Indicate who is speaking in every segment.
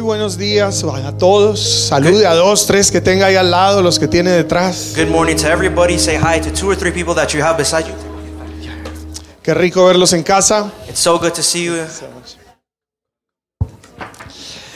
Speaker 1: buenos días a todos. Salude a dos, tres que tenga ahí al lado, los que tiene detrás.
Speaker 2: Good morning to everybody. Say hi to two or three people that you have beside you.
Speaker 1: Qué rico verlos en casa.
Speaker 2: It's so good to see you.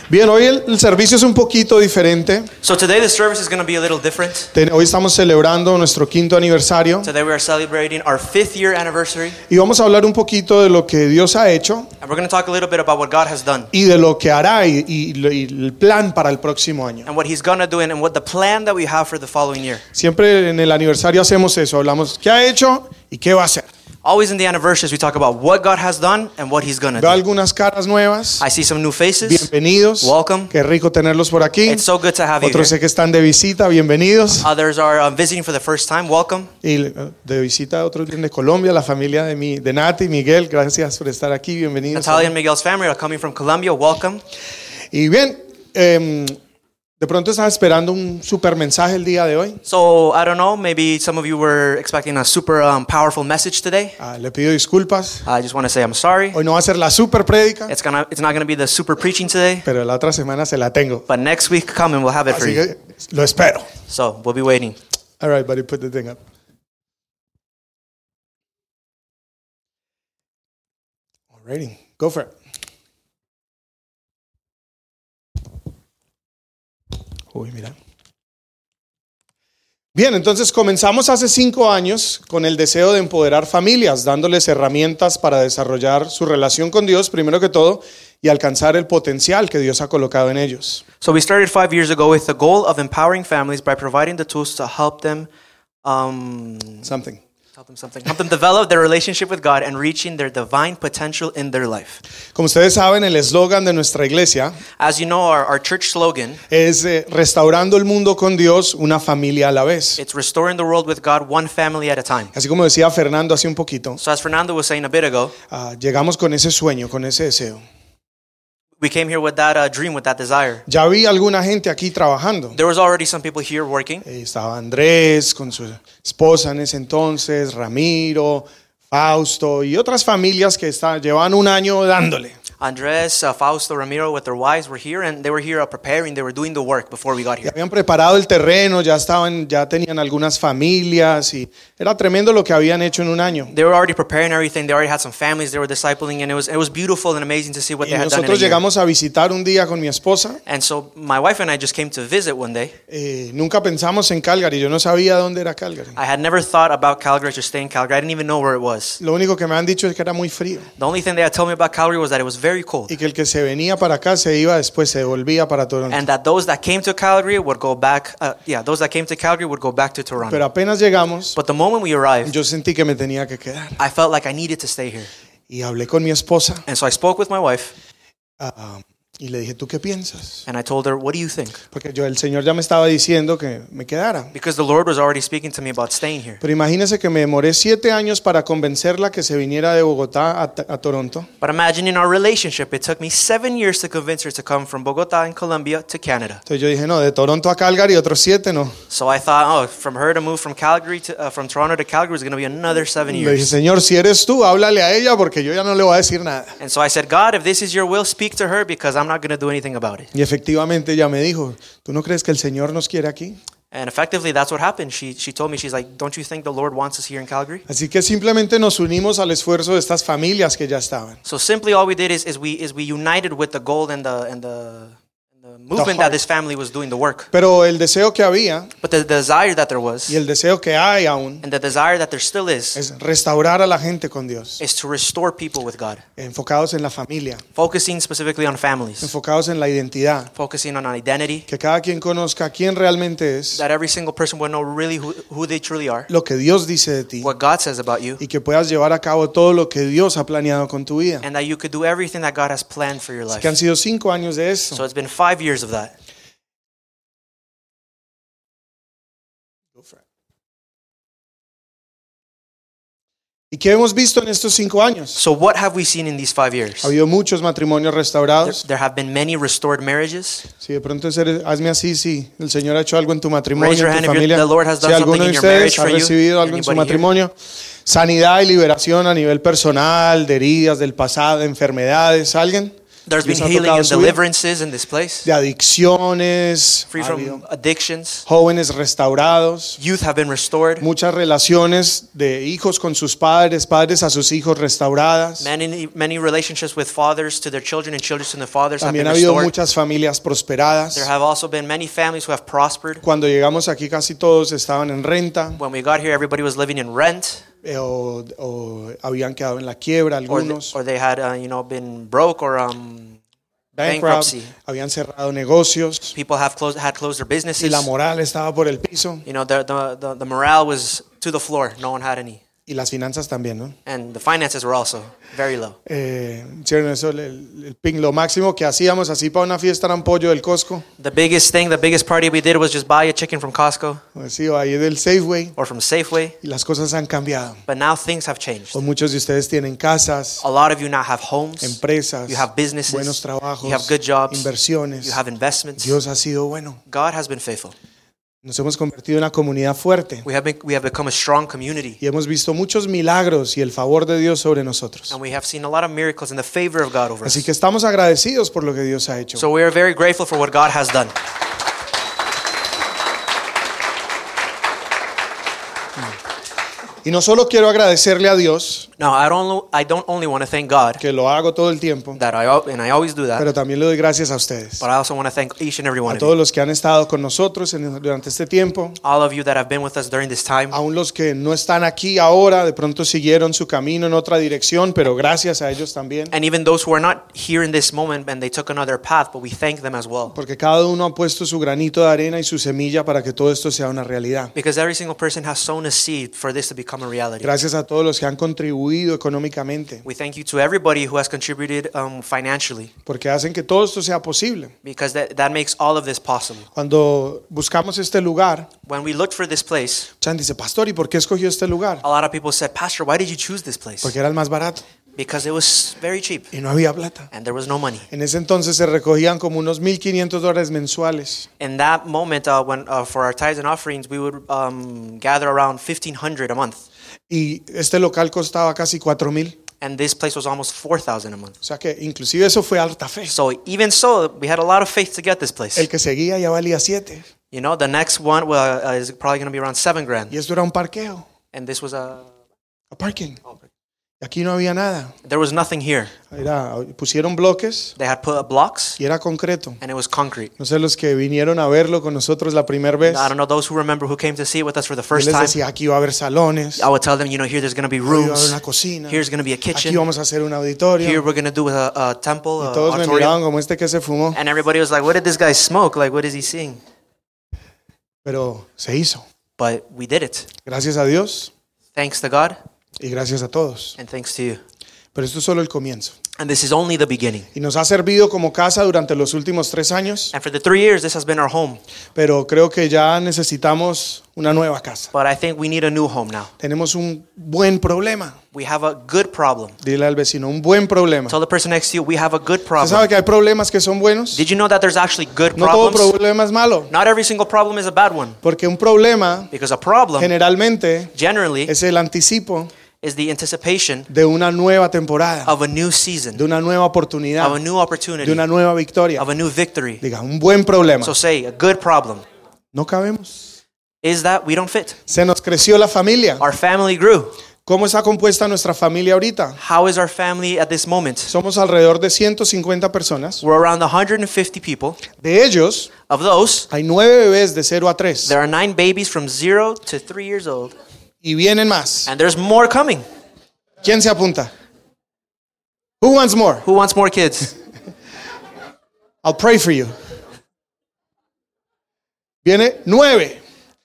Speaker 1: Bien, hoy el, el servicio es un poquito diferente.
Speaker 2: So today the service is going to be a little different.
Speaker 1: Ten- hoy estamos celebrando nuestro quinto aniversario
Speaker 2: Today we are celebrating our fifth year anniversary,
Speaker 1: y vamos a hablar un poquito de lo que Dios ha hecho
Speaker 2: and we're going to talk a little bit about what God has done
Speaker 1: y de lo que hará y, y lo- y el plan para el próximo año.
Speaker 2: and what He's going to do and, and what the plan that we have for the following year.
Speaker 1: Siempre en el aniversario hacemos eso, hablamos qué ha hecho y qué va a hacer.
Speaker 2: Always in the anniversaries, we talk about what God has done and what He's going to
Speaker 1: Veo
Speaker 2: do.
Speaker 1: algunas caras nuevas.
Speaker 2: I see some new faces.
Speaker 1: Bienvenidos.
Speaker 2: Welcome.
Speaker 1: Qué rico tenerlos por aquí.
Speaker 2: It's so good to have you.
Speaker 1: Otros
Speaker 2: Here.
Speaker 1: sé que están de visita, bienvenidos.
Speaker 2: Others are uh, visiting for the first time. Welcome.
Speaker 1: Y eh, de visita otros vienen de Colombia, la familia de, mi, de Nati, Miguel, gracias por estar aquí, bienvenidos.
Speaker 2: Natalia and Miguel's family are coming from Colombia. Welcome.
Speaker 1: Y bien, em, de pronto estaba esperando un super mensaje el día de hoy.
Speaker 2: So I don't know. Maybe some of you were expecting a super um, powerful message today.
Speaker 1: Ah, le pido disculpas,
Speaker 2: I just want to say I'm sorry.
Speaker 1: hoy no va a ser la super prédica,
Speaker 2: It's gonna. It's not gonna be the super preaching today.
Speaker 1: pero la otra semana se la tengo.
Speaker 2: But next week, come and we'll have it for
Speaker 1: Así
Speaker 2: you.
Speaker 1: que lo espero.
Speaker 2: So we'll be waiting.
Speaker 1: All right, buddy, put the thing up. Alrighty, go for it. Uy, mira. Bien, entonces comenzamos hace cinco años con el deseo de empoderar familias, dándoles herramientas para desarrollar su relación con Dios, primero que todo, y alcanzar el potencial que Dios ha colocado en ellos.
Speaker 2: So we started five years ago with the goal of empowering families by providing the tools to help them, um,
Speaker 1: Something.
Speaker 2: help them something, help them develop their relationship with God and reaching their divine potential in their life.
Speaker 1: Como ustedes saben, el eslogan de nuestra iglesia
Speaker 2: As you know, our, our church slogan
Speaker 1: es eh, restaurando el mundo con Dios una familia a la vez.
Speaker 2: it's restoring the world with God, one family at a time.
Speaker 1: Así como decía Fernando hace un poquito,
Speaker 2: So as Fernando was saying a bit ago,
Speaker 1: ah, llegamos con ese sueño, con ese deseo.
Speaker 2: we came here with that uh, dream, with that desire.
Speaker 1: Ya vi alguna gente aquí trabajando.
Speaker 2: There was already some people here working.
Speaker 1: Eh, Estaba Andrés con su esposa en ese entonces, Ramiro, Fausto y otras familias que está- llevan un año dándole.
Speaker 2: Andres, uh, Fausto, Ramiro with their wives were here, and they were here uh, preparing. They were doing the work before we got
Speaker 1: Ya
Speaker 2: here.
Speaker 1: habían preparado el terreno, ya estaban, ya tenían algunas familias y era tremendo lo que habían hecho en un año.
Speaker 2: They were already preparing everything. They already had some families they were discipling, and it was it was beautiful and amazing to see what
Speaker 1: Y
Speaker 2: they had done. In a
Speaker 1: nosotros
Speaker 2: year.
Speaker 1: llegamos a visitar un día con mi esposa
Speaker 2: And so my wife and I just came to visit one day.
Speaker 1: Eh, nunca pensamos en Calgary, yo no sabía dónde era Calgary.
Speaker 2: I had never thought about Calgary to stay in Calgary. I didn't even know where it was.
Speaker 1: Lo único que me han dicho es que era muy frío
Speaker 2: The only thing they had told me about Calgary was that it was very cold,
Speaker 1: y que el que se venía para acá se iba, después se volvía para Toronto.
Speaker 2: and that those that came to Calgary would go back. Uh, yeah, those that came to Calgary would go back to Toronto.
Speaker 1: Pero apenas llegamos,
Speaker 2: But the moment we arrived,
Speaker 1: yo sentí que me tenía que quedar
Speaker 2: I felt like I needed to stay here.
Speaker 1: y hablé con mi esposa
Speaker 2: And so I spoke with my wife
Speaker 1: ah, y le dije, ¿tú qué piensas?
Speaker 2: and I told her, What do you think?
Speaker 1: Porque yo, el Señor ya me estaba diciendo que me quedara.
Speaker 2: Because the Lord was already speaking to me about staying here.
Speaker 1: Pero imagínese que me demoré siete años para convencerla que se viniera de Bogotá a, T- a Toronto.
Speaker 2: But imagine in our relationship, it took me seven years to convince her to come from Bogota in Colombia to Canada.
Speaker 1: Entonces yo dije, no, de Toronto a Calgary otros siete, no.
Speaker 2: So I thought, oh, from her to move from Calgary to, uh, from Toronto to Calgary is going to be another seven
Speaker 1: Le dije,
Speaker 2: years.
Speaker 1: Señor, si eres tú, háblale a ella porque yo ya no le voy a decir nada.
Speaker 2: And so I said, God, if this is your will, speak to her because I'm not going to do anything about it.
Speaker 1: Y efectivamente ella me dijo, ¿tú no crees que el Señor nos quiere aquí?
Speaker 2: And effectively, that's what happened. She, she told me, she's like, don't you think the Lord wants us here in Calgary?
Speaker 1: Así que simplemente nos unimos al esfuerzo de estas familias que ya estaban.
Speaker 2: So simply all we did is, is, we, is we united with the goal and the, and the, and the
Speaker 1: heart.
Speaker 2: movement that this family was doing the work.
Speaker 1: Pero el deseo que había
Speaker 2: But the desire that there was
Speaker 1: y el deseo que hay aún
Speaker 2: and the desire that there still is
Speaker 1: es restaurar a la gente con Dios,
Speaker 2: is to restore people with God,
Speaker 1: enfocados en la familia,
Speaker 2: focusing specifically on families,
Speaker 1: enfocados en la identidad,
Speaker 2: focusing on identity,
Speaker 1: que cada quien conozca quién realmente es,
Speaker 2: that every single person will know really who, who they truly are,
Speaker 1: lo que Dios dice de ti
Speaker 2: what God says about you,
Speaker 1: y que puedas llevar a cabo todo lo que Dios ha planeado con tu vida.
Speaker 2: and that you could do everything that God has planned for your life.
Speaker 1: Que han sido cinco años de
Speaker 2: So
Speaker 1: eso.
Speaker 2: it's been five years of that.
Speaker 1: ¿Y qué hemos visto en estos cinco años?
Speaker 2: So what have we seen in these five years?
Speaker 1: Ha habido muchos matrimonios
Speaker 2: There,
Speaker 1: restaurados.
Speaker 2: there have been many restored marriages.
Speaker 1: Si de pronto eres- hazme así, si el Señor ha hecho algo en tu matrimonio,
Speaker 2: Raise your
Speaker 1: en
Speaker 2: hand
Speaker 1: tu
Speaker 2: if you-
Speaker 1: familia.
Speaker 2: the Lord has done
Speaker 1: si alguno
Speaker 2: something
Speaker 1: de
Speaker 2: in your marriage
Speaker 1: ustedes ha
Speaker 2: for you.
Speaker 1: recibido algo en su
Speaker 2: Anybody here?
Speaker 1: matrimonio, sanidad y liberación a nivel personal, de heridas del pasado, de enfermedades, alguien.
Speaker 2: There's been
Speaker 1: Dios ha
Speaker 2: healing
Speaker 1: tocado
Speaker 2: and
Speaker 1: su vida.
Speaker 2: deliverances in this place.
Speaker 1: de adicciones,
Speaker 2: Free
Speaker 1: ha
Speaker 2: from
Speaker 1: habido
Speaker 2: addictions.
Speaker 1: jóvenes restaurados,
Speaker 2: Youth have been restored.
Speaker 1: muchas relaciones de hijos con sus padres, padres a sus hijos restauradas.
Speaker 2: Many, many relationships with fathers to their children and children to their fathers have
Speaker 1: También
Speaker 2: been
Speaker 1: ha habido
Speaker 2: restored.
Speaker 1: muchas familias
Speaker 2: There
Speaker 1: prosperadas.
Speaker 2: have also been many families who have prospered.
Speaker 1: Cuando llegamos aquí casi todos estaban en renta
Speaker 2: When we got here, everybody was living in rent,
Speaker 1: eh, o, o habían quedado en la quiebra
Speaker 2: or, th-
Speaker 1: algunos,
Speaker 2: or they had, uh, you know, been broke, or um,
Speaker 1: bankrupt,
Speaker 2: bankruptcy.
Speaker 1: habían cerrado negocios
Speaker 2: people have closed, had closed their
Speaker 1: y
Speaker 2: businesses.
Speaker 1: la moral estaba por el piso
Speaker 2: You know, the, the, the, the morale was to the floor. No one had any,
Speaker 1: y las finanzas también, ¿no?
Speaker 2: and the finances were also very low.
Speaker 1: Eh, hicieron eso, el, el ping, lo máximo que hacíamos así para una fiesta era un pollo del Costco,
Speaker 2: The biggest thing, the biggest party we did was just buy a chicken from Costco
Speaker 1: así o pues ahí del Safeway
Speaker 2: or from Safeway.
Speaker 1: y las cosas han cambiado.
Speaker 2: But now things have changed.
Speaker 1: Pues muchos de ustedes tienen casas,
Speaker 2: A lot of you now have homes,
Speaker 1: empresas,
Speaker 2: you have businesses,
Speaker 1: buenos trabajos,
Speaker 2: you have good jobs, you
Speaker 1: inversiones.
Speaker 2: have investments.
Speaker 1: Dios ha sido bueno.
Speaker 2: God has been faithful.
Speaker 1: Nos hemos convertido en una comunidad fuerte
Speaker 2: We have, been, we have become a strong community,
Speaker 1: y hemos visto muchos milagros y el favor de Dios sobre nosotros.
Speaker 2: and we have seen a lot of miracles in the favor of God over
Speaker 1: Así
Speaker 2: us.
Speaker 1: que estamos agradecidos por lo que Dios ha hecho.
Speaker 2: So we are very grateful for what God has done.
Speaker 1: y no solo quiero agradecerle a Dios,
Speaker 2: Now, I don't, I don't only want to thank God,
Speaker 1: que lo hago todo el tiempo,
Speaker 2: that I, al- and I always do that,
Speaker 1: pero también le doy gracias a ustedes.
Speaker 2: but I also want to thank each and every one
Speaker 1: a
Speaker 2: of you.
Speaker 1: todos los que han estado con nosotros en- durante este tiempo,
Speaker 2: All of you that have been with us during this time,
Speaker 1: aún los que no están aquí ahora, de pronto siguieron su camino en otra dirección, pero gracias a ellos también,
Speaker 2: and even those who are not here in this moment and they took another path, but we thank them as well.
Speaker 1: porque cada uno ha puesto su granito de arena y su semilla para que todo esto sea una realidad.
Speaker 2: Because every single person has sown a seed for this to become a reality.
Speaker 1: Gracias a todos los que han contribuido económicamente,
Speaker 2: We thank you to everybody who has contributed um, financially,
Speaker 1: porque hacen que todo esto sea posible.
Speaker 2: because that, that makes all of this possible.
Speaker 1: Cuando buscamos este lugar,
Speaker 2: When we looked for this place,
Speaker 1: Chan dice, pastor, ¿y por qué escogió este lugar?
Speaker 2: a lot of people said, Pastor, why did you choose this place?
Speaker 1: Porque era el más barato
Speaker 2: Because it was very cheap
Speaker 1: y no había plata.
Speaker 2: and there was no money.
Speaker 1: En ese entonces se recogían como unos 1.500 dólares mensuales.
Speaker 2: In that moment, uh, when uh, for our tithes and offerings, we would um, gather around 1500 a month.
Speaker 1: y este local costaba casi 4 mil.
Speaker 2: And this place was almost 4000 a month.
Speaker 1: O sea que inclusive eso fue alta fe.
Speaker 2: So even so, we had a lot of faith to get this place.
Speaker 1: El que seguía ya valía 7
Speaker 2: You know, the next one well, uh, is probably going to be around seven grand.
Speaker 1: y esto era un parqueo,
Speaker 2: And this was a.
Speaker 1: a parking. Y aquí no había nada.
Speaker 2: There was nothing here.
Speaker 1: Era, pusieron bloques
Speaker 2: They had put up blocks
Speaker 1: y era concreto.
Speaker 2: and it was concrete.
Speaker 1: No sé los que vinieron a verlo con nosotros la primera vez.
Speaker 2: I don't know those who remember who came to see it with us for the
Speaker 1: Yo
Speaker 2: first
Speaker 1: les
Speaker 2: time.
Speaker 1: decía, aquí va a haber salones,
Speaker 2: I
Speaker 1: aquí
Speaker 2: would tell them, you know, here there's going to be
Speaker 1: va a haber
Speaker 2: rooms,
Speaker 1: una cocina,
Speaker 2: here's going to be a
Speaker 1: aquí
Speaker 2: kitchen,
Speaker 1: vamos a hacer un
Speaker 2: here
Speaker 1: auditorio.
Speaker 2: we're going to do a, a temple, a
Speaker 1: Todos me
Speaker 2: auditorium.
Speaker 1: miraban como este que se fumó,
Speaker 2: And everybody was like, what did this guy smoke? Like, what is he seeing?
Speaker 1: pero se hizo.
Speaker 2: But we did it.
Speaker 1: Gracias a Dios
Speaker 2: Thanks to God
Speaker 1: y gracias a todos.
Speaker 2: and thanks to you.
Speaker 1: Pero esto es solo el comienzo.
Speaker 2: And this is only the beginning.
Speaker 1: y nos ha servido como casa durante los últimos tres años,
Speaker 2: And for the three years, this has been our home.
Speaker 1: pero creo que ya necesitamos una nueva casa.
Speaker 2: But I think we need a new home now.
Speaker 1: Tenemos un buen problema.
Speaker 2: We have a good problem.
Speaker 1: Dile al vecino, un buen problema.
Speaker 2: Tell the person next to you, we have a good
Speaker 1: ¿Usted
Speaker 2: problem.
Speaker 1: sabe que hay problemas que son buenos?
Speaker 2: Did you know that there's actually good
Speaker 1: No todo
Speaker 2: problems?
Speaker 1: problema es malo,
Speaker 2: Not every single problem is a bad one.
Speaker 1: porque un problema
Speaker 2: Because a problem,
Speaker 1: generalmente
Speaker 2: generally,
Speaker 1: es el anticipo
Speaker 2: is the anticipation
Speaker 1: de una nueva temporada,
Speaker 2: of a new
Speaker 1: de
Speaker 2: season,
Speaker 1: una nueva
Speaker 2: of a
Speaker 1: oportunidad,
Speaker 2: new
Speaker 1: de
Speaker 2: opportunity,
Speaker 1: una nueva victoria.
Speaker 2: of a new victory.
Speaker 1: Diga, un buen problema.
Speaker 2: So say, a good problem
Speaker 1: No cabemos.
Speaker 2: is that we don't fit.
Speaker 1: Se nos creció la familia.
Speaker 2: Our family grew.
Speaker 1: ¿Cómo está compuesta nuestra familia ahorita?
Speaker 2: How is our family at this moment?
Speaker 1: Somos alrededor de 150 personas.
Speaker 2: We're around 150 people.
Speaker 1: De ellos,
Speaker 2: Of those,
Speaker 1: hay nueve bebés de 0 a 3
Speaker 2: there are nine babies from zero to three years old.
Speaker 1: y vienen más.
Speaker 2: And there's more coming.
Speaker 1: ¿Quién se apunta? Who wants more?
Speaker 2: Who wants more kids?
Speaker 1: I'll pray for you. Viene nueve.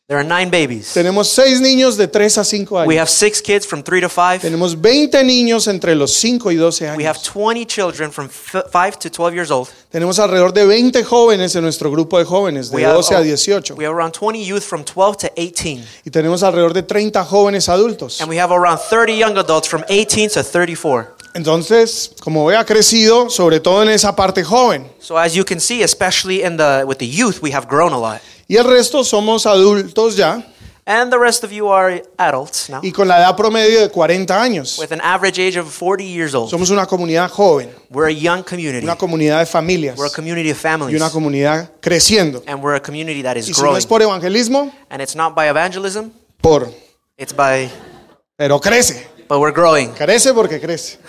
Speaker 2: There are nine babies.
Speaker 1: Tenemos seis niños de 3 a 5
Speaker 2: We
Speaker 1: años.
Speaker 2: have six kids from three to five.
Speaker 1: Tenemos 20 niños entre los 5 y 12
Speaker 2: We have
Speaker 1: años.
Speaker 2: 20 children from f- 5 to 12 years old.
Speaker 1: Tenemos alrededor de 20 jóvenes en nuestro grupo de jóvenes, de
Speaker 2: We have-
Speaker 1: 12 a 18.
Speaker 2: We have around 20 youth from 12 to 18.
Speaker 1: Y tenemos alrededor de 30 jóvenes adultos.
Speaker 2: And we have around 30 young adults from 18 to 34.
Speaker 1: Entonces, como ve, ha crecido, sobre todo en esa parte joven.
Speaker 2: So as you can see, especially in the with the youth, we have grown a lot.
Speaker 1: Y el resto somos adultos ya.
Speaker 2: And the rest of you are adults now,
Speaker 1: y con la edad promedio de 40 años.
Speaker 2: with an average age of 40 years old.
Speaker 1: Somos una comunidad joven,
Speaker 2: We're a young community.
Speaker 1: una comunidad de familias
Speaker 2: We're a community of
Speaker 1: y
Speaker 2: families.
Speaker 1: una comunidad creciendo.
Speaker 2: And we're a community that is
Speaker 1: Y si no
Speaker 2: growing.
Speaker 1: es por evangelismo,
Speaker 2: And it's not by evangelism,
Speaker 1: por.
Speaker 2: it's by,
Speaker 1: Pero crece,
Speaker 2: but we're growing.
Speaker 1: crece porque crece.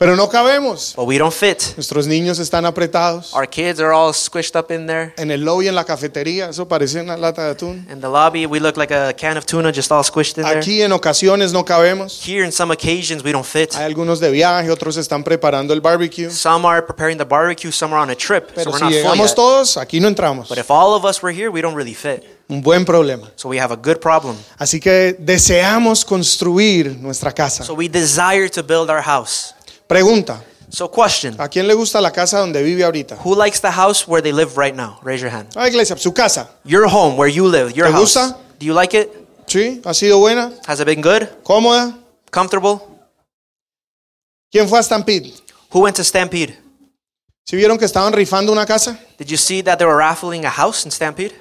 Speaker 1: Pero no cabemos.
Speaker 2: But we don't fit.
Speaker 1: Nuestros niños están apretados
Speaker 2: Our kids are all squished up in there.
Speaker 1: en el lobby, en la cafetería. Eso parece una lata de atún.
Speaker 2: In the lobby, we look like a can of tuna just all squished in there.
Speaker 1: Aquí en ocasiones no cabemos.
Speaker 2: Here, in some occasions, we don't fit.
Speaker 1: Hay algunos de viaje, otros están preparando el barbecue.
Speaker 2: Some are preparing the barbecue, some are on a trip, so
Speaker 1: Pero
Speaker 2: we're
Speaker 1: si
Speaker 2: not full
Speaker 1: llegamos
Speaker 2: yet.
Speaker 1: todos, aquí no entramos.
Speaker 2: But if all of us were here, we don't really fit.
Speaker 1: Un buen problema.
Speaker 2: So we have a good problem.
Speaker 1: Así que deseamos construir nuestra casa.
Speaker 2: So we desire to build our house.
Speaker 1: Pregunta,
Speaker 2: So question,
Speaker 1: ¿a quién le gusta la casa donde vive ahorita?
Speaker 2: who likes the house where they live right now? Raise your hand.
Speaker 1: Ah, iglesia, su casa.
Speaker 2: Your home, where you live, your
Speaker 1: ¿Te
Speaker 2: house.
Speaker 1: gusta?
Speaker 2: Do you like it?
Speaker 1: ¿Sí? ¿Ha sido buena?
Speaker 2: Has it been good?
Speaker 1: ¿Cómoda?
Speaker 2: Comfortable?
Speaker 1: ¿Quién fue a Stampede?
Speaker 2: Who went to Stampede?
Speaker 1: ¿Sí vieron que estaban rifando una casa?
Speaker 2: Did you see that they were raffling a house in Stampede?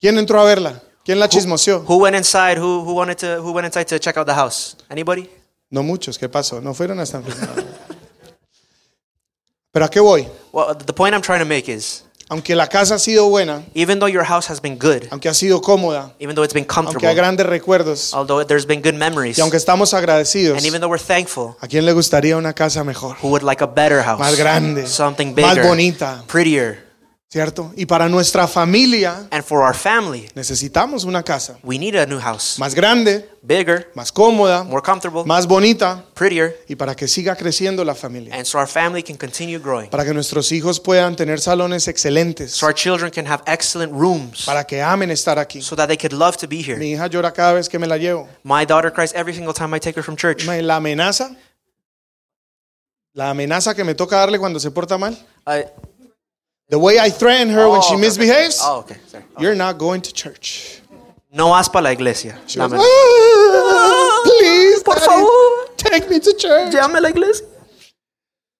Speaker 1: ¿Quién entró a verla? ¿Quién la chismoseó?
Speaker 2: Who went inside? Who who wanted to who went inside to check out the house? Anybody?
Speaker 1: No muchos, ¿qué pasó? No fueron a Stampede. Pero ¿a qué voy?
Speaker 2: Well, the point I'm trying to make is
Speaker 1: Aunque la casa ha sido buena,
Speaker 2: even though your house has been good,
Speaker 1: aunque ha sido cómoda,
Speaker 2: even though it's been
Speaker 1: aunque hay
Speaker 2: comfortable,
Speaker 1: grandes recuerdos
Speaker 2: although there's been good memories,
Speaker 1: y aunque estamos agradecidos,
Speaker 2: and even though we're thankful,
Speaker 1: ¿a quién le gustaría una casa mejor?
Speaker 2: who would like a better house?
Speaker 1: Más grande,
Speaker 2: Something
Speaker 1: más
Speaker 2: bigger,
Speaker 1: bonita,
Speaker 2: prettier.
Speaker 1: ¿cierto? Y para nuestra familia
Speaker 2: And for our family,
Speaker 1: necesitamos una casa
Speaker 2: we need a new house.
Speaker 1: más grande,
Speaker 2: Bigger,
Speaker 1: más cómoda,
Speaker 2: more comfortable,
Speaker 1: más bonita
Speaker 2: prettier,
Speaker 1: y para que siga creciendo la familia.
Speaker 2: and so our family can continue growing.
Speaker 1: para que nuestros hijos puedan tener salones excelentes,
Speaker 2: So our children can have excellent rooms
Speaker 1: para que amen estar aquí.
Speaker 2: so that they could love to be here.
Speaker 1: Mi hija llora cada vez que me la llevo.
Speaker 2: My daughter cries every single time I take her from church.
Speaker 1: Me- La amenaza, la amenaza que me toca darle cuando se porta mal.
Speaker 2: I-
Speaker 1: The way I threaten her when she
Speaker 2: okay,
Speaker 1: misbehaves,
Speaker 2: okay. Oh, okay. Sorry.
Speaker 1: you're not going to church.
Speaker 2: No vas para la iglesia.
Speaker 1: She
Speaker 2: La
Speaker 1: goes,
Speaker 2: men-
Speaker 1: "Ah, please,
Speaker 2: Por
Speaker 1: daddy,
Speaker 2: favor,
Speaker 1: take me to church.
Speaker 2: llame a la iglesia.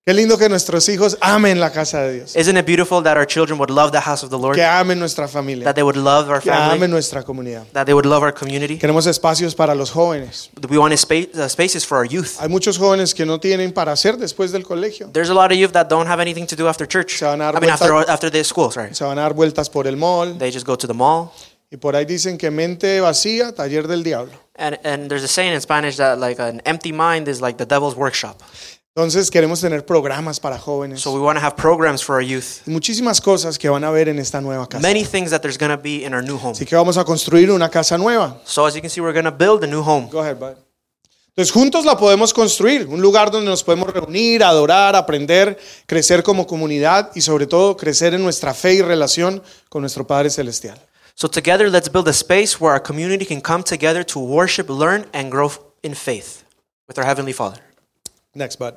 Speaker 1: Qué lindo que nuestros hijos amen la casa de Dios,
Speaker 2: Isn't it beautiful that our children would love the house of the Lord?
Speaker 1: que amen nuestra familia,
Speaker 2: That they would love our
Speaker 1: que
Speaker 2: family?
Speaker 1: amen nuestra comunidad.
Speaker 2: That they would love our community?
Speaker 1: Queremos espacios para los jóvenes.
Speaker 2: We want space, uh, spaces for our youth.
Speaker 1: Hay muchos jóvenes que no tienen para hacer después del colegio.
Speaker 2: There's a lot of youth that don't have anything to do after church.
Speaker 1: Se van a dar
Speaker 2: I mean, after,
Speaker 1: vuelta-
Speaker 2: after the school, sorry.
Speaker 1: Se van a dar vueltas por el mall
Speaker 2: They just go to the mall.
Speaker 1: y por ahí dicen que mente vacía, taller del diablo.
Speaker 2: And, and there's a saying in Spanish that like an empty mind is like the devil's workshop.
Speaker 1: Entonces queremos tener programas para jóvenes.
Speaker 2: So we want to have programs for our youth.
Speaker 1: Muchísimas cosas que van a ver en esta nueva casa.
Speaker 2: Many things that there's going to be in our new home.
Speaker 1: Así que vamos a construir una casa nueva.
Speaker 2: So as you can see, we're going to build a new home.
Speaker 1: Go ahead, bud. Entonces juntos la podemos construir, un lugar donde nos podemos reunir, adorar, aprender, crecer como comunidad y sobre todo crecer en nuestra fe y relación con nuestro Padre Celestial.
Speaker 2: So together, let's build a space where our community can come together to worship, learn, and grow in faith with our Heavenly Father.
Speaker 1: Next, bud.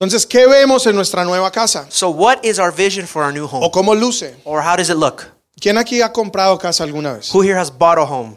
Speaker 1: Entonces, ¿qué vemos en nuestra nueva casa?
Speaker 2: So what is our vision for our new
Speaker 1: ¿O
Speaker 2: home?
Speaker 1: cómo luce?
Speaker 2: Or how does it look?
Speaker 1: ¿Quién aquí ha comprado casa alguna vez?
Speaker 2: Who here has bought a home?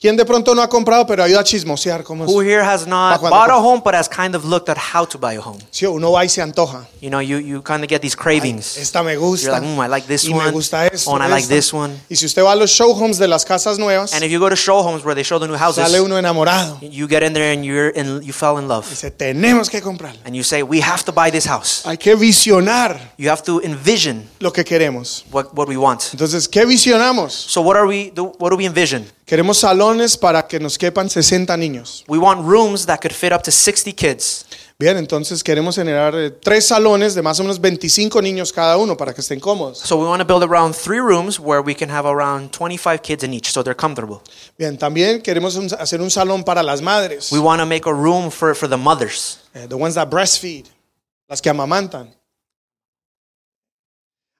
Speaker 1: ¿Quién de pronto no ha comprado pero ha ido a chismosear? ¿Cómo es?
Speaker 2: Who here has not
Speaker 1: Pa' cuando-
Speaker 2: bought a home but has kind of looked at how to buy a home?
Speaker 1: Sí, uno va y se antoja.
Speaker 2: You know, you, you kind of get these cravings.
Speaker 1: Esta me
Speaker 2: You're
Speaker 1: gusta.
Speaker 2: like, mm, I like this
Speaker 1: y me
Speaker 2: one.
Speaker 1: gusta esto.
Speaker 2: Oh, and I like
Speaker 1: esta.
Speaker 2: this one.
Speaker 1: Y si usted va a los show homes de las casas nuevas,
Speaker 2: And if you go to show homes where they show the new
Speaker 1: sale
Speaker 2: houses,
Speaker 1: uno enamorado.
Speaker 2: you get in there and you're in, you fell in love.
Speaker 1: Dice, tenemos que comprarla.
Speaker 2: And you say, we have to buy this house.
Speaker 1: Hay que visionar
Speaker 2: You have to envision
Speaker 1: lo que queremos.
Speaker 2: what, what we want.
Speaker 1: Entonces, ¿qué visionamos?
Speaker 2: So what are we, do, what do we envision?
Speaker 1: Queremos salones para que nos quepan 60 niños.
Speaker 2: We want rooms that could fit up to 60 kids.
Speaker 1: Bien, entonces queremos generar eh, tres salones de más o menos 25 niños cada uno para que estén cómodos.
Speaker 2: So we want to build around three rooms where we can have around 25 kids in each so they're comfortable.
Speaker 1: Bien, también queremos un- hacer un salón para las madres.
Speaker 2: We want to make a room for, for the mothers.
Speaker 1: Eh, the ones that breastfeed, las que amamantan.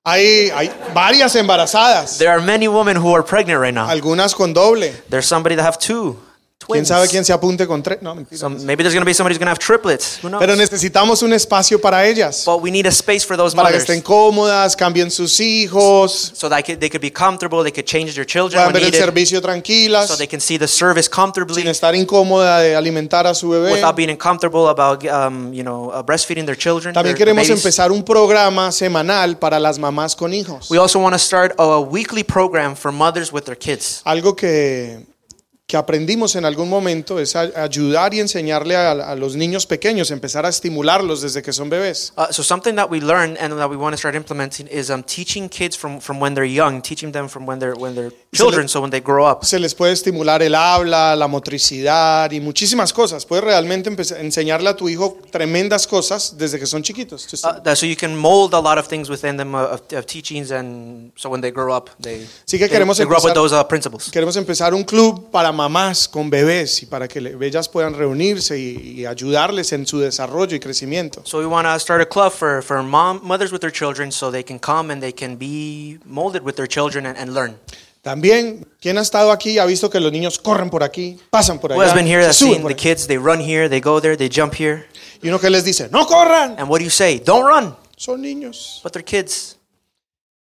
Speaker 1: Hay, hay varias embarazadas,
Speaker 2: There are many women who are pregnant right now.
Speaker 1: algunas con doble,
Speaker 2: There's somebody that have two,
Speaker 1: ¿Quién
Speaker 2: twins.
Speaker 1: sabe quién se apunte con tres? No, mentira.
Speaker 2: So maybe there's going to be somebody who's going to have triplets. Who knows?
Speaker 1: Pero necesitamos un espacio para ellas,
Speaker 2: but we need a space for those
Speaker 1: para que
Speaker 2: mothers
Speaker 1: estén cómodas, cambien sus hijos,
Speaker 2: so that I could- they could be comfortable, they could change their children
Speaker 1: puedan
Speaker 2: when
Speaker 1: ver el
Speaker 2: needed,
Speaker 1: servicio
Speaker 2: so
Speaker 1: tranquilas,
Speaker 2: they can see the service
Speaker 1: sin
Speaker 2: comfortably
Speaker 1: estar incómoda de alimentar a su bebé.
Speaker 2: without being uncomfortable about um, you know uh, breastfeeding their children.
Speaker 1: También
Speaker 2: their
Speaker 1: queremos
Speaker 2: babies.
Speaker 1: empezar un programa semanal para las mamás con hijos.
Speaker 2: We also want to start a weekly program for mothers with their kids.
Speaker 1: Algo que, que aprendimos en algún momento es a- ayudar y enseñarle a, a los niños pequeños, empezar a estimularlos desde que son bebés.
Speaker 2: Uh, so something that we learned and that we want to start implementing is um, teaching kids from, from when they're young, teaching them from when they're when they're children, so when they grow up.
Speaker 1: Se les puede estimular el habla, la motricidad y muchísimas cosas. Puedes realmente empezar- enseñarle a tu hijo tremendas cosas desde que son chiquitos. Just-
Speaker 2: Uh, that- so you can mold a lot of things within them uh, of, of teachings, and so when they grow up, they,
Speaker 1: Así que
Speaker 2: they,
Speaker 1: queremos
Speaker 2: they grow up with
Speaker 1: empezar-
Speaker 2: those uh, principles.
Speaker 1: Queremos empezar un club para mamás con bebés y para que le- ellas puedan reunirse y- y ayudarles en su desarrollo y crecimiento.
Speaker 2: So we want to start a club for, for mom mothers with their children, so they can come and they can be molded with their children and, and learn.
Speaker 1: También, ¿quién ha estado aquí y ha visto que los niños corren por aquí, pasan por
Speaker 2: Who has
Speaker 1: allá,
Speaker 2: been here
Speaker 1: se
Speaker 2: that's
Speaker 1: suben
Speaker 2: seen
Speaker 1: por
Speaker 2: the
Speaker 1: aquí?
Speaker 2: kids? They run here, they go there, they jump here,
Speaker 1: Y uno que les dice, no corran,
Speaker 2: and what do you say? Don't run,
Speaker 1: son niños.
Speaker 2: but they're kids.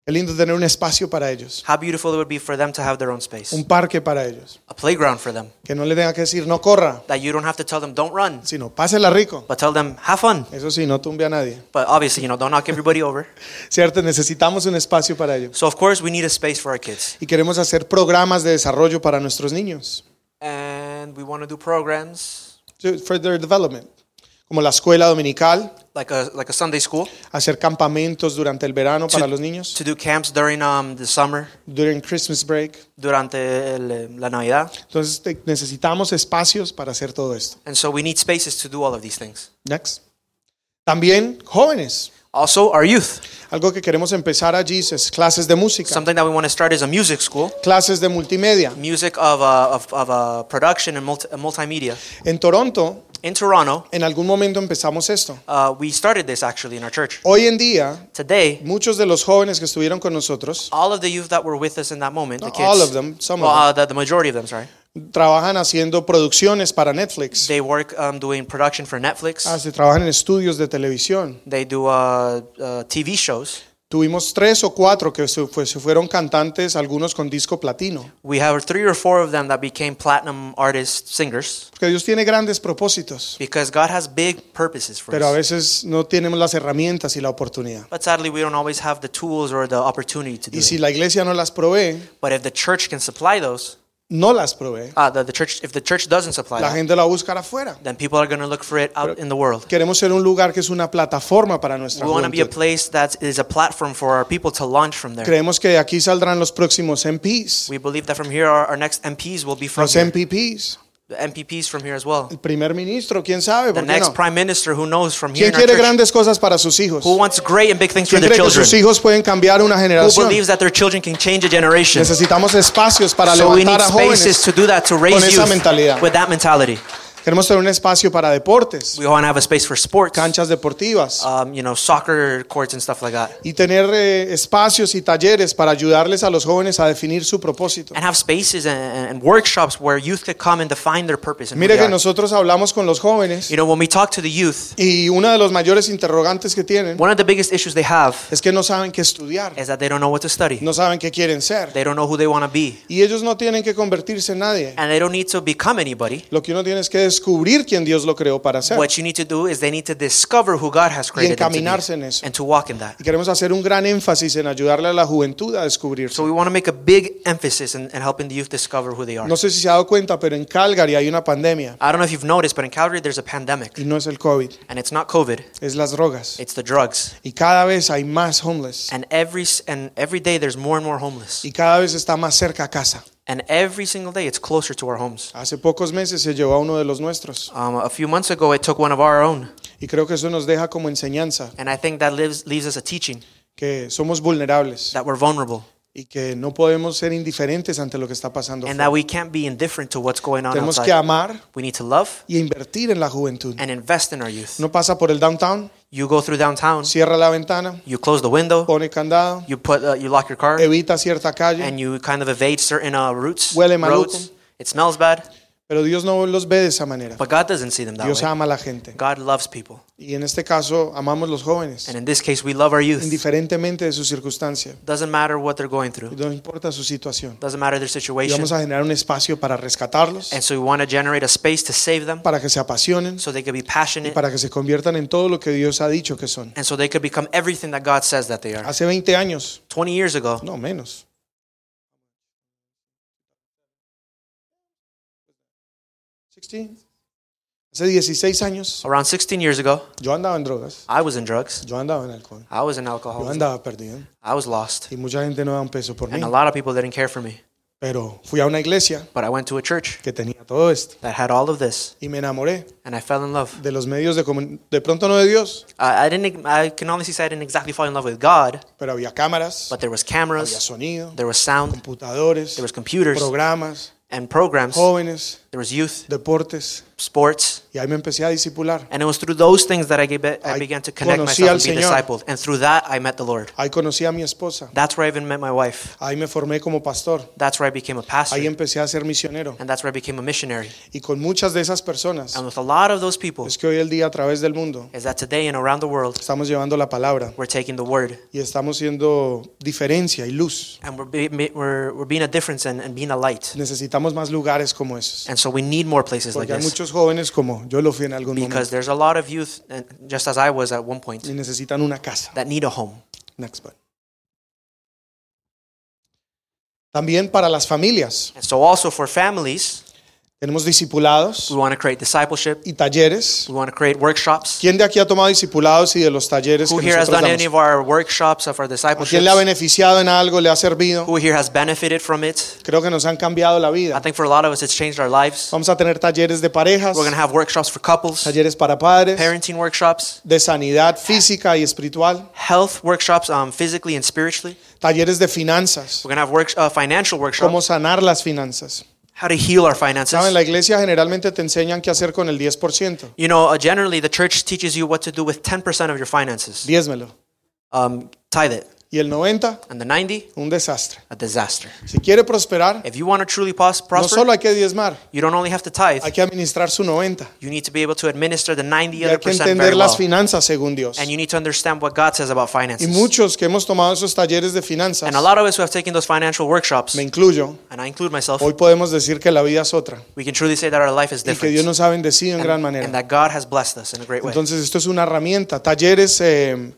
Speaker 1: Qué lindo tener un espacio para ellos,
Speaker 2: How beautiful it would be for them to have their own space,
Speaker 1: un parque para ellos,
Speaker 2: a playground for them
Speaker 1: que no le tenga que decir, no corra,
Speaker 2: that you don't have to tell them don't run,
Speaker 1: sino pásela rico.
Speaker 2: but tell them have fun.
Speaker 1: Eso sí, no tumbe a nadie.
Speaker 2: But obviously, you know, don't knock everybody over.
Speaker 1: ¿Cierto? Necesitamos un espacio para ellos.
Speaker 2: So of course, we need a space for our kids.
Speaker 1: Y queremos hacer programas de desarrollo para nuestros niños.
Speaker 2: and we want to do programs
Speaker 1: to- For their development. Como la escuela dominical,
Speaker 2: like a like a Sunday school
Speaker 1: hacer campamentos durante el verano para los niños,
Speaker 2: to do camps during um the summer
Speaker 1: during Christmas break.
Speaker 2: durante el, um, la Navidad,
Speaker 1: Entonces te- necesitamos espacios para hacer todo esto.
Speaker 2: and so we need spaces to do all of these things.
Speaker 1: Next. También jóvenes.
Speaker 2: Also, our youth.
Speaker 1: Algo que queremos empezar allí es clases de música,
Speaker 2: Something that we want to start is a music school,
Speaker 1: clases de multimedia.
Speaker 2: music of uh, of of uh, production and multi- uh, multimedia.
Speaker 1: En Toronto,
Speaker 2: In Toronto,
Speaker 1: en algún momento empezamos esto.
Speaker 2: uh, we started this actually in our church.
Speaker 1: Hoy en día,
Speaker 2: Today,
Speaker 1: muchos de los jóvenes que estuvieron con nosotros
Speaker 2: all of the youth that were with us in that moment, the
Speaker 1: Not
Speaker 2: kids,
Speaker 1: all of them, some of
Speaker 2: well, uh, the, the majority of them, sorry,
Speaker 1: trabajan haciendo producciones para Netflix,
Speaker 2: they work um, doing production for Netflix.
Speaker 1: Ah, se trabajan en estudios de televisión.
Speaker 2: They do uh, uh, TV shows.
Speaker 1: Tuvimos tres o cuatro que se fue- se fueron cantantes, algunos con disco platino.
Speaker 2: We have three or four of them that became platinum artists, singers,
Speaker 1: Porque Dios tiene grandes propósitos,
Speaker 2: because God has big purposes for
Speaker 1: pero a
Speaker 2: us.
Speaker 1: veces no tenemos las herramientas y la oportunidad.
Speaker 2: But sadly, we don't always have the tools or the opportunity to do
Speaker 1: Y si
Speaker 2: it.
Speaker 1: la iglesia no las provee,
Speaker 2: But if the church can supply those,
Speaker 1: no las provee.
Speaker 2: uh, the, the church, if the church doesn't supply
Speaker 1: La
Speaker 2: them,
Speaker 1: gente la va a buscar afuera.
Speaker 2: then people are going to look for it out in the world.
Speaker 1: Queremos ser un lugar que es una plataforma para nuestra
Speaker 2: We want to be a
Speaker 1: juventud.
Speaker 2: place that is a platform for our people to launch from there.
Speaker 1: Creemos que de aquí saldrán los próximos MPs,
Speaker 2: We believe that from here, our, our next MPs will be from
Speaker 1: los
Speaker 2: here.
Speaker 1: MPPs,
Speaker 2: The MPPs from here as well.
Speaker 1: el primer ministro, quién sabe,
Speaker 2: The
Speaker 1: ¿por qué
Speaker 2: next
Speaker 1: no?
Speaker 2: prime minister, who knows, from here
Speaker 1: ¿Quién
Speaker 2: in our
Speaker 1: quiere
Speaker 2: church,
Speaker 1: grandes cosas para sus hijos?
Speaker 2: who
Speaker 1: ¿Quién
Speaker 2: wants great and big things for their
Speaker 1: cree que sus
Speaker 2: children?
Speaker 1: hijos pueden cambiar una
Speaker 2: who
Speaker 1: generación?
Speaker 2: believes that their children can change a generation.
Speaker 1: Necesitamos espacios para
Speaker 2: So we need
Speaker 1: levantar a
Speaker 2: spaces
Speaker 1: jóvenes.
Speaker 2: to do that, to
Speaker 1: con
Speaker 2: raise
Speaker 1: esa
Speaker 2: youth
Speaker 1: mentalidad.
Speaker 2: with that mentality.
Speaker 1: Queremos tener un espacio para deportes,
Speaker 2: We want to have a space for sports,
Speaker 1: canchas deportivas
Speaker 2: um, you know, soccer courts and stuff like that.
Speaker 1: y tener eh, espacios y talleres para ayudarles a los jóvenes a definir su propósito.
Speaker 2: And have spaces and, and- and workshops where youth could come and define their purpose. And who
Speaker 1: Mire
Speaker 2: they
Speaker 1: que
Speaker 2: are.
Speaker 1: nosotros hablamos con los jóvenes
Speaker 2: you know, when we talk to the youth,
Speaker 1: Y uno de los mayores interrogantes que tienen
Speaker 2: one of the biggest issues they have
Speaker 1: es que no saben qué estudiar,
Speaker 2: is that they don't know what to study.
Speaker 1: no saben qué quieren ser.
Speaker 2: They don't know who they want to be.
Speaker 1: Y ellos no tienen que convertirse en nadie.
Speaker 2: And they don't need to become anybody.
Speaker 1: Lo que uno tiene es que descubrir quién Dios lo creó para ser.
Speaker 2: What you need to do is they need to discover who God has created them to be
Speaker 1: encaminarse en eso.
Speaker 2: and to walk in that.
Speaker 1: Y queremos hacer un gran énfasis en ayudarle a la juventud a descubrirse.
Speaker 2: So we want to make a big emphasis in, in helping the youth discover who they are.
Speaker 1: No sé si se ha dado cuenta, pero en Calgary hay una pandemia
Speaker 2: I don't know if you've noticed, but in Calgary there's a pandemic,
Speaker 1: y no es el COVID,
Speaker 2: and it's not COVID,
Speaker 1: es las drogas.
Speaker 2: it's the drugs.
Speaker 1: Y cada vez hay más homeless
Speaker 2: And every s- and every day there's more and more homeless,
Speaker 1: y cada vez está más cerca a casa.
Speaker 2: and every single day it's closer to our homes.
Speaker 1: Hace pocos meses se llevó a uno de los nuestros
Speaker 2: Um, a few months ago, it took one of our own,
Speaker 1: y creo que eso nos deja como enseñanza
Speaker 2: and I think that lives, leaves us a teaching
Speaker 1: que somos vulnerables.
Speaker 2: that we're vulnerable
Speaker 1: y que no podemos ser indiferentes ante lo que está pasando.
Speaker 2: and
Speaker 1: afuera.
Speaker 2: that we can't be indifferent to what's going on
Speaker 1: Tenemos que
Speaker 2: outside.
Speaker 1: amar
Speaker 2: We need to love
Speaker 1: y invertir en la juventud.
Speaker 2: and invest in our youth.
Speaker 1: Uno pasa por el downtown,
Speaker 2: You go through downtown,
Speaker 1: cierra la ventana,
Speaker 2: you close the window,
Speaker 1: pone candado,
Speaker 2: you put uh, you lock your car,
Speaker 1: evita cierta calle,
Speaker 2: and you kind of evade certain uh, routes,
Speaker 1: Huele maluco.
Speaker 2: roads. It smells bad.
Speaker 1: Pero Dios no los ve de esa manera.
Speaker 2: But God doesn't see them that
Speaker 1: Dios
Speaker 2: way.
Speaker 1: ama a la gente.
Speaker 2: God loves people.
Speaker 1: Y en este caso, amamos los jóvenes,
Speaker 2: And in this case, we love our youth.
Speaker 1: indiferentemente de su circunstancia.
Speaker 2: Doesn't matter what they're going through,
Speaker 1: No importa su situación.
Speaker 2: doesn't matter their
Speaker 1: Y
Speaker 2: situation.
Speaker 1: vamos a generar un espacio para rescatarlos,
Speaker 2: And so we want to generate a space to save them
Speaker 1: para que se apasionen,
Speaker 2: so they could be passionate
Speaker 1: para que se conviertan en todo lo que Dios ha dicho que son.
Speaker 2: and so they could become everything that God says that they are.
Speaker 1: Hace 20 años,
Speaker 2: 20 years ago,
Speaker 1: no menos. Hace 16 años,
Speaker 2: around 16 years ago,
Speaker 1: yo andaba en drogas,
Speaker 2: I was in drugs.
Speaker 1: yo andaba en alcohol,
Speaker 2: I was in
Speaker 1: yo
Speaker 2: alcoholism.
Speaker 1: andaba perdido.
Speaker 2: I was lost.
Speaker 1: Y mucha gente no da un peso por mí.
Speaker 2: And a lot of people didn't care for me.
Speaker 1: Pero fui a una iglesia
Speaker 2: But I went to a church
Speaker 1: que tenía todo esto.
Speaker 2: that had all of this
Speaker 1: Y me enamoré
Speaker 2: and I fell in love.
Speaker 1: de los medios de comun- De pronto no de Dios,
Speaker 2: I, I didn't e, I can honestly say I didn't exactly fall in love with God,
Speaker 1: pero había cámaras,
Speaker 2: but there was
Speaker 1: había
Speaker 2: cameras,
Speaker 1: sonido,
Speaker 2: there was sound,
Speaker 1: computadores,
Speaker 2: there was computers
Speaker 1: programas,
Speaker 2: and programs,
Speaker 1: Oh. jóvenes,
Speaker 2: there was youth,
Speaker 1: deportes.
Speaker 2: sports,
Speaker 1: Y ahí me empecé a discipular.
Speaker 2: and it was through those things that I, gave,
Speaker 1: Ahí
Speaker 2: I began to connect
Speaker 1: conocí
Speaker 2: myself
Speaker 1: al
Speaker 2: and be
Speaker 1: Señor.
Speaker 2: discipled. And through that, I met the Lord.
Speaker 1: Ahí conocí a mi esposa.
Speaker 2: That's where I even met my wife.
Speaker 1: Ahí me formé como pastor.
Speaker 2: That's where I became a pastor.
Speaker 1: Ahí empecé a ser misionero.
Speaker 2: and that's where I became a missionary.
Speaker 1: Y con muchas de esas personas
Speaker 2: And with a lot of those people,
Speaker 1: es que hoy el día a través del mundo
Speaker 2: is that today and around the world,
Speaker 1: estamos llevando la palabra
Speaker 2: we're taking the word
Speaker 1: y estamos siendo diferencia y luz.
Speaker 2: and we're, be, be- we're, we're being a difference and, and being a light.
Speaker 1: Necesitamos más lugares como esos.
Speaker 2: And so we need more places like
Speaker 1: Porque hay
Speaker 2: this.
Speaker 1: muchos jóvenes como yo lo fui en algún momento
Speaker 2: because there's a lot of youth, and just as I was at one point,
Speaker 1: y necesitan una casa.
Speaker 2: that need a home.
Speaker 1: Next one. También para las familias.
Speaker 2: And so also for families,
Speaker 1: Tenemos discipulados
Speaker 2: we want to create discipleship.
Speaker 1: y talleres.
Speaker 2: We want to create workshops.
Speaker 1: ¿Quién de aquí ha tomado discipulados y de los talleres
Speaker 2: Who
Speaker 1: que
Speaker 2: here has
Speaker 1: nosotros
Speaker 2: done any
Speaker 1: damos?
Speaker 2: of our workshops of our
Speaker 1: ¿A quién le ha
Speaker 2: discipleship?
Speaker 1: beneficiado en algo? ¿Le ha servido?
Speaker 2: Who here has benefited from it?
Speaker 1: Creo que nos han cambiado la
Speaker 2: I
Speaker 1: vida.
Speaker 2: think for a lot of us, it's changed our lives.
Speaker 1: Vamos a tener talleres de parejas,
Speaker 2: We're going to have workshops for couples,
Speaker 1: talleres para padres,
Speaker 2: parenting workshops,
Speaker 1: de sanidad física y espiritual,
Speaker 2: health workshops, um, physically and spiritually.
Speaker 1: talleres de finanzas,
Speaker 2: We're going to have work, uh, financial
Speaker 1: cómo
Speaker 2: workshops,
Speaker 1: sanar las finanzas.
Speaker 2: how to heal our
Speaker 1: Saben,
Speaker 2: finances.
Speaker 1: la iglesia generalmente te enseñan qué hacer con el 10%.
Speaker 2: You know, uh, generally, the church teaches you what to do with 10% of your finances.
Speaker 1: Diezmelo.
Speaker 2: Um, tithe it.
Speaker 1: Y el 90%,
Speaker 2: And the 90,
Speaker 1: un desastre.
Speaker 2: a disaster.
Speaker 1: Si quiere prosperar,
Speaker 2: If you want to truly pos-
Speaker 1: no
Speaker 2: prosper,
Speaker 1: solo hay que diezmar,
Speaker 2: you don't only have to tithe.
Speaker 1: hay que administrar su 90%.
Speaker 2: You need to be able to administer the 90
Speaker 1: Y hay
Speaker 2: other
Speaker 1: que
Speaker 2: percent
Speaker 1: entender
Speaker 2: very
Speaker 1: las
Speaker 2: well.
Speaker 1: finanzas según Dios.
Speaker 2: And you need to understand what God says about
Speaker 1: Y
Speaker 2: finances.
Speaker 1: muchos que hemos tomado esos talleres de finanzas,
Speaker 2: And a lot of us who have taken those financial workshops,
Speaker 1: me incluyo,
Speaker 2: and I include myself,
Speaker 1: hoy podemos decir que la vida es otra.
Speaker 2: we can truly say that our life is
Speaker 1: y que Dios
Speaker 2: different.
Speaker 1: nos ha bendecido en gran
Speaker 2: And
Speaker 1: manera.
Speaker 2: that God has blessed us in a great way.
Speaker 1: Entonces esto es una herramienta, talleres eh,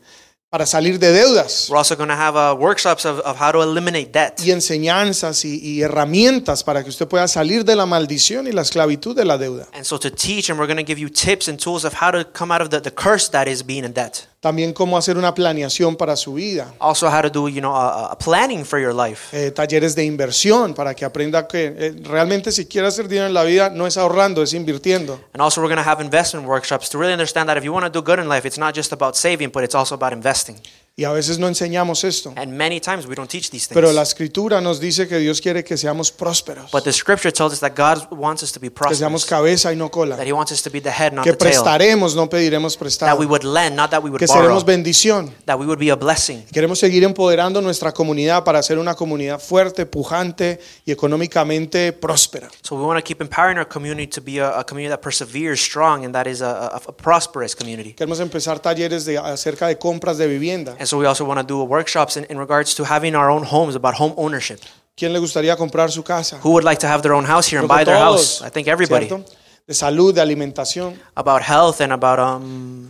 Speaker 1: para salir de deudas
Speaker 2: We're also going to have uh, workshops of, of how to eliminate debt
Speaker 1: y enseñanzas y, y herramientas para que usted pueda salir de la maldición y la esclavitud de la deuda.
Speaker 2: And so to teach, and we're going to give you tips and tools of how to come out of the, the curse that is being in debt.
Speaker 1: También cómo hacer una planeación para su vida.
Speaker 2: Also, how to do, you know, a, a planning for your life.
Speaker 1: Eh, talleres de inversión para que aprenda que eh, realmente si quiere hacer dinero en la vida no es ahorrando, es invirtiendo.
Speaker 2: And also, we're going to have investment workshops to really understand that if you want to do good in life, it's not just about saving, but it's also about investing.
Speaker 1: Y a veces no enseñamos esto.
Speaker 2: And many times we don't teach these things.
Speaker 1: Pero la escritura nos dice que Dios quiere que seamos prósperos,
Speaker 2: but the scripture tells us that God wants us to be
Speaker 1: que seamos
Speaker 2: prosperous,
Speaker 1: cabeza y no cola,
Speaker 2: that He wants us to be the head, not
Speaker 1: que
Speaker 2: the tail,
Speaker 1: prestaremos, no pediremos
Speaker 2: that
Speaker 1: prestado.
Speaker 2: we would lend, not that we would
Speaker 1: que
Speaker 2: borrow,
Speaker 1: seremos bendición.
Speaker 2: that we would be a blessing.
Speaker 1: Queremos seguir empoderando nuestra comunidad para ser una comunidad fuerte, pujante y económicamente próspera.
Speaker 2: So we want to keep empowering our community to be a, a community that perseveres, strong, and that is a, a, a prosperous community.
Speaker 1: Queremos empezar talleres de, acerca de compras de vivienda.
Speaker 2: And so we also want to do workshops in, in regards to having our own homes about home ownership.
Speaker 1: ¿Quién le gustaría comprar su casa?
Speaker 2: Who would like to have their own house here and
Speaker 1: Creo que
Speaker 2: buy their
Speaker 1: todos,
Speaker 2: house? I think everybody.
Speaker 1: ¿cierto? De salud, de alimentación.
Speaker 2: About health and about um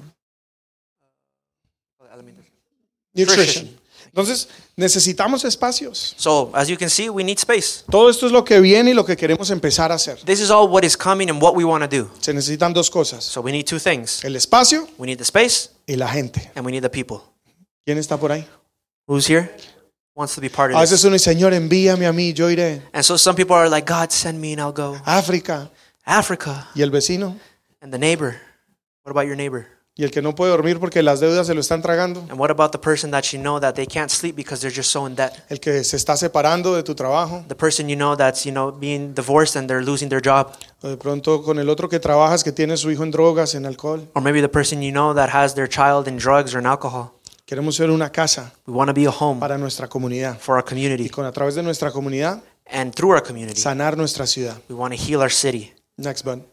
Speaker 1: Nutrition. Entonces, necesitamos espacios.
Speaker 2: so as you can see, we need space.
Speaker 1: Todo esto es lo que viene y lo que queremos empezar a hacer.
Speaker 2: This is all what is coming and what we want to do.
Speaker 1: Se necesitan dos cosas.
Speaker 2: So we need two things.
Speaker 1: El espacio
Speaker 2: We need the space
Speaker 1: y la gente.
Speaker 2: and we need the people.
Speaker 1: ¿Quién está por ahí?
Speaker 2: Who's here? Wants to be part of
Speaker 1: A
Speaker 2: this.
Speaker 1: veces uno dice, Señor, envíame a mí, yo iré.
Speaker 2: And so some people are like, God send me and I'll go.
Speaker 1: África.
Speaker 2: Africa
Speaker 1: ¿Y el vecino?
Speaker 2: and the neighbor. What about your neighbor?
Speaker 1: Y el que no puede dormir porque las deudas se lo están tragando.
Speaker 2: And what about the person that you know that they can't sleep because they're just so in debt?
Speaker 1: El que se está separando de tu trabajo.
Speaker 2: the person you know that's you know being divorced and they're losing their job
Speaker 1: O de pronto con el otro que trabajas que tiene su hijo en drogas, en alcohol.
Speaker 2: or maybe the person you know that has their child in drugs or in alcohol
Speaker 1: Queremos ser una casa
Speaker 2: we want to be a home
Speaker 1: para nuestra comunidad.
Speaker 2: for our
Speaker 1: Y
Speaker 2: community
Speaker 1: con a través de nuestra comunidad,
Speaker 2: and through our community
Speaker 1: sanar nuestra ciudad.
Speaker 2: we want to heal our city
Speaker 1: Next button.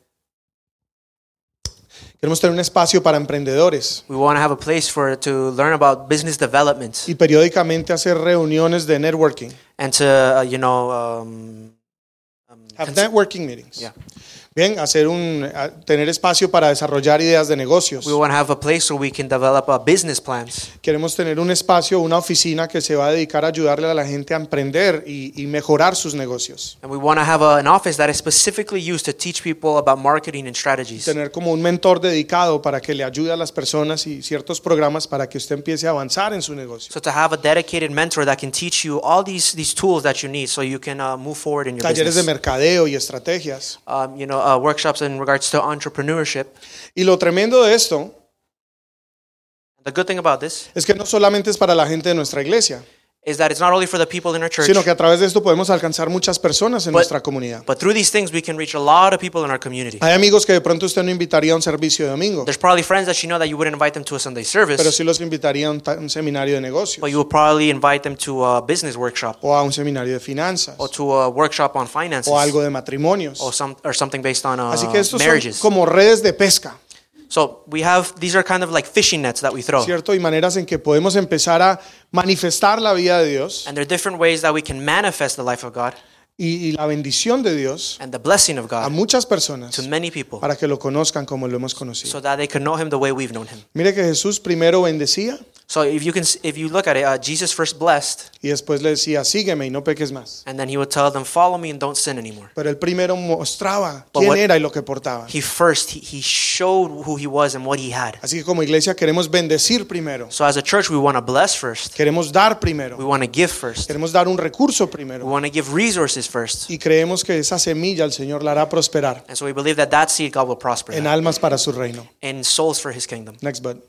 Speaker 1: Queremos tener un espacio para emprendedores
Speaker 2: We want to have a place for to learn about business development
Speaker 1: y periódicamente hacer reuniones de networking.
Speaker 2: and to uh, you know um,
Speaker 1: Have networking meetings.
Speaker 2: Yeah.
Speaker 1: Bien, hacer un, a- tener espacio para desarrollar ideas de negocios.
Speaker 2: we want to have a place where we can develop uh, business plans.
Speaker 1: Queremos tener un espacio, una oficina que se va a dedicar a ayudarle a la gente a emprender y, y mejorar sus negocios.
Speaker 2: And we want to have a, an office that is specifically used to teach people about marketing and strategies.
Speaker 1: Tener como un mentor dedicado para que le ayude a las personas y ciertos programas para que usted empiece a avanzar en su negocio.
Speaker 2: So to have a dedicated mentor that can teach you all these these tools that you need, so you can uh, move forward in your
Speaker 1: Talleres de
Speaker 2: business.
Speaker 1: mercadeo y estrategias.
Speaker 2: Um, you know, uh, workshops in regards to entrepreneurship.
Speaker 1: Y lo tremendo de esto
Speaker 2: The good thing about this
Speaker 1: es que no solamente es para la gente de nuestra iglesia,
Speaker 2: is that it's not only for the people in our church,
Speaker 1: sino que a través de esto podemos alcanzar muchas personas en
Speaker 2: But-
Speaker 1: nuestra comunidad.
Speaker 2: but through these things we can reach a lot of people in our community.
Speaker 1: Hay amigos que de pronto usted no invitaría a un servicio de domingo,
Speaker 2: There's probably friends that you know that you wouldn't invite them to a Sunday service,
Speaker 1: pero sí los invitaría a un, ta- un seminario de negocios
Speaker 2: but you would probably invite them to a business workshop
Speaker 1: o a un seminario de finanzas
Speaker 2: or to a workshop on finances
Speaker 1: o algo de matrimonios.
Speaker 2: or some or something based on uh,
Speaker 1: Así que estos son
Speaker 2: marriages.
Speaker 1: como redes de pesca,
Speaker 2: So we have these are kind of like fishing nets that we throw,
Speaker 1: ¿cierto? Y maneras en que podemos empezar a manifestar la vida de Dios
Speaker 2: and there are different ways that we can manifest the life of God
Speaker 1: y, y la bendición de Dios
Speaker 2: and the blessing of
Speaker 1: a
Speaker 2: God
Speaker 1: muchas personas
Speaker 2: to many people,
Speaker 1: para que lo conozcan como lo hemos conocido.
Speaker 2: so that they can know Him the way we've known Him.
Speaker 1: Mire que Jesús primero bendecía
Speaker 2: So if you can, s- if you look at it, uh, Jesus first blessed,
Speaker 1: y después le decía, sígueme y no peques más.
Speaker 2: and then He would tell them, "Follow Me and don't sin anymore."
Speaker 1: Pero él primero mostraba
Speaker 2: But
Speaker 1: quién
Speaker 2: what-
Speaker 1: era y lo que portaba.
Speaker 2: He first he, he showed who He was and what He had.
Speaker 1: Así que como iglesia queremos bendecir primero,
Speaker 2: So as a church, we want to bless first,
Speaker 1: queremos dar
Speaker 2: we
Speaker 1: primero,
Speaker 2: want to give first,
Speaker 1: queremos dar un recurso
Speaker 2: we
Speaker 1: primero
Speaker 2: want to give resources first,
Speaker 1: y creemos que esa semilla el Señor la hará prosperar
Speaker 2: and so we believe that that seed God will prosper
Speaker 1: en
Speaker 2: that,
Speaker 1: almas para su reino.
Speaker 2: and souls for His kingdom.
Speaker 1: Next button.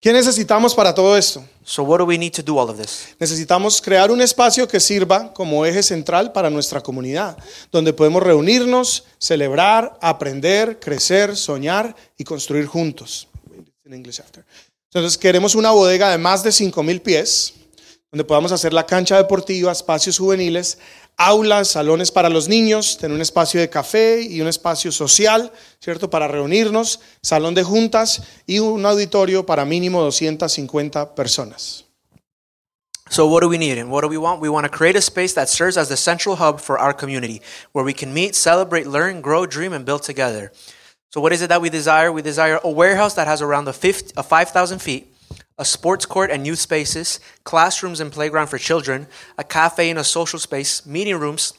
Speaker 1: ¿Qué necesitamos para todo esto?
Speaker 2: So what do we need to do all of this?
Speaker 1: Necesitamos crear un espacio que sirva como eje central para nuestra comunidad, donde podemos reunirnos, celebrar, aprender, crecer, soñar y construir juntos. In English after. Entonces queremos una bodega de más de 5.000 pies, donde podamos hacer la cancha deportiva, espacios juveniles, aulas, salones para los niños, tener un espacio de café y un espacio social, ¿cierto? Para reunirnos, salón de juntas y un auditorio para mínimo 250 personas.
Speaker 2: So what do we need and what do we want? We want to create a space that serves as the central hub for our community where we can meet, celebrate, learn, grow, dream and build together. So what is it that we desire? We desire a warehouse that has around a fif- a 5000 feet, a sports court and youth spaces, classrooms and playground for children, a cafe and a social space, meeting rooms,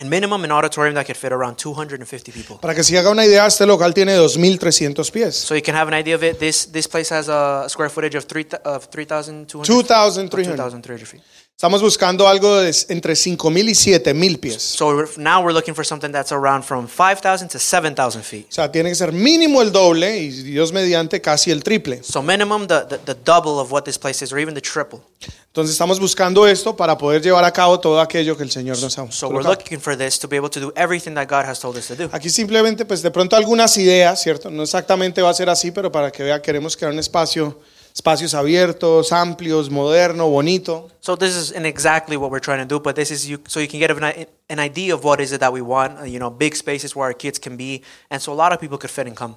Speaker 2: and minimum an auditorium that could fit around 250 people.
Speaker 1: Para que se haga una idea, este local tiene 2.300 pies.
Speaker 2: So you can have an idea of it. This this place has a square footage of 3 of 3200
Speaker 1: 2.300.
Speaker 2: 2300 feet.
Speaker 1: Estamos buscando algo de entre 5.000 y 7.000 pies.
Speaker 2: So we're, now we're looking for something that's around from 5,000 to 7,000 feet.
Speaker 1: O sea, tiene que ser mínimo el doble y Dios mediante casi el triple.
Speaker 2: So minimum the, the, the double of what this place is, or even the triple.
Speaker 1: Entonces estamos buscando esto para poder llevar a cabo todo aquello que el Señor nos ha
Speaker 2: So we're
Speaker 1: colocado.
Speaker 2: looking for this to be able to do everything that God has told us to do.
Speaker 1: Aquí simplemente, pues de pronto algunas ideas, ¿cierto? No exactamente va a ser así, pero para que vea, queremos crear un espacio, espacios abiertos, amplios, moderno, bonito.
Speaker 2: So this is in exactly what we're trying to do, but this is you, so you can get an, i- an idea of what is it that we want. uh, You know, big spaces where our kids can be, and so a lot of people could fit and come.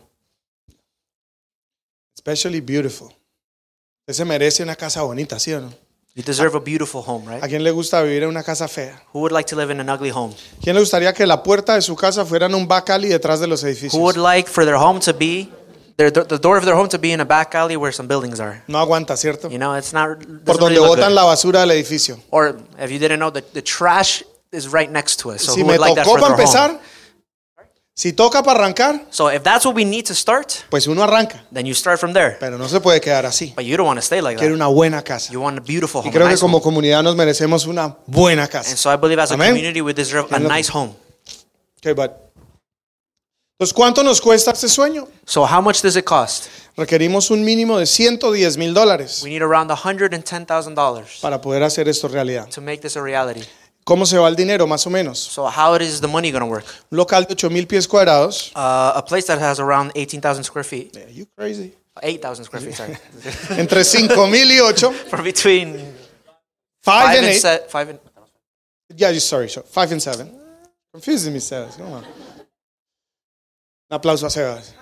Speaker 1: Especially beautiful. Usted se merece una casa bonita, ¿sí o no?
Speaker 2: You deserve a beautiful home,
Speaker 1: ¿A
Speaker 2: right?
Speaker 1: quién le gusta vivir en una casa fea?
Speaker 2: Who would like to live in an ugly home?
Speaker 1: ¿Quién le gustaría que la puerta de su casa fuera en un bacal y detrás de los
Speaker 2: Who would
Speaker 1: edificios?
Speaker 2: like for their home to be, their, the door of their home to be in a back alley where some buildings are?
Speaker 1: No aguanta, ¿cierto?
Speaker 2: You know, it's not.
Speaker 1: Por
Speaker 2: doesn't
Speaker 1: donde
Speaker 2: really look good.
Speaker 1: botan la basura del edificio.
Speaker 2: Or if you didn't know, the, the trash is right next to us. So
Speaker 1: Si
Speaker 2: who
Speaker 1: me
Speaker 2: would like that
Speaker 1: tocó para
Speaker 2: for their home?
Speaker 1: empezar, si toca para arrancar,
Speaker 2: So if that's what we need to start,
Speaker 1: pues uno arranca.
Speaker 2: then you start from there.
Speaker 1: Pero no se puede quedar así.
Speaker 2: But you don't want to stay like
Speaker 1: Quiere
Speaker 2: that.
Speaker 1: una buena casa.
Speaker 2: You want a beautiful
Speaker 1: Y
Speaker 2: home. a
Speaker 1: creo que
Speaker 2: nice
Speaker 1: como
Speaker 2: home.
Speaker 1: comunidad nos merecemos una buena
Speaker 2: And
Speaker 1: casa.
Speaker 2: so I believe as a
Speaker 1: Amén.
Speaker 2: community we deserve a
Speaker 1: Quiero-
Speaker 2: nice home.
Speaker 1: Ok, bud. Entonces, ¿cuánto nos cuesta este sueño?
Speaker 2: So how much does it cost?
Speaker 1: Requerimos un mínimo de 110 mil dólares
Speaker 2: We need around $110,000
Speaker 1: para poder hacer esto realidad.
Speaker 2: to make this a reality.
Speaker 1: ¿Cómo se va el dinero, más o menos?
Speaker 2: So how is the money going to work?
Speaker 1: Un local de 8 mil pies cuadrados.
Speaker 2: Uh, a place that has around 18,000 square feet,
Speaker 1: Yeah, you crazy.
Speaker 2: 8,000 square feet, sorry.
Speaker 1: Entre 5000 y 8, 5
Speaker 2: From between 5
Speaker 1: and
Speaker 2: and
Speaker 1: 8.
Speaker 2: se- five and
Speaker 1: Yeah, you- sorry, sorry, 5 and 7. Confusing me, Sebas. Come on. Un aplauso a Sebas.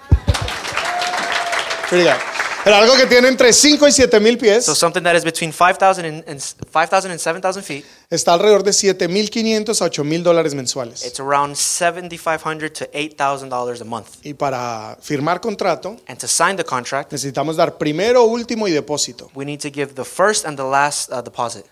Speaker 1: Pretty good. Pero algo que tiene entre 5 y 7 mil pies
Speaker 2: So something that is between 5,000 and, and s- 5,000 and 7,000 feet,
Speaker 1: está alrededor de 7.500 a 8.000 dólares mensuales.
Speaker 2: it's around 7,500 to 8,000 dollars a month.
Speaker 1: Y para firmar contrato
Speaker 2: And to sign the contract,
Speaker 1: necesitamos dar primero, último y depósito.
Speaker 2: we need to give the first and the last uh, deposit.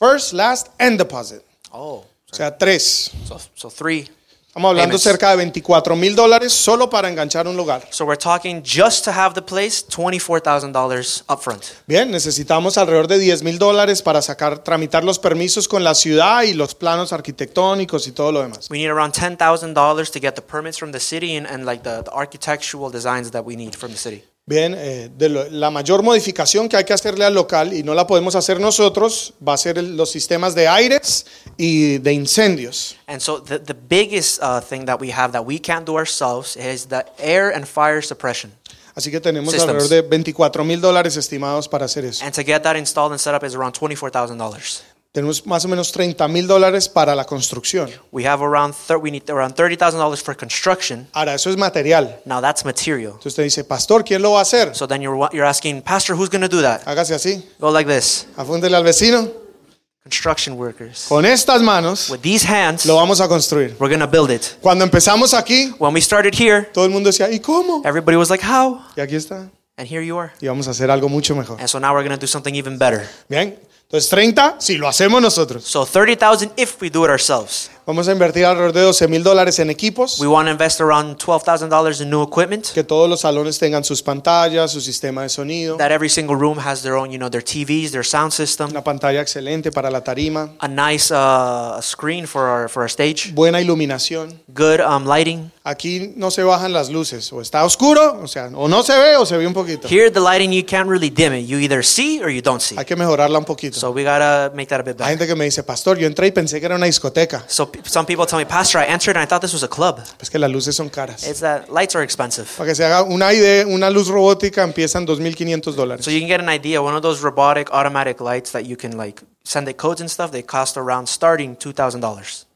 Speaker 1: First, last and deposit.
Speaker 2: Oh,
Speaker 1: O sea, tres.
Speaker 2: so so three.
Speaker 1: Estamos hablando
Speaker 2: Payments.
Speaker 1: cerca de 24 mil dólares solo para enganchar un lugar.
Speaker 2: So we're talking just to have the place, twenty-four thousand dollars upfront.
Speaker 1: Bien, necesitamos alrededor de 10 mil dólares para sacar, tramitar los permisos con la ciudad y los planos arquitectónicos y todo lo demás.
Speaker 2: We need around ten thousand dollars to get the permits from the city and, and like the, the architectural designs that we need from the city.
Speaker 1: Bien, eh, de lo- la mayor modificación que hay que hacerle al local y no la podemos hacer nosotros va a ser el- los sistemas de aires y de incendios.
Speaker 2: And so the, the biggest uh, thing that we have that we can't do ourselves is the air and fire suppression.
Speaker 1: Así que tenemos
Speaker 2: Systems.
Speaker 1: alrededor de 24 mil dólares estimados para hacer eso.
Speaker 2: And to get that installed and set up is around twenty-four thousand dollars.
Speaker 1: Tenemos más o menos 30 mil dólares para la construcción.
Speaker 2: We have around thir- we need around thirty thousand dollars for construction.
Speaker 1: Ahora, eso es material.
Speaker 2: Now that's material.
Speaker 1: Entonces usted dice, pastor, ¿quién lo va a hacer?
Speaker 2: So then you're wa- you're asking, Pastor, who's gonna do that?
Speaker 1: Hágase así,
Speaker 2: Go like this.
Speaker 1: afúndele al vecino.
Speaker 2: Construction workers.
Speaker 1: Con estas manos
Speaker 2: With these hands,
Speaker 1: lo vamos a construir.
Speaker 2: we're gonna build it.
Speaker 1: Cuando empezamos aquí,
Speaker 2: When we started here,
Speaker 1: todo el mundo decía, ¿y cómo?
Speaker 2: everybody was like, How?
Speaker 1: Y aquí está.
Speaker 2: And here you are.
Speaker 1: Y vamos a hacer algo mucho mejor.
Speaker 2: And so now we're going to do something even better.
Speaker 1: Bien, entonces 30 si lo hacemos nosotros.
Speaker 2: So 30,000 if we do it ourselves.
Speaker 1: Vamos a invertir alrededor de 12 mil dólares en equipos,
Speaker 2: We want to invest around $12,000 in new equipment
Speaker 1: que todos los salones tengan sus pantallas, su sistema de sonido,
Speaker 2: that every single room has their own, you know, their TVs, their sound system,
Speaker 1: una pantalla excelente para la tarima,
Speaker 2: a nice uh, screen for our for our stage,
Speaker 1: buena iluminación.
Speaker 2: good um, lighting.
Speaker 1: Aquí no se bajan las luces, o está oscuro, o sea, o no se ve o se ve un poquito.
Speaker 2: Here the lighting you can't really dim it. You either see or you don't see.
Speaker 1: Hay que mejorarla un poquito.
Speaker 2: So we got to make that a
Speaker 1: Hay
Speaker 2: bit better.
Speaker 1: gente que me dice, pastor, yo entré y pensé que era una discoteca.
Speaker 2: So p- some people tell me, "Pastor, I entered and I thought this was a club."
Speaker 1: Es que las luces son caras.
Speaker 2: It's that lights are expensive.
Speaker 1: Para que se haga una idea, una luz robótica empieza en 2.500 dólares.
Speaker 2: So you can get an idea. One of those robotic automatic lights that you can like send the codes and stuff. They cost around starting two thousand dollars,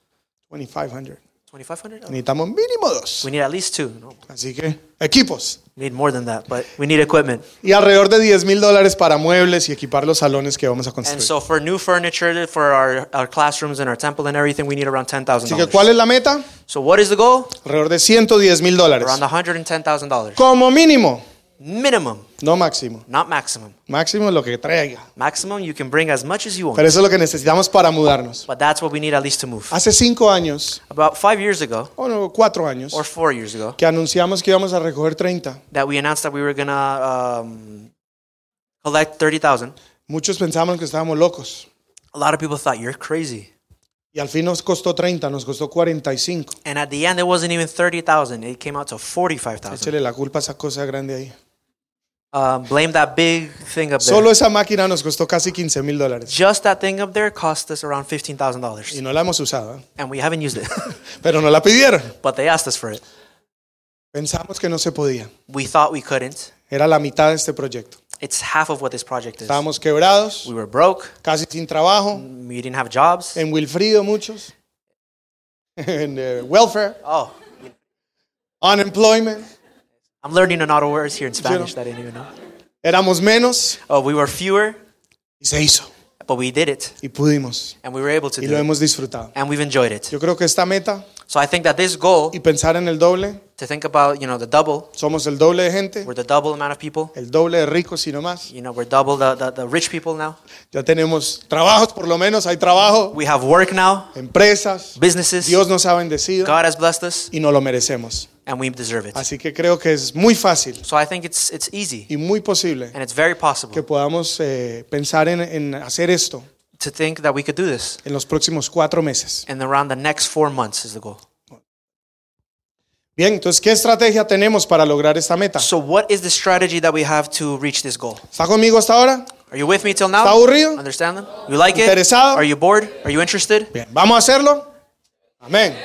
Speaker 1: 2.500.
Speaker 2: twenty five hundred.
Speaker 1: Necesitamos mínimo dos.
Speaker 2: We need at least two. No,
Speaker 1: Así que, equipos.
Speaker 2: we need more than that, but we need equipment.
Speaker 1: Y alrededor de 10 mil dólares para muebles y equipar los salones que vamos a
Speaker 2: And
Speaker 1: construir.
Speaker 2: so for new furniture for our, our classrooms and our temple and everything, we need around ten thousand
Speaker 1: Así que, ¿cuál
Speaker 2: dollars.
Speaker 1: es la meta?
Speaker 2: So what is the goal?
Speaker 1: Alrededor de 110 mil dólares.
Speaker 2: Around one hundred and ten thousand dollars,
Speaker 1: Como mínimo,
Speaker 2: minimum,
Speaker 1: no máximo.
Speaker 2: not maximum.
Speaker 1: Máximo lo que traiga.
Speaker 2: Maximum you can bring as much as you want,
Speaker 1: Pero eso es lo que necesitamos para mudarnos.
Speaker 2: but that's what we need at least to move.
Speaker 1: Hace cinco años,
Speaker 2: About five years ago
Speaker 1: o no, cuatro años,
Speaker 2: or four years ago,
Speaker 1: que anunciamos que íbamos a recoger 30.
Speaker 2: that we announced that we were gonna um, collect thirty thousand.
Speaker 1: Muchos pensábamos que estábamos locos.
Speaker 2: a lot of people thought you're crazy.
Speaker 1: Y al fin nos costó 30, nos costó 45.
Speaker 2: And at the end, it wasn't even thirty thousand; it came out to forty-five thousand.
Speaker 1: Échele la culpa a esa cosa grande ahí.
Speaker 2: Um, blame that big thing up there.
Speaker 1: Solo esa máquina nos costó casi 15 mil dólares.
Speaker 2: Just that thing up there cost us around fifteen thousand
Speaker 1: Y
Speaker 2: dollars,
Speaker 1: no la hemos usado, ¿eh?
Speaker 2: and we haven't used it.
Speaker 1: pero no la pidieron.
Speaker 2: but they asked us for it.
Speaker 1: Pensamos que no se podía.
Speaker 2: We thought we couldn't.
Speaker 1: Era la mitad de este proyecto.
Speaker 2: It's half of what this project is.
Speaker 1: Estábamos quebrados,
Speaker 2: We were broke.
Speaker 1: casi sin trabajo,
Speaker 2: We didn't have jobs.
Speaker 1: en Wilfrido muchos, en eh, welfare,
Speaker 2: Oh,
Speaker 1: unemployment.
Speaker 2: I'm learning an auto words here in Spanish that I didn't even know.
Speaker 1: Éramos menos
Speaker 2: Oh, we were fewer,
Speaker 1: y se hizo.
Speaker 2: but we did it,
Speaker 1: Y pudimos.
Speaker 2: and we were able to
Speaker 1: Y
Speaker 2: do
Speaker 1: lo
Speaker 2: it,
Speaker 1: hemos disfrutado.
Speaker 2: and we've enjoyed it.
Speaker 1: Yo creo que esta meta
Speaker 2: So I think that this goal
Speaker 1: y pensar en el doble,
Speaker 2: to think about, you know, the double,
Speaker 1: somos el doble de gente,
Speaker 2: we're the double amount of people.
Speaker 1: el doble de ricos y no más.
Speaker 2: you know, we're double the, the, the rich people now.
Speaker 1: Ya tenemos trabajos, por lo menos hay trabajo,
Speaker 2: We have work now,
Speaker 1: empresas.
Speaker 2: businesses.
Speaker 1: Dios nos ha bendecido.
Speaker 2: God has blessed us,
Speaker 1: y no lo merecemos.
Speaker 2: and we deserve it.
Speaker 1: Así que creo que es muy fácil
Speaker 2: So I think it's, it's easy
Speaker 1: y muy posible
Speaker 2: and it's very
Speaker 1: que
Speaker 2: possible
Speaker 1: podamos eh, pensar en, en hacer esto
Speaker 2: to think that we could do this.
Speaker 1: en los próximos cuatro meses.
Speaker 2: And around the next four months is the goal.
Speaker 1: Bien, entonces, ¿qué estrategia tenemos para lograr esta meta?
Speaker 2: So, what is the strategy that we have to reach this goal?
Speaker 1: ¿Está conmigo hasta ahora?
Speaker 2: Are you with me till
Speaker 1: ¿Está
Speaker 2: now?
Speaker 1: aburrido?
Speaker 2: Understand them? You like it?
Speaker 1: Interesado.
Speaker 2: Are you bored? Are you interested?
Speaker 1: Bien, ¿vamos a hacerlo? Amén.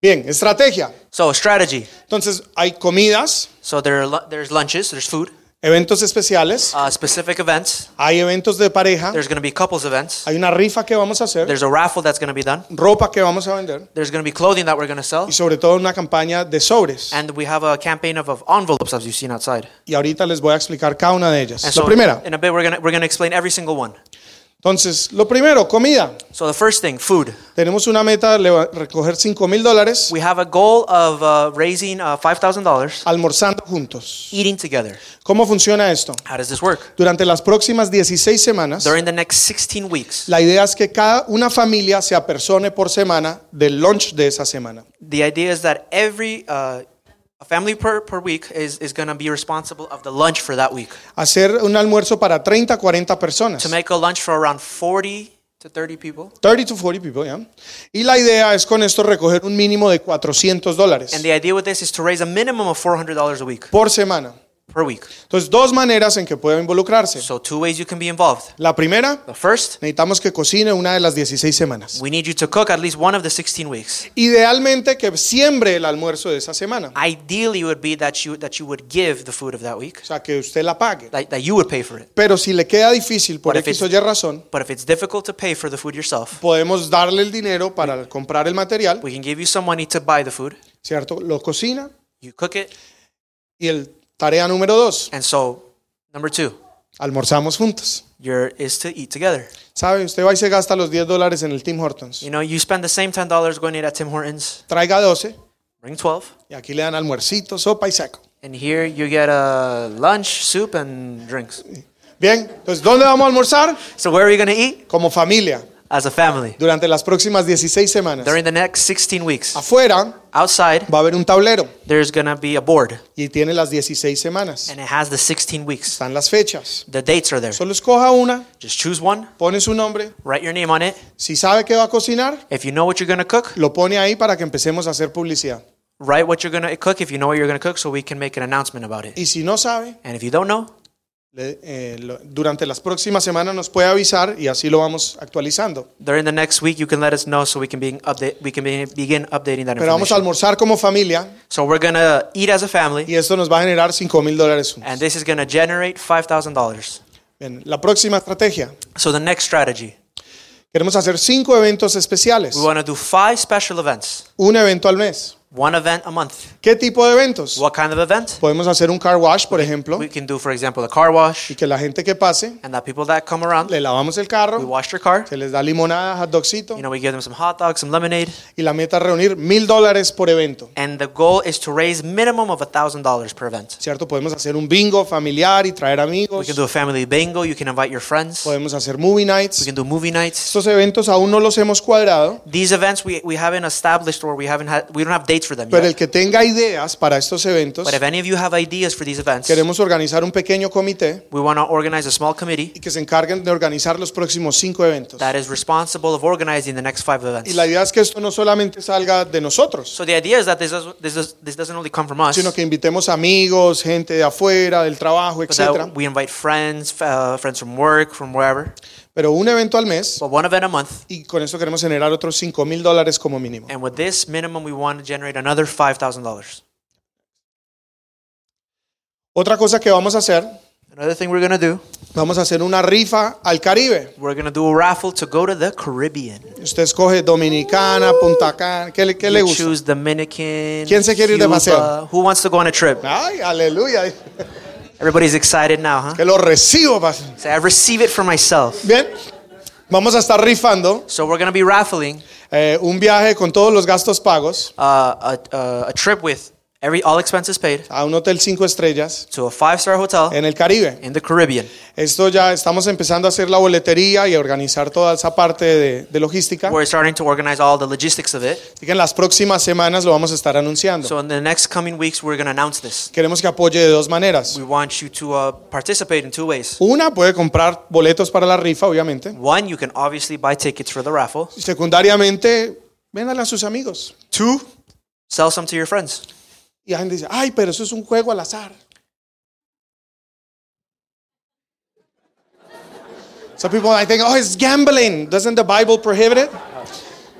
Speaker 1: Bien, estrategia.
Speaker 2: So, strategy.
Speaker 1: Entonces, hay comidas,
Speaker 2: So, there are, lu- there's lunches, there's food,
Speaker 1: Eventos especiales,
Speaker 2: uh, specific events.
Speaker 1: hay eventos de pareja,
Speaker 2: There's going to be couples events.
Speaker 1: hay una rifa que vamos a hacer,
Speaker 2: There's a raffle that's going to be done.
Speaker 1: ropa que vamos a vender
Speaker 2: There's going to be clothing that we're going to sell.
Speaker 1: y sobre todo una campaña de sobres.
Speaker 2: And we have a campaign of, of envelopes, as you've seen outside.
Speaker 1: Y ahorita les voy a explicar cada una de ellas.
Speaker 2: And
Speaker 1: La primera,
Speaker 2: in a bit, we're going to we're going to explain every single one.
Speaker 1: entonces, lo primero, comida.
Speaker 2: So, the first thing food.
Speaker 1: Tenemos una meta de leva- recoger 5 mil dólares
Speaker 2: We have a goal of uh, raising uh, $5,000
Speaker 1: almorzando juntos.
Speaker 2: eating together.
Speaker 1: ¿Cómo funciona esto?
Speaker 2: How does this work?
Speaker 1: Durante las próximas 16 semanas,
Speaker 2: During the next 16 weeks,
Speaker 1: la idea es que cada una familia se apersone por semana del lunch de esa semana.
Speaker 2: the idea is that every uh, a family per, per week is, is going to be responsible of the lunch for that week.
Speaker 1: Hacer un almuerzo para 30, 40 personas.
Speaker 2: To make a lunch for around 40 to 30 people.
Speaker 1: 30 to 40 people, yeah. Y la idea es con esto recoger un mínimo de 400 dólares
Speaker 2: And the idea with this is to raise a minimum of $400 a week
Speaker 1: por semana.
Speaker 2: per week.
Speaker 1: Entonces, dos maneras en que puede involucrarse.
Speaker 2: So, two ways you can be involved.
Speaker 1: La primera,
Speaker 2: The first,
Speaker 1: necesitamos que cocine una de las 16 semanas.
Speaker 2: we need you to cook at least one of the 16 weeks.
Speaker 1: Idealmente que siembre el almuerzo de esa semana,
Speaker 2: Ideally, it would be that you, that you would give the food of that week,
Speaker 1: o sea, que usted la pague.
Speaker 2: that, that you would pay for it.
Speaker 1: Pero si le queda difícil por
Speaker 2: But if
Speaker 1: X o
Speaker 2: it's-
Speaker 1: Y razón,
Speaker 2: But if it's difficult to pay for the food yourself,
Speaker 1: podemos darle el dinero para comprar el material,
Speaker 2: we can give you some money to buy the food.
Speaker 1: ¿cierto? Lo cocina.
Speaker 2: You cook it.
Speaker 1: Y el tarea número dos,
Speaker 2: And so, number two,
Speaker 1: almorzamos juntos.
Speaker 2: your is to eat together.
Speaker 1: ¿Sabe? Usted va y se gasta los 10 dólares en el Tim Hortons.
Speaker 2: You know, you spend the same ten dollars going to eat at Tim Hortons,
Speaker 1: Traiga 12
Speaker 2: bring twelve,
Speaker 1: y aquí le dan almuercito, sopa y saco.
Speaker 2: and here you get a lunch, soup, and drinks.
Speaker 1: Bien, entonces, ¿dónde vamos a almorzar?
Speaker 2: So where are you gonna eat?
Speaker 1: Como familia,
Speaker 2: As a family.
Speaker 1: durante las próximas 16 semanas.
Speaker 2: During the next 16 weeks,
Speaker 1: Afuera
Speaker 2: outside
Speaker 1: va a haber un tablero
Speaker 2: there's gonna be a board,
Speaker 1: y tiene las 16 semanas.
Speaker 2: and it has the 16 weeks.
Speaker 1: Están las fechas.
Speaker 2: The dates are there.
Speaker 1: Solo escoja una,
Speaker 2: Just choose one,
Speaker 1: pone su nombre.
Speaker 2: write your name on it.
Speaker 1: Si sabe que va a cocinar,
Speaker 2: If you know what you're gonna cook,
Speaker 1: lo pone ahí para que empecemos a hacer publicidad.
Speaker 2: write what you're gonna cook. If you know what you're gonna cook, so we can make an announcement about it.
Speaker 1: Y si no sabe,
Speaker 2: And if you don't know,
Speaker 1: le- eh, lo- durante las próximas semanas nos puede avisar y así lo vamos actualizando.
Speaker 2: during the next week, you can let us know so we can be update. We can be, begin updating that
Speaker 1: Pero vamos a
Speaker 2: information.
Speaker 1: almorzar como familia
Speaker 2: So we're gonna eat as a family.
Speaker 1: y esto nos va a generar 5 mil dólares. juntos.
Speaker 2: And this is going to generate $5,000.
Speaker 1: Bien, la próxima estrategia.
Speaker 2: So the next strategy,
Speaker 1: Queremos hacer cinco eventos especiales,
Speaker 2: we want to do five special events,
Speaker 1: un evento al mes.
Speaker 2: one event a month.
Speaker 1: ¿Qué tipo de eventos?
Speaker 2: What kind of event?
Speaker 1: Podemos hacer un car wash, por ejemplo,
Speaker 2: We can do, for example, a car wash,
Speaker 1: y que la gente que pase,
Speaker 2: and that people that come around,
Speaker 1: le lavamos el
Speaker 2: we
Speaker 1: carro,
Speaker 2: wash their car.
Speaker 1: se les da limonada, hot dogcito,
Speaker 2: You know, we give them some hot dogs, some lemonade,
Speaker 1: y la meta es reunir mil dólares por evento.
Speaker 2: and the goal is to raise minimum of $1,000 per event.
Speaker 1: ¿Cierto? Podemos hacer un bingo familiar y traer
Speaker 2: We
Speaker 1: amigos.
Speaker 2: can do a family bingo. You can invite your friends. We
Speaker 1: Podemos hacer movie nights.
Speaker 2: can do movie nights.
Speaker 1: Estos eventos aún no los hemos cuadrado,
Speaker 2: These events we, we haven't established or we haven't had we don't have dates for them
Speaker 1: pero el
Speaker 2: yet.
Speaker 1: que tenga ideas para estos eventos,
Speaker 2: But if any of you have ideas for these events,
Speaker 1: queremos organizar un pequeño comité
Speaker 2: we want to organize a small committee
Speaker 1: y que se encarguen de organizar los próximos cinco eventos.
Speaker 2: that is responsible of organizing the next five
Speaker 1: Y
Speaker 2: events.
Speaker 1: la idea es que esto no solamente salga de nosotros,
Speaker 2: So the idea is that this, does, this, does, this doesn't only come from us,
Speaker 1: sino que invitemos amigos, gente de afuera, del trabajo,
Speaker 2: but
Speaker 1: etcétera.
Speaker 2: that we invite friends, f- uh, friends from work, from wherever.
Speaker 1: Pero un evento al mes
Speaker 2: But one event a month,
Speaker 1: y con esto queremos generar otros 5 mil dólares como mínimo.
Speaker 2: and with this minimum, we want to generate another five thousand dollars.
Speaker 1: Otra cosa que vamos a hacer,
Speaker 2: Another thing we're gonna do,
Speaker 1: vamos a hacer una rifa al Caribe.
Speaker 2: we're gonna do a raffle to go to the Caribbean.
Speaker 1: Usted escoge Dominicana, Punta Cana, ¿qué le, qué le
Speaker 2: You
Speaker 1: gusta?
Speaker 2: choose Dominican.
Speaker 1: ¿Quién se quiere ir de paseo?
Speaker 2: Who wants to go on a trip?
Speaker 1: Ay, aleluya,
Speaker 2: Everybody's excited now, huh?
Speaker 1: que lo recibo. parce.
Speaker 2: So I receive it for myself.
Speaker 1: Bien, vamos a estar rifando
Speaker 2: So we're gonna be raffling
Speaker 1: eh, un viaje con todos los gastos pagos
Speaker 2: uh, a, uh, a trip with every all expenses paid
Speaker 1: a un hotel 5 estrellas
Speaker 2: to a five star hotel
Speaker 1: en el Caribe.
Speaker 2: in the Caribbean.
Speaker 1: Esto ya estamos empezando a hacer la boletería y a organizar toda esa parte de, de logística.
Speaker 2: We're starting to organize all the logistics of it.
Speaker 1: Así que en las próximas semanas lo vamos a estar anunciando.
Speaker 2: So in the next coming weeks, we're going to announce this.
Speaker 1: Queremos que apoye de dos maneras.
Speaker 2: We want you to uh, participate in two ways.
Speaker 1: Una puede comprar boletos para la rifa, obviamente.
Speaker 2: One, you can obviously buy tickets for the raffle.
Speaker 1: Y Secundariamente, véndale a sus amigos.
Speaker 2: Two, sell some to your friends.
Speaker 1: Y la gente dice, ay, pero eso es un juego al azar. Some people I think, oh, it's gambling. Doesn't the Bible prohibit it?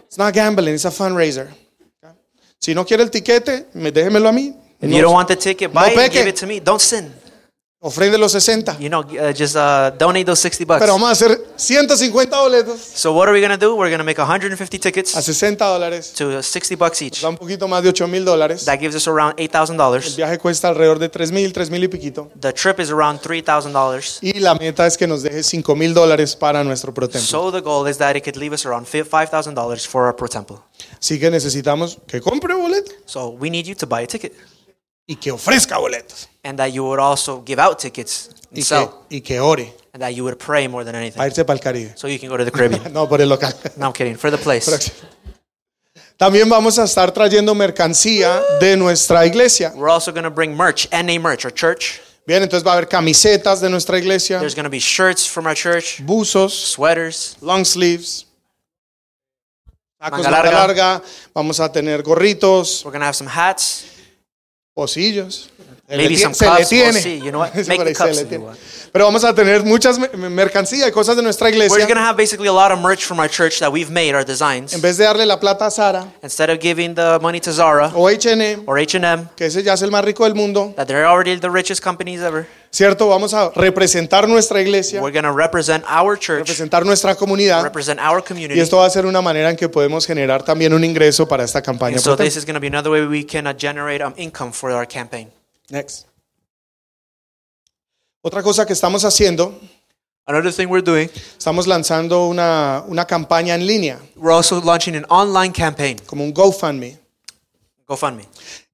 Speaker 1: It's not gambling, it's a fundraiser. Si no quiere el tiquete, me- déjemelo a mí.
Speaker 2: If
Speaker 1: No-
Speaker 2: you don't want the ticket, buy it. and
Speaker 1: peque.
Speaker 2: Give it to me. Don't sin.
Speaker 1: Ofrende los 60.
Speaker 2: You know, uh, just uh, donate those 60 bucks.
Speaker 1: Pero vamos a hacer 150 boletos
Speaker 2: so what are we going to do? We're going to make 150 tickets
Speaker 1: a 60 dólares.
Speaker 2: to 60 bucks each.
Speaker 1: Da un poquito más de 8 mil dólares.
Speaker 2: That gives us around
Speaker 1: El
Speaker 2: $8,000.
Speaker 1: viaje cuesta alrededor de 3 mil, 3 mil y piquito.
Speaker 2: The trip is around $3,000.
Speaker 1: Y la meta es que nos deje 5 mil dólares para nuestro protemplo.
Speaker 2: So the goal is that it could leave us around fi- $5,000 for our pro temple.
Speaker 1: Así que necesitamos que compre boleto
Speaker 2: So we need you to buy a ticket
Speaker 1: y que ofrezca boletos.
Speaker 2: and that you would also give out tickets and
Speaker 1: Y que,
Speaker 2: sell
Speaker 1: y que ore
Speaker 2: and that you would pray more than anything.
Speaker 1: para irse para el Caribe.
Speaker 2: So you can go to the Caribbean.
Speaker 1: No, por el local.
Speaker 2: no, I'm kidding. For the place.
Speaker 1: Próximo. También vamos a estar trayendo mercancía de nuestra iglesia.
Speaker 2: We're also going to bring merch, NA merch, our church.
Speaker 1: Bien, entonces va a haber camisetas de nuestra iglesia,
Speaker 2: There's going to be shirts from our church,
Speaker 1: buzos,
Speaker 2: sweaters,
Speaker 1: long sleeves, tacos
Speaker 2: Manga
Speaker 1: manga larga.
Speaker 2: larga.
Speaker 1: Vamos a tener gorritos,
Speaker 2: We're gonna have some hats,
Speaker 1: pocillos. Se
Speaker 2: maybe
Speaker 1: le ti-
Speaker 2: some
Speaker 1: se le
Speaker 2: cups. We'll
Speaker 1: tiene.
Speaker 2: see. You know what?
Speaker 1: Eso
Speaker 2: Make
Speaker 1: por
Speaker 2: the
Speaker 1: ahí, se le
Speaker 2: cups. if you
Speaker 1: tiene.
Speaker 2: want.
Speaker 1: Pero vamos a tener muchas me- mercancía y cosas de nuestra
Speaker 2: We're
Speaker 1: iglesia.
Speaker 2: just gonna have basically a lot of merch from our church that we've made, our designs.
Speaker 1: En vez de darle la plata a Sara
Speaker 2: Instead of giving the money to Zara
Speaker 1: o H&M,
Speaker 2: or H and M,
Speaker 1: que ese ya es el más rico del mundo,
Speaker 2: that they're already the richest companies ever,
Speaker 1: ¿cierto? Vamos a representar nuestra iglesia,
Speaker 2: we're gonna represent our church,
Speaker 1: representar nuestra comunidad.
Speaker 2: represent our
Speaker 1: Y
Speaker 2: community.
Speaker 1: esto va a ser una manera en que podemos generar también un ingreso para esta campaña.
Speaker 2: And so
Speaker 1: Por
Speaker 2: this is gonna be another way we can uh, generate um, income for our campaign.
Speaker 1: tanto, next. Otra cosa que estamos haciendo,
Speaker 2: Another thing we're doing,
Speaker 1: estamos lanzando una, una campaña en línea,
Speaker 2: we're also launching an online campaign,
Speaker 1: como un GoFundMe.
Speaker 2: GoFundMe.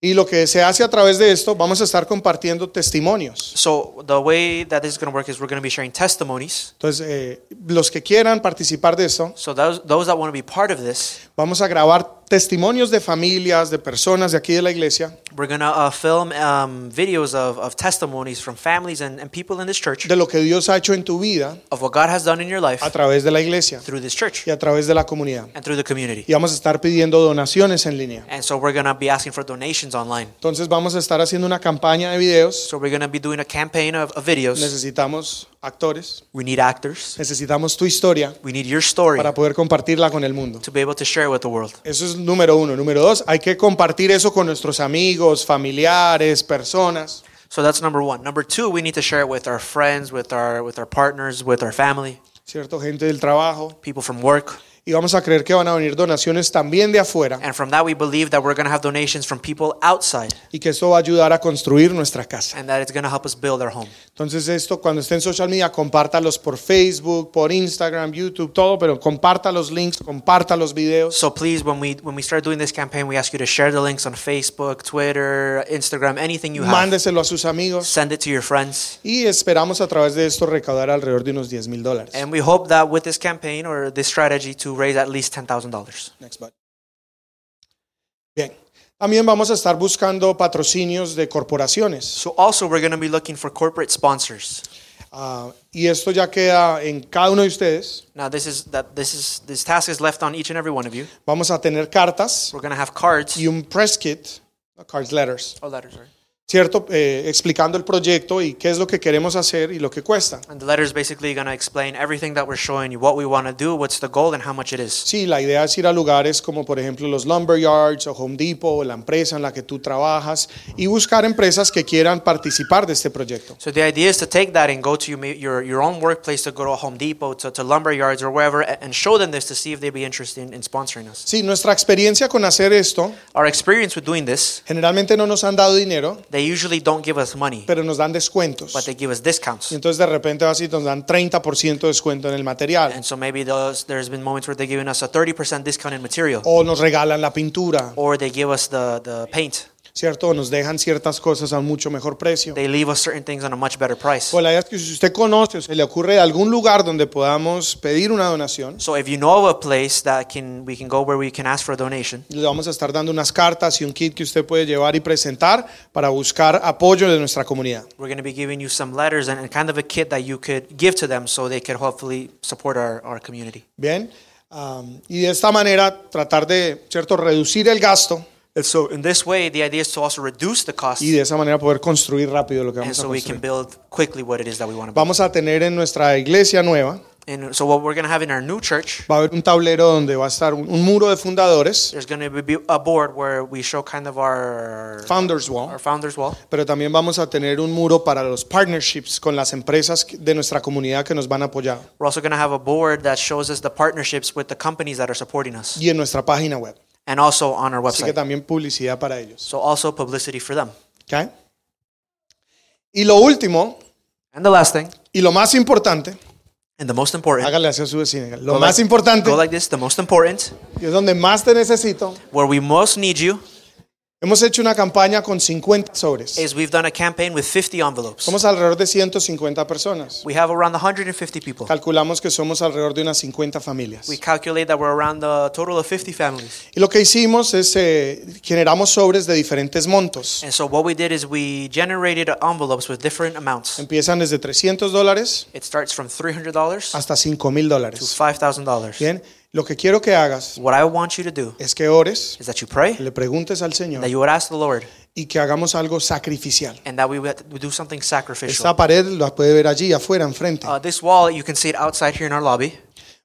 Speaker 1: Y lo que se hace a través de esto, vamos a estar compartiendo testimonios.
Speaker 2: So the way that this is gonna work is we're gonna be sharing testimonies.
Speaker 1: Entonces, eh, los que quieran participar de esto,
Speaker 2: So those those that want to be part of this.
Speaker 1: vamos a grabar testimonios de familias, de personas de aquí de la iglesia,
Speaker 2: We're going to uh, film um, videos of, of testimonies from families and, and people in this church
Speaker 1: de lo que Dios ha hecho en tu vida
Speaker 2: of what God has done in your life
Speaker 1: a través de la iglesia
Speaker 2: through this church
Speaker 1: y a través de la comunidad.
Speaker 2: and through the community.
Speaker 1: Y vamos a estar pidiendo donaciones en línea.
Speaker 2: And so we're going to be asking for donations online.
Speaker 1: Entonces vamos a estar haciendo una campaña de videos.
Speaker 2: So we're going to be doing a campaign of, of videos.
Speaker 1: Necesitamos actores,
Speaker 2: We need actors.
Speaker 1: necesitamos tu historia
Speaker 2: We need your story
Speaker 1: para poder compartirla con el mundo.
Speaker 2: to be able to share it with the world.
Speaker 1: Eso es número uno. Número dos, hay que compartir eso con nuestros amigos, familiares, personas.
Speaker 2: So that's number one. Number two, we need to share it with our friends, with our with our partners, with our family,
Speaker 1: ¿Cierto? Gente del trabajo.
Speaker 2: people from work.
Speaker 1: Y vamos a creer que van a venir donaciones también de afuera
Speaker 2: And from that, we believe that we're going to have donations from people outside,
Speaker 1: y que esto va a ayudar a construir nuestra casa.
Speaker 2: and that it's going to help us build our home.
Speaker 1: Entonces esto, cuando esté en social media, compártalos por Facebook, por Instagram, YouTube, todo, pero comparta los links, comparta los videos.
Speaker 2: So please, when we when we start doing this campaign, we ask you to share the links on Facebook, Twitter, Instagram, anything you have.
Speaker 1: Mándeselo a sus amigos.
Speaker 2: Send it to your friends,
Speaker 1: Y esperamos a través de esto recaudar alrededor de unos 10 mil dólares.
Speaker 2: and we hope that with this campaign or this strategy to raise at least ten thousand dollars.
Speaker 1: Next slide. Bien. También vamos a estar buscando patrocinios de corporaciones.
Speaker 2: So also, we're going to be looking for corporate sponsors.
Speaker 1: Ah, y esto ya queda en cada uno de ustedes.
Speaker 2: Now, this is that this is this task is left on each and every one of you.
Speaker 1: Vamos a tener cartas
Speaker 2: We're going to have cards
Speaker 1: y un press kit, no, cards letters,
Speaker 2: or letters, sorry.
Speaker 1: ¿cierto? Eh, explicando el proyecto y qué es lo que queremos hacer y lo que cuesta.
Speaker 2: and the letters basically going to explain everything that we're showing you, what we want to do, what's the goal, and how much it is.
Speaker 1: Sí, la idea es ir a lugares como por ejemplo los lumber yards o Home Depot o la empresa en la que tú trabajas y buscar empresas que quieran participar de este proyecto.
Speaker 2: So the idea is to take that and go to your your, your own workplace, to go to Home Depot, to, to lumber yards or wherever, a- and show them this to see if they'd be interested in, in sponsoring us.
Speaker 1: Sí, nuestra experiencia con hacer esto,
Speaker 2: Our experience with doing this,
Speaker 1: generalmente no nos han dado dinero,
Speaker 2: they usually don't give us money,
Speaker 1: pero nos dan descuentos.
Speaker 2: but they give us
Speaker 1: Y
Speaker 2: discounts.
Speaker 1: entonces de repente así nos dan 30% de descuento en el material,
Speaker 2: And so maybe those, there's been moments where they're giving us a 30% discount in material,
Speaker 1: o nos regalan la pintura,
Speaker 2: or they give us the, the paint.
Speaker 1: ¿cierto? O nos dejan ciertas cosas a un mucho mejor precio.
Speaker 2: They leave us certain things on a much better price.
Speaker 1: Pues la idea es que si usted conoce o se le ocurre algún lugar donde podamos pedir una donación,
Speaker 2: So if you know of a place that can we can go where we can ask for a donation,
Speaker 1: le vamos a estar dando unas cartas y un kit que usted puede llevar y presentar para buscar apoyo de nuestra comunidad.
Speaker 2: we're going to be giving you some letters and, and kind of a kit that you could give to them so they could hopefully support our, our community.
Speaker 1: Bien. Am, y de esta manera tratar de, ¿cierto?, reducir el gasto
Speaker 2: And so, in this way, the idea is to also reduce the cost,
Speaker 1: y de esa manera poder construir rápido lo que
Speaker 2: and
Speaker 1: vamos a
Speaker 2: so we can
Speaker 1: construir.
Speaker 2: build quickly what it is that we want to build.
Speaker 1: Vamos a tener en nuestra iglesia nueva
Speaker 2: In And so what we're going to have in our new church,
Speaker 1: Va a haber un tablero donde va a estar un, un muro de fundadores,
Speaker 2: there's going to be a board where we show kind of our
Speaker 1: Founders
Speaker 2: our
Speaker 1: Wall,
Speaker 2: founders wall.
Speaker 1: pero también vamos a tener un muro para los partnerships con las empresas de nuestra comunidad que nos van a apoyar
Speaker 2: We're also going to have a board that shows us the partnerships with the companies that are supporting us
Speaker 1: y en nuestra página web.
Speaker 2: and also on our
Speaker 1: Así que
Speaker 2: website.
Speaker 1: también publicidad para ellos.
Speaker 2: So also publicity for them.
Speaker 1: ¿ok? Y lo último,
Speaker 2: And the last thing,
Speaker 1: y lo más importante,
Speaker 2: and the most important,
Speaker 1: hágale hacia su vecino. Lo
Speaker 2: go
Speaker 1: más
Speaker 2: like-
Speaker 1: importante,
Speaker 2: go like this, the most important,
Speaker 1: y es donde más te necesito,
Speaker 2: where we most need you
Speaker 1: hemos hecho una campaña con 50 sobres.
Speaker 2: is we've done a campaign with 50 envelopes.
Speaker 1: Somos alrededor de 150 personas.
Speaker 2: We have around 150 people.
Speaker 1: Calculamos que somos alrededor de unas 50 familias.
Speaker 2: We calculate that we're around a total of 50 families.
Speaker 1: Y lo que hicimos es eh, generamos sobres de diferentes montos.
Speaker 2: And so what we did is we generated envelopes with different amounts.
Speaker 1: Empiezan desde 300 dólares
Speaker 2: It starts from $300
Speaker 1: hasta 5 mil
Speaker 2: to
Speaker 1: dólares.
Speaker 2: $5,000.
Speaker 1: Bien, lo que quiero que hagas
Speaker 2: What I want you to do
Speaker 1: es que ores,
Speaker 2: is that you pray,
Speaker 1: le preguntes al
Speaker 2: that
Speaker 1: Señor
Speaker 2: you would ask the Lord,
Speaker 1: y que hagamos algo sacrificial.
Speaker 2: and that we would we do something sacrificial.
Speaker 1: Esta pared la puede ver allí afuera, enfrente.
Speaker 2: Uh, this wall, you can see it outside here in our lobby.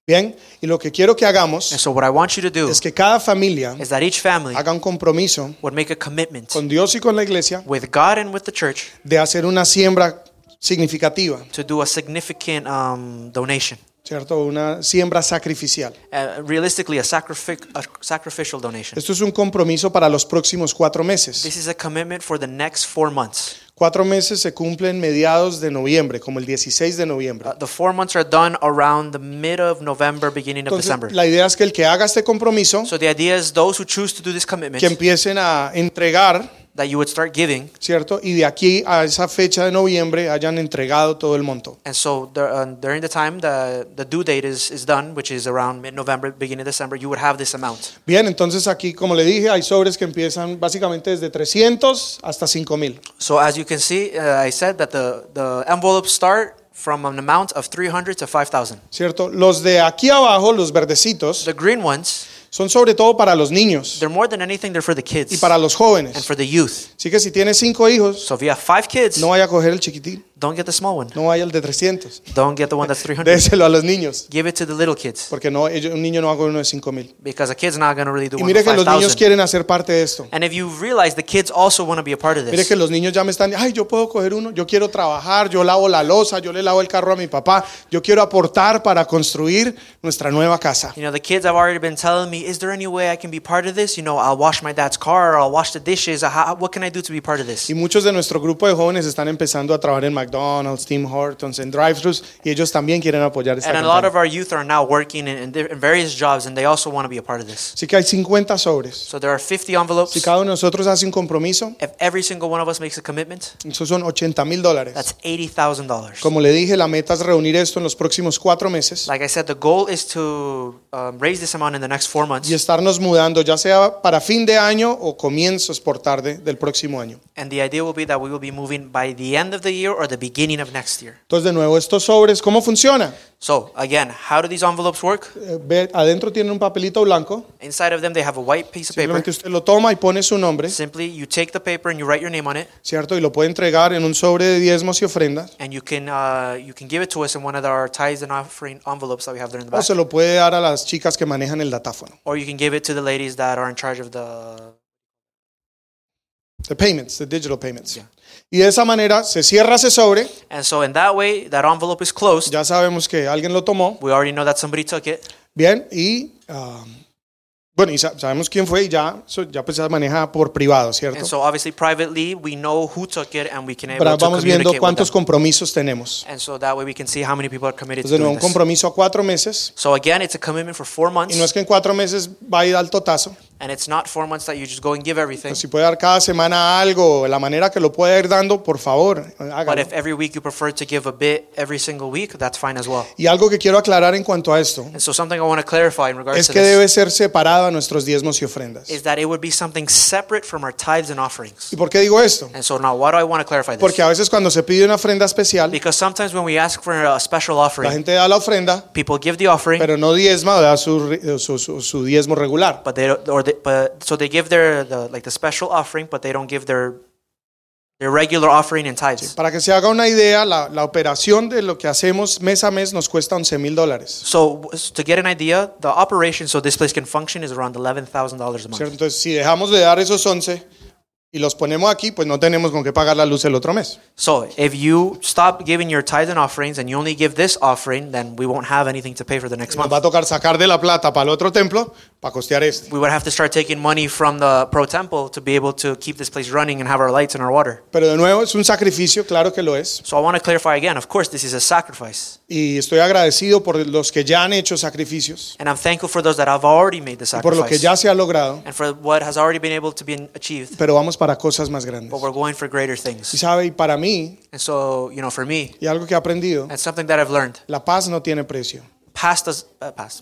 Speaker 1: Bien, y lo que quiero que hagamos
Speaker 2: And so what I want you to do
Speaker 1: es que cada familia
Speaker 2: is that each family
Speaker 1: haga un compromiso
Speaker 2: would make a commitment
Speaker 1: con Dios y con la iglesia
Speaker 2: with God and with the church
Speaker 1: de hacer una siembra significativa,
Speaker 2: to do a significant um, donation.
Speaker 1: ¿cierto? Una siembra sacrificial.
Speaker 2: Uh, realistically, a, sacrific- a sacrificial donation.
Speaker 1: Esto es un compromiso para los próximos cuatro meses.
Speaker 2: This is a commitment for the next four months.
Speaker 1: Cuatro meses se cumplen mediados de noviembre, como el 16 de noviembre.
Speaker 2: Uh, the four months are done around the mid of November, beginning of
Speaker 1: Entonces,
Speaker 2: December.
Speaker 1: la idea es que el que haga este compromiso,
Speaker 2: So the idea is those who choose to do this commitment,
Speaker 1: que empiecen a entregar,
Speaker 2: that you would start giving.
Speaker 1: ¿cierto? Y de aquí a esa fecha de noviembre hayan entregado todo el monto.
Speaker 2: And so the, uh, during the time the, the due date is, is done, which is around mid November, beginning of December, you would have this amount.
Speaker 1: Bien, entonces aquí, como le dije, hay sobres que empiezan básicamente desde 300 hasta 5000.
Speaker 2: So as you can see, uh, I said that the, the envelopes start from an amount of 300 to 5,000.
Speaker 1: ¿Cierto? Los de aquí abajo, los verdecitos,
Speaker 2: The green ones,
Speaker 1: son sobre todo para los niños
Speaker 2: they're more than anything, they're for the
Speaker 1: y
Speaker 2: kids
Speaker 1: para los
Speaker 2: and
Speaker 1: jóvenes.
Speaker 2: for the youth.
Speaker 1: Así que si tiene cinco hijos,
Speaker 2: So if you have five kids,
Speaker 1: no vaya a coger el chiquitín,
Speaker 2: don't get the small one.
Speaker 1: no vaya al de 300.
Speaker 2: Don't get the one that's 300.
Speaker 1: Déselo a los niños,
Speaker 2: Give it to the little kids
Speaker 1: porque no, ellos- un niño no va a coger uno de 5000.
Speaker 2: because a kid's not going to really do
Speaker 1: Y
Speaker 2: one for
Speaker 1: mire que los niños
Speaker 2: 5,000.
Speaker 1: quieren hacer parte de esto.
Speaker 2: And if you realize the kids also want to be a part of
Speaker 1: Mire
Speaker 2: this,
Speaker 1: que los niños ya me están, ay, yo puedo coger uno, yo quiero trabajar, yo lavo la losa, yo le lavo el carro a mi papá, yo quiero aportar para construir nuestra nueva casa.
Speaker 2: you know, the kids have already been telling me, is there any way I can be part of this? You know, I'll wash my dad's car, I'll wash the dishes. uh, How, what can I do to be part of this?
Speaker 1: Y muchos de nuestro grupo de jóvenes están empezando a trabajar en McDonald's, Tim Hortons, en drive-thrus y ellos también quieren apoyar esta
Speaker 2: And a lot
Speaker 1: campaña.
Speaker 2: of our youth are now working in, in, di- in various jobs and they also want to be a part of this.
Speaker 1: Así que hay 50 sobres.
Speaker 2: So there are 50 envelopes.
Speaker 1: Si cada uno de nosotros hace un compromiso,
Speaker 2: If every single one of us makes a commitment,
Speaker 1: eso son 80 mil dólares.
Speaker 2: that's $80,000.
Speaker 1: Como le dije, la meta es reunir esto en los próximos cuatro meses
Speaker 2: Like I said, the goal is to um, raise this amount in the next four months.
Speaker 1: y estarnos mudando, ya sea para fin de año o comienzos por tarde del próximo año.
Speaker 2: And the idea will be that we will be moving by the end of the year or the beginning of next year.
Speaker 1: Entonces, de nuevo, estos sobres, ¿cómo funciona?
Speaker 2: So, again, how do these envelopes work?
Speaker 1: Eh, ve- adentro tienen un papelito blanco.
Speaker 2: Inside of them, they have a white piece of paper.
Speaker 1: Simplemente usted lo toma y pone su nombre,
Speaker 2: Simply, you take the paper and you write your name on it,
Speaker 1: ¿cierto? Y lo puede entregar en un sobre de diezmos y ofrendas.
Speaker 2: and you can uh, you can give it to us in one of our tithes and offering envelopes that we have there in the
Speaker 1: O
Speaker 2: back,
Speaker 1: se lo puede dar a las chicas que manejan el datáfono.
Speaker 2: or you can give it to the ladies that are in charge of the.
Speaker 1: The payments, the digital payments. Y de esa manera se cierra ese sobre.
Speaker 2: And so, in that way, that envelope is closed.
Speaker 1: Ya sabemos que alguien lo tomó.
Speaker 2: We already know that somebody took it,
Speaker 1: Bien, y ah, bueno, y sa- sabemos quién fue y ya, so- ya pues se maneja por privado,
Speaker 2: and
Speaker 1: ¿cierto?
Speaker 2: so obviously privately, we know who took it, and we can able
Speaker 1: Pero
Speaker 2: to
Speaker 1: vamos viendo
Speaker 2: communicate with
Speaker 1: cuántos
Speaker 2: them.
Speaker 1: compromisos tenemos.
Speaker 2: And so that way, we can see how many people are committed
Speaker 1: Entonces,
Speaker 2: to
Speaker 1: de nuevo,
Speaker 2: doing
Speaker 1: un
Speaker 2: this.
Speaker 1: compromiso a cuatro meses.
Speaker 2: So again, it's a commitment for four
Speaker 1: Y no es
Speaker 2: months,
Speaker 1: que en cuatro meses va a ir al totazo.
Speaker 2: and it's not four months that you just go and give everything.
Speaker 1: Si puede dar cada semana algo, la manera que lo pueda ir dando, por favor,
Speaker 2: But
Speaker 1: hágalo.
Speaker 2: if every week you prefer to give a bit every single week, that's fine as well.
Speaker 1: Y algo que quiero aclarar en cuanto a esto
Speaker 2: And so something I want to clarify in regards
Speaker 1: es
Speaker 2: to
Speaker 1: que
Speaker 2: this
Speaker 1: debe ser separado a nuestros diezmos y ofrendas.
Speaker 2: is that it would be something separate from our tithes and offerings.
Speaker 1: ¿Y por qué digo esto?
Speaker 2: And so now, why do I want to clarify this?
Speaker 1: Porque a veces cuando se pide una ofrenda especial,
Speaker 2: Because sometimes when we ask for a special
Speaker 1: la
Speaker 2: offering,
Speaker 1: gente da la ofrenda,
Speaker 2: people give the offering,
Speaker 1: pero no diezma, da su, su- su- su diezmo regular.
Speaker 2: but they don't, or they, but so they give their the, like the special offering, but they don't give their Their regular offering and tithes.
Speaker 1: Para que se haga una idea, la, la operación de lo que hacemos mes a mes nos cuesta 11 mil dólares.
Speaker 2: So w- s- to get an idea, the operation so this place can function is around eleven thousand dollars a month.
Speaker 1: ¿cierto? Entonces, si dejamos de dar esos 11 y los ponemos aquí, pues no tenemos con qué pagar la luz el otro mes.
Speaker 2: So if you stop giving your tithes and offerings and you only give this offering, then we won't have anything to pay for the next
Speaker 1: Nos
Speaker 2: month.
Speaker 1: va a tocar sacar de la plata para el otro templo para costear este.
Speaker 2: We would have to start taking money from the pro temple to be able to keep this place running and have our lights and our water.
Speaker 1: Pero de nuevo, es un sacrificio, claro que lo es.
Speaker 2: So I want to clarify again. Of course, this is a sacrifice,
Speaker 1: Y estoy agradecido por los que ya han hecho sacrificios,
Speaker 2: and I'm thankful for those that have already made the
Speaker 1: por lo que
Speaker 2: sacrifice,
Speaker 1: ya se ha logrado,
Speaker 2: and for what has already been able to be achieved.
Speaker 1: pero vamos para cosas más grandes.
Speaker 2: But we're going for greater
Speaker 1: Y
Speaker 2: things.
Speaker 1: sabe, y para mí,
Speaker 2: And so, you know, for me,
Speaker 1: y algo que he aprendido,
Speaker 2: that's something that I've learned.
Speaker 1: la paz no tiene precio,
Speaker 2: Past does uh, past.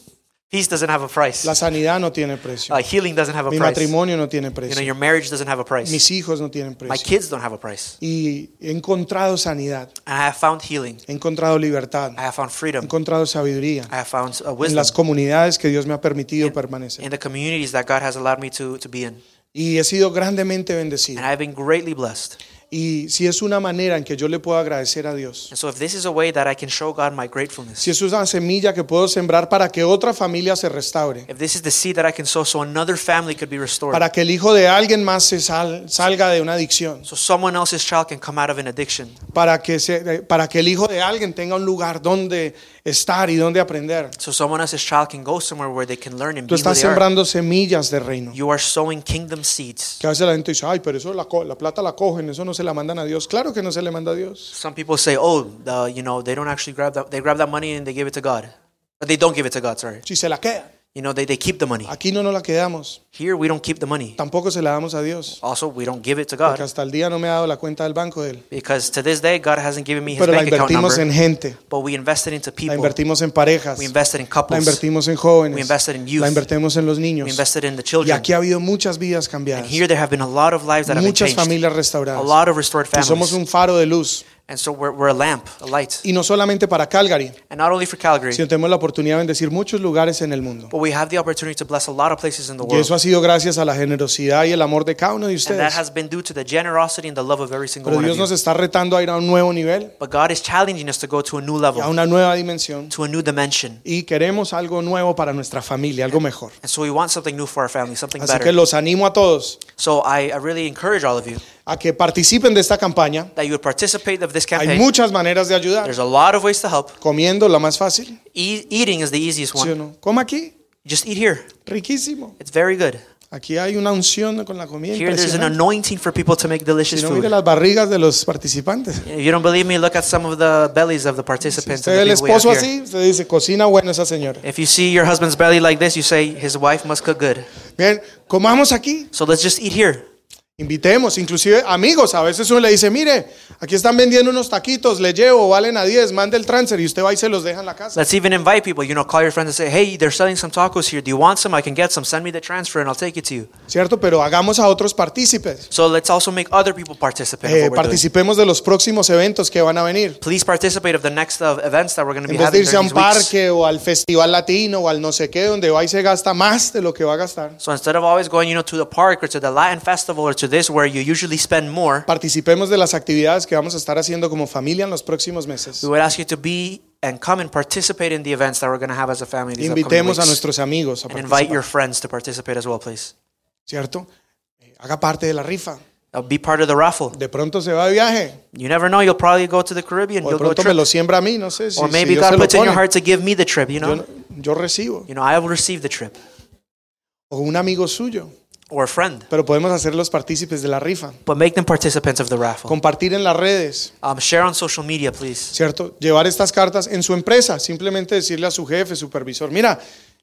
Speaker 2: Peace doesn't have a price.
Speaker 1: la sanidad no tiene precio,
Speaker 2: Uh, healing doesn't have a
Speaker 1: mi
Speaker 2: price.
Speaker 1: matrimonio no tiene
Speaker 2: You know,
Speaker 1: precio,
Speaker 2: your marriage doesn't have a price.
Speaker 1: mis hijos no tienen
Speaker 2: My
Speaker 1: precio.
Speaker 2: kids don't have a price.
Speaker 1: Y he encontrado sanidad,
Speaker 2: And I have found healing.
Speaker 1: he encontrado libertad,
Speaker 2: I have found
Speaker 1: he
Speaker 2: freedom.
Speaker 1: encontrado sabiduría
Speaker 2: I have found uh,
Speaker 1: en
Speaker 2: wisdom
Speaker 1: las comunidades que Dios me ha permitido permanecer.
Speaker 2: in the communities that God has allowed me to, to be in.
Speaker 1: Y he sido grandemente bendecido.
Speaker 2: And I've been greatly blessed.
Speaker 1: Y si es una manera en que yo le puedo agradecer a Dios,
Speaker 2: And so, if this is a way that I can show God my gratefulness,
Speaker 1: si es una semilla que puedo sembrar para que otra familia se restaure,
Speaker 2: if this is the seed that I can sow so another family could be restored,
Speaker 1: para que el hijo de alguien más se sal- salga de una adicción,
Speaker 2: so someone else's child can come out of an addiction,
Speaker 1: para que, se- para que el hijo de alguien tenga un lugar donde estar y donde aprender.
Speaker 2: so someone else's child can go somewhere where they can learn and
Speaker 1: Tú
Speaker 2: be who
Speaker 1: estás
Speaker 2: they are.
Speaker 1: sembrando semillas de reino.
Speaker 2: You are sowing kingdom seeds.
Speaker 1: Que a veces la gente dice, ay, pero eso la, co- la plata la cogen, eso no se la mandan a Dios. Claro que no se le manda a Dios.
Speaker 2: Some people say, "Oh, uh, you know, they don't actually grab that. They grab that money and they give it to God, but they don't give it to God. Sorry,
Speaker 1: Si se la queda,
Speaker 2: you know, they, they keep the money.
Speaker 1: aquí no nos la quedamos.
Speaker 2: Here, we don't keep the money.
Speaker 1: Tampoco se la damos a Dios.
Speaker 2: Also, we don't give it to
Speaker 1: Porque
Speaker 2: God
Speaker 1: hasta el día no me ha dado la cuenta del banco de él.
Speaker 2: because to this day, God hasn't given me His
Speaker 1: Pero la
Speaker 2: bank account
Speaker 1: invertimos
Speaker 2: number.
Speaker 1: en gente,
Speaker 2: but we invested into
Speaker 1: la
Speaker 2: people.
Speaker 1: invertimos en parejas,
Speaker 2: we invested in
Speaker 1: la
Speaker 2: couples.
Speaker 1: invertimos en
Speaker 2: We
Speaker 1: jóvenes,
Speaker 2: invested in youth.
Speaker 1: la invertimos en los
Speaker 2: we
Speaker 1: niños.
Speaker 2: invested in the
Speaker 1: Y
Speaker 2: children.
Speaker 1: aquí ha habido muchas vidas
Speaker 2: and
Speaker 1: cambiadas,
Speaker 2: here, there have been a lot of lives that have been
Speaker 1: muchas
Speaker 2: changed.
Speaker 1: familias
Speaker 2: a
Speaker 1: restauradas.
Speaker 2: lot of restored
Speaker 1: Y
Speaker 2: families.
Speaker 1: somos un faro de luz.
Speaker 2: and so we're, we're a lamp, a light,
Speaker 1: Y no solamente para Calgary,
Speaker 2: and not only for Calgary,
Speaker 1: sino tenemos la oportunidad de bendecir muchos lugares en el mundo.
Speaker 2: but we have the opportunity to bless a lot of places in the
Speaker 1: Y
Speaker 2: world.
Speaker 1: eso ha sido gracias a la generosidad y el amor de cada uno de
Speaker 2: And that
Speaker 1: ustedes.
Speaker 2: has been due to the generosity and the love of every single
Speaker 1: Pero
Speaker 2: one
Speaker 1: Dios
Speaker 2: of
Speaker 1: nos
Speaker 2: you.
Speaker 1: está retando a ir a un nuevo nivel,
Speaker 2: But God is challenging us to go to a new
Speaker 1: a
Speaker 2: level,
Speaker 1: una nueva dimensión.
Speaker 2: to a new dimension.
Speaker 1: Y queremos algo nuevo para nuestra familia, algo mejor.
Speaker 2: And so we want something new for our family, something
Speaker 1: Así que
Speaker 2: better.
Speaker 1: los animo a todos
Speaker 2: So I, I really encourage all of you
Speaker 1: a que participen de esta campaña.
Speaker 2: that you would participate of this
Speaker 1: Hay
Speaker 2: campaign.
Speaker 1: muchas maneras de ayudar.
Speaker 2: There's a lot of ways to help.
Speaker 1: Comiendo, la más fácil.
Speaker 2: E- eating is the easiest
Speaker 1: ¿Sí o
Speaker 2: one.
Speaker 1: no? Coma aquí,
Speaker 2: Just eat here.
Speaker 1: riquísimo.
Speaker 2: It's very good.
Speaker 1: Aquí hay una unción con la comida.
Speaker 2: Here there's an
Speaker 1: impresionante.
Speaker 2: anointing for people to make
Speaker 1: Si
Speaker 2: delicious
Speaker 1: no, mire
Speaker 2: food.
Speaker 1: las barrigas de los participantes.
Speaker 2: If you don't believe me, look at some of the bellies of the
Speaker 1: Si
Speaker 2: participants.
Speaker 1: usted
Speaker 2: and
Speaker 1: ve el
Speaker 2: the people we have
Speaker 1: esposo así,
Speaker 2: here.
Speaker 1: usted dice, cocina bueno esa señora.
Speaker 2: If you see your husband's belly like this, you say his wife must cook good.
Speaker 1: Bien, comamos aquí.
Speaker 2: So let's just eat here.
Speaker 1: Invitemos, inclusive amigos, a veces uno le dice, mire, aquí están vendiendo unos taquitos, le llevo, valen a 10, mande el transfer y usted va y se los deja en la casa.
Speaker 2: Let's even invite people. You know, call your friends and say, "Hey, they're selling some tacos here. Do you want some? I can get some. Send me the transfer, and I'll take it to you."
Speaker 1: ¿Cierto? Pero hagamos a otros partícipes.
Speaker 2: So let's also make other people participate.
Speaker 1: Eh,
Speaker 2: of what we're doing.
Speaker 1: participemos de los próximos eventos que van a venir.
Speaker 2: Please participate of the next uh, events that we're going to
Speaker 1: En
Speaker 2: be
Speaker 1: vez de
Speaker 2: having
Speaker 1: irse a un
Speaker 2: during these weeks.
Speaker 1: parque o al festival latino o al no sé qué, donde va y se gasta más de lo que va a gastar.
Speaker 2: So instead of always going, you know, to the park or to the Latin festival or to this where you usually spend more,
Speaker 1: Participemos de las actividades que vamos a estar haciendo como familia en los próximos meses.
Speaker 2: we would ask you to be and come and participate in the events that we're going to have as a family. These upcoming
Speaker 1: Invitemos
Speaker 2: weeks.
Speaker 1: a nuestros amigos a
Speaker 2: and invite your
Speaker 1: participar,
Speaker 2: friends to participate as well, please.
Speaker 1: ¿cierto? Eh, Haga parte de la rifa.
Speaker 2: Uh, be part of the raffle.
Speaker 1: De pronto se va de viaje.
Speaker 2: You never know. You'll probably go to the Caribbean.
Speaker 1: O de
Speaker 2: You'll go
Speaker 1: pronto me
Speaker 2: trip.
Speaker 1: lo siembra a mí, no sé si,
Speaker 2: Or
Speaker 1: si
Speaker 2: maybe
Speaker 1: Dios se
Speaker 2: God
Speaker 1: lo
Speaker 2: puts in your
Speaker 1: pone.
Speaker 2: heart to give me the trip. You know.
Speaker 1: Yo, yo recibo.
Speaker 2: you know, I will receive the trip
Speaker 1: O un amigo suyo.
Speaker 2: or a friend,
Speaker 1: Pero podemos hacerlos partícipes de la rifa.
Speaker 2: but make them participants of the raffle.
Speaker 1: Compartir en las redes,
Speaker 2: Um, share on social media, please.
Speaker 1: ¿cierto? Llevar estas cartas en su empresa. Simplemente decirle a su jefe, supervisor, mira,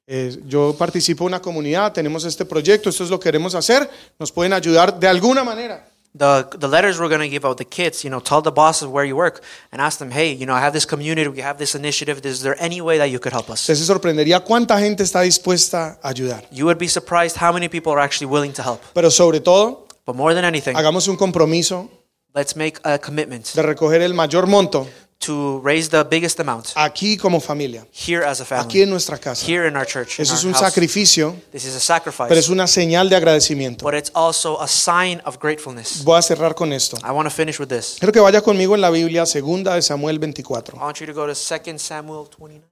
Speaker 1: eh, yo participo en una comunidad, tenemos este proyecto, esto es lo que queremos hacer, nos pueden ayudar de alguna manera.
Speaker 2: The, the letters we're going to give out the kids, you know, tell the bosses where you work and ask them, hey, you know, I have this community, we have this initiative. Is there any way that you could help us?
Speaker 1: Usted se sorprendería cuánta gente está dispuesta a ayudar.
Speaker 2: You would be surprised how many people are actually willing to help.
Speaker 1: Pero sobre todo,
Speaker 2: But more than anything,
Speaker 1: hagamos un compromiso
Speaker 2: let's make a commitment
Speaker 1: de recoger el mayor monto
Speaker 2: to raise the biggest amount
Speaker 1: aquí como familia,
Speaker 2: here as a
Speaker 1: aquí
Speaker 2: family,
Speaker 1: en nuestra casa.
Speaker 2: here in our church. in
Speaker 1: Eso es
Speaker 2: our
Speaker 1: un
Speaker 2: house.
Speaker 1: sacrificio,
Speaker 2: This is a
Speaker 1: pero
Speaker 2: sacrifice,
Speaker 1: es una señal de agradecimiento.
Speaker 2: but it's also a sign of gratefulness.
Speaker 1: Voy a cerrar con esto.
Speaker 2: I want to finish with this.
Speaker 1: Quiero que vaya conmigo en la Biblia, segunda de Samuel 24.
Speaker 2: I want you to go to 2 Samuel 29,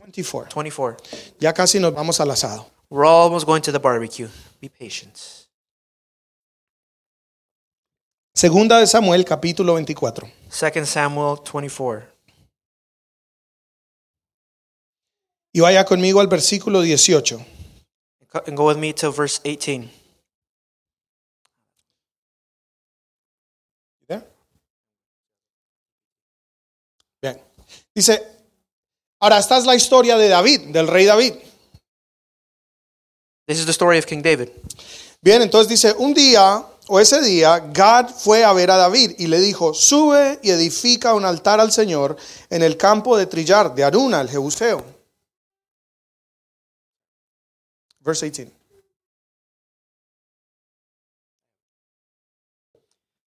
Speaker 1: 24.
Speaker 2: 24.
Speaker 1: Ya casi nos vamos al asado.
Speaker 2: We're almost going to the barbecue. Be patient.
Speaker 1: Segunda de Samuel, capítulo 24.
Speaker 2: 2 Samuel 24.
Speaker 1: Y vaya conmigo al versículo 18.
Speaker 2: Co- And go with me to verse 18.
Speaker 1: Bien. Bien. Dice, ahora esta es la historia de David, del rey David.
Speaker 2: This is the story of King David.
Speaker 1: Bien, entonces dice, un día o ese día, Gad fue a ver a David y le dijo, sube y edifica un altar al Señor en el campo de Trillar, de Aruna, el Jebuseo. Verse 18.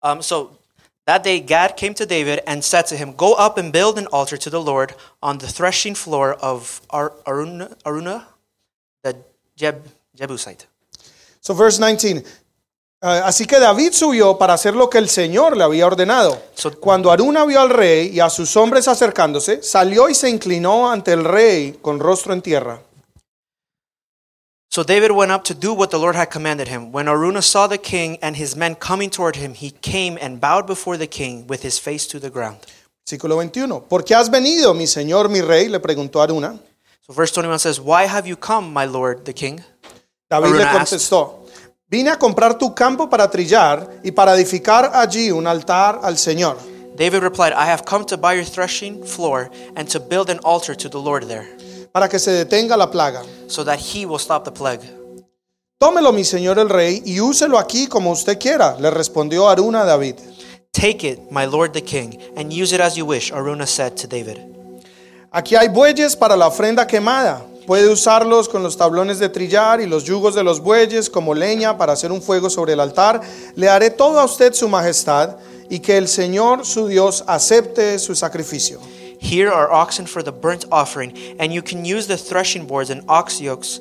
Speaker 2: Um, so that day, Gad came to David and said to him, Go up and build an altar to the Lord on the threshing floor of Ar- Aruna, Aruna, the Jeb- Jebusite.
Speaker 1: So verse 19. Ah, Así que David subió para hacer lo que el Señor le había ordenado.
Speaker 2: So-
Speaker 1: Cuando Aruna vio al rey y a sus hombres acercándose, salió y se inclinó ante el rey con rostro en tierra.
Speaker 2: So David went up to do what the Lord had commanded him. When Aruna saw the king and his men coming toward him, he came and bowed before the king with his face to the ground.
Speaker 1: Versículo 21. ¿Por qué has venido, mi señor, mi rey? Le preguntó Aruna.
Speaker 2: So verse 21 says, Why have you come, my lord, the king?
Speaker 1: David
Speaker 2: Aruna
Speaker 1: le
Speaker 2: asked.
Speaker 1: contestó, vine a comprar tu campo para trillar y para edificar allí un altar al Señor.
Speaker 2: David replied, I have come to buy your threshing floor and to build an altar to the Lord there,
Speaker 1: para que se detenga la plaga.
Speaker 2: so that he will stop the plague.
Speaker 1: Tómelo, mi señor el rey, y úselo aquí como usted quiera, le respondió Aruna a David.
Speaker 2: Take it, my lord the king, and use it as you wish, Aruna said to David.
Speaker 1: Aquí hay bueyes para la ofrenda quemada. Puede usarlos con los tablones de trillar y los yugos de los bueyes como leña para hacer un fuego sobre el altar. Le haré todo a usted, su majestad, y que el Señor su Dios acepte su sacrificio.
Speaker 2: Here are oxen for the burnt offering, and you can use the threshing boards and ox yokes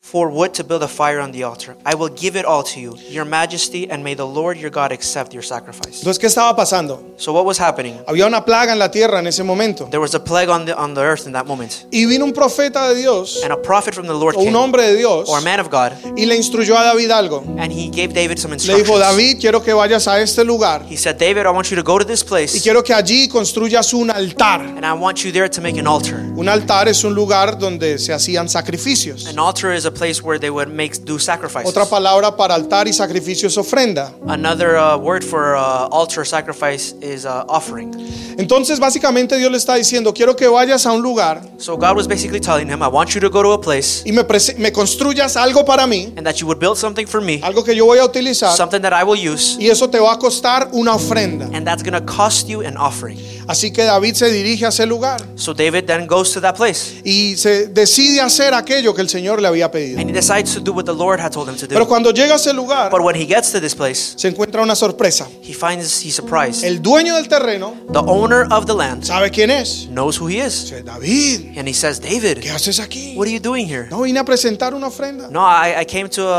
Speaker 2: for wood to build a fire on the altar. I will give it all to you, your majesty, and may the Lord your God accept your sacrifice.
Speaker 1: Entonces, ¿qué estaba pasando?
Speaker 2: So what was happening?
Speaker 1: Había una plaga en la tierra en ese momento.
Speaker 2: There was a plague on the on the earth in that moment.
Speaker 1: Y vino un profeta de Dios,
Speaker 2: And a prophet from the Lord
Speaker 1: o un
Speaker 2: came,
Speaker 1: hombre de Dios,
Speaker 2: or a man of God,
Speaker 1: y le instruyó a David algo.
Speaker 2: and he gave David some
Speaker 1: Le dijo,
Speaker 2: instructions.
Speaker 1: David, quiero que vayas a este lugar
Speaker 2: He said, David, I want you to go to this
Speaker 1: y
Speaker 2: place,
Speaker 1: quiero que allí construyas un altar.
Speaker 2: and I want you there to make an altar.
Speaker 1: Un altar es un lugar donde se hacían sacrificios.
Speaker 2: An altar is a place where they would make do sacrifices.
Speaker 1: Otra palabra para altar y sacrificio es ofrenda.
Speaker 2: Another uh, word for uh, altar sacrifice is uh, offering.
Speaker 1: Entonces, básicamente Dios le está diciendo, quiero que vayas a un lugar
Speaker 2: So God was basically telling him, I want you to go to a place
Speaker 1: y me, prese- me construyas algo para mí,
Speaker 2: and that you would build something for me,
Speaker 1: algo que yo voy a utilizar,
Speaker 2: something that I will use,
Speaker 1: y eso te va a costar una ofrenda.
Speaker 2: and that's going to cost you an offering.
Speaker 1: Así que David se dirige a ese lugar
Speaker 2: So David then goes to that place
Speaker 1: y se decide hacer aquello que el Señor le había pedido.
Speaker 2: and he decides to do what the Lord had told him to
Speaker 1: Pero
Speaker 2: do.
Speaker 1: cuando llega a ese lugar,
Speaker 2: But when he gets to this place,
Speaker 1: se encuentra una sorpresa.
Speaker 2: he finds he's surprised.
Speaker 1: El dueño del terreno
Speaker 2: The owner of the land
Speaker 1: ¿Sabe quién es?
Speaker 2: knows who he is.
Speaker 1: Dice, David,
Speaker 2: And he says,
Speaker 1: ¿qué
Speaker 2: David,
Speaker 1: haces aquí?
Speaker 2: what are you doing here?
Speaker 1: No, vine a presentar una ofrenda.
Speaker 2: No, I, I came to uh,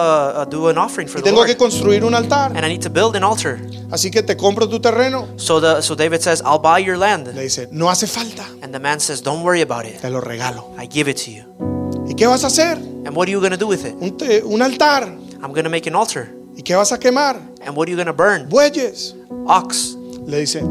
Speaker 2: uh, do an offering for the
Speaker 1: Tengo que
Speaker 2: Lord,
Speaker 1: construir un altar.
Speaker 2: and I need to build an altar.
Speaker 1: Así que te compro tu terreno.
Speaker 2: So the so David says, "I'll buy your
Speaker 1: Le
Speaker 2: land,"
Speaker 1: dice, no hace falta.
Speaker 2: and the man says, "Don't worry about it.
Speaker 1: Te lo regalo.
Speaker 2: I give it to you."
Speaker 1: ¿Y qué vas a hacer?
Speaker 2: And what are you gonna do with it?
Speaker 1: Un, te- un altar.
Speaker 2: I'm gonna make an altar.
Speaker 1: ¿Y qué vas a quemar?
Speaker 2: And what are you gonna burn?
Speaker 1: Bueyes.
Speaker 2: Ox.
Speaker 1: Le dice,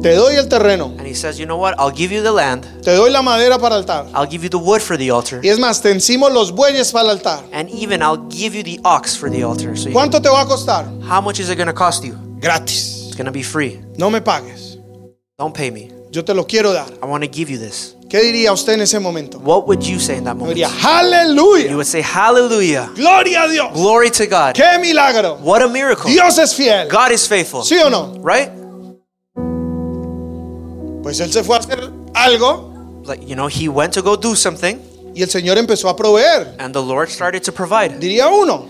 Speaker 1: te doy el terreno.
Speaker 2: And he says, "You know what? I'll give you the land.
Speaker 1: Te doy la madera para altar.
Speaker 2: I'll give you the wood for the altar,
Speaker 1: Y es más, te encimo los bueyes para el altar.
Speaker 2: and even I'll give you the ox for the altar." So you,
Speaker 1: ¿Cuánto te va a costar?
Speaker 2: how much is it gonna cost you?
Speaker 1: Gratis.
Speaker 2: It's gonna be free.
Speaker 1: No me pagues.
Speaker 2: Don't pay me.
Speaker 1: Yo te lo quiero dar.
Speaker 2: I want to give you this.
Speaker 1: ¿Qué diría usted en ese momento?
Speaker 2: What would you say in that
Speaker 1: Yo
Speaker 2: moment?
Speaker 1: diría,
Speaker 2: You
Speaker 1: aleluya.
Speaker 2: would say, "Hallelujah!
Speaker 1: Gloria a Dios.
Speaker 2: Glory to God!
Speaker 1: ¡Qué milagro!
Speaker 2: What a miracle!
Speaker 1: Dios es fiel.
Speaker 2: God is faithful."
Speaker 1: ¿Sí o no?
Speaker 2: Right?
Speaker 1: Pues él se fue a hacer algo
Speaker 2: Like you know, he went to go do something.
Speaker 1: y el Señor empezó a proveer.
Speaker 2: And the Lord started to provide.
Speaker 1: Diría uno,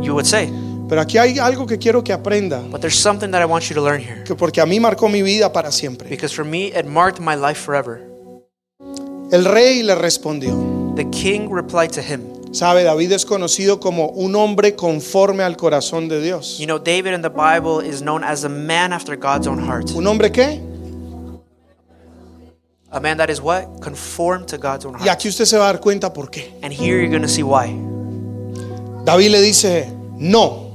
Speaker 2: You would say,
Speaker 1: Pero aquí hay algo que quiero que aprenda,
Speaker 2: But there's something that I want you to learn here.
Speaker 1: que porque a mí marcó mi vida para siempre.
Speaker 2: Because for me, it marked my life forever.
Speaker 1: El rey le respondió,
Speaker 2: The king replied to him.
Speaker 1: sabe, David es conocido como un hombre conforme al corazón de Dios.
Speaker 2: You know, David in the Bible is known as a man after God's own heart.
Speaker 1: ¿Un hombre qué?
Speaker 2: A man that is what? Conformed to God's own
Speaker 1: Y
Speaker 2: heart.
Speaker 1: aquí usted se va a dar cuenta por qué.
Speaker 2: And here you're going to see why.
Speaker 1: David le dice, no.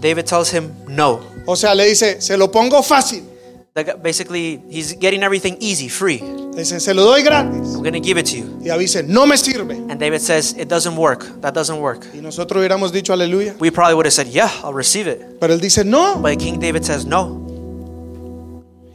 Speaker 2: David tells him no.
Speaker 1: O sea, le dice, se lo pongo fácil.
Speaker 2: The guy- Basically, he's getting everything easy, free. I'm
Speaker 1: Le dice, se lo doy gratis.
Speaker 2: going to give it to you.
Speaker 1: Y David dice, no me sirve.
Speaker 2: And David says, It doesn't work. That doesn't work.
Speaker 1: Y nosotros hubiéramos dicho aleluya.
Speaker 2: We probably would have said, Yeah, I'll receive it.
Speaker 1: Pero él dice, no,
Speaker 2: But King David says, No,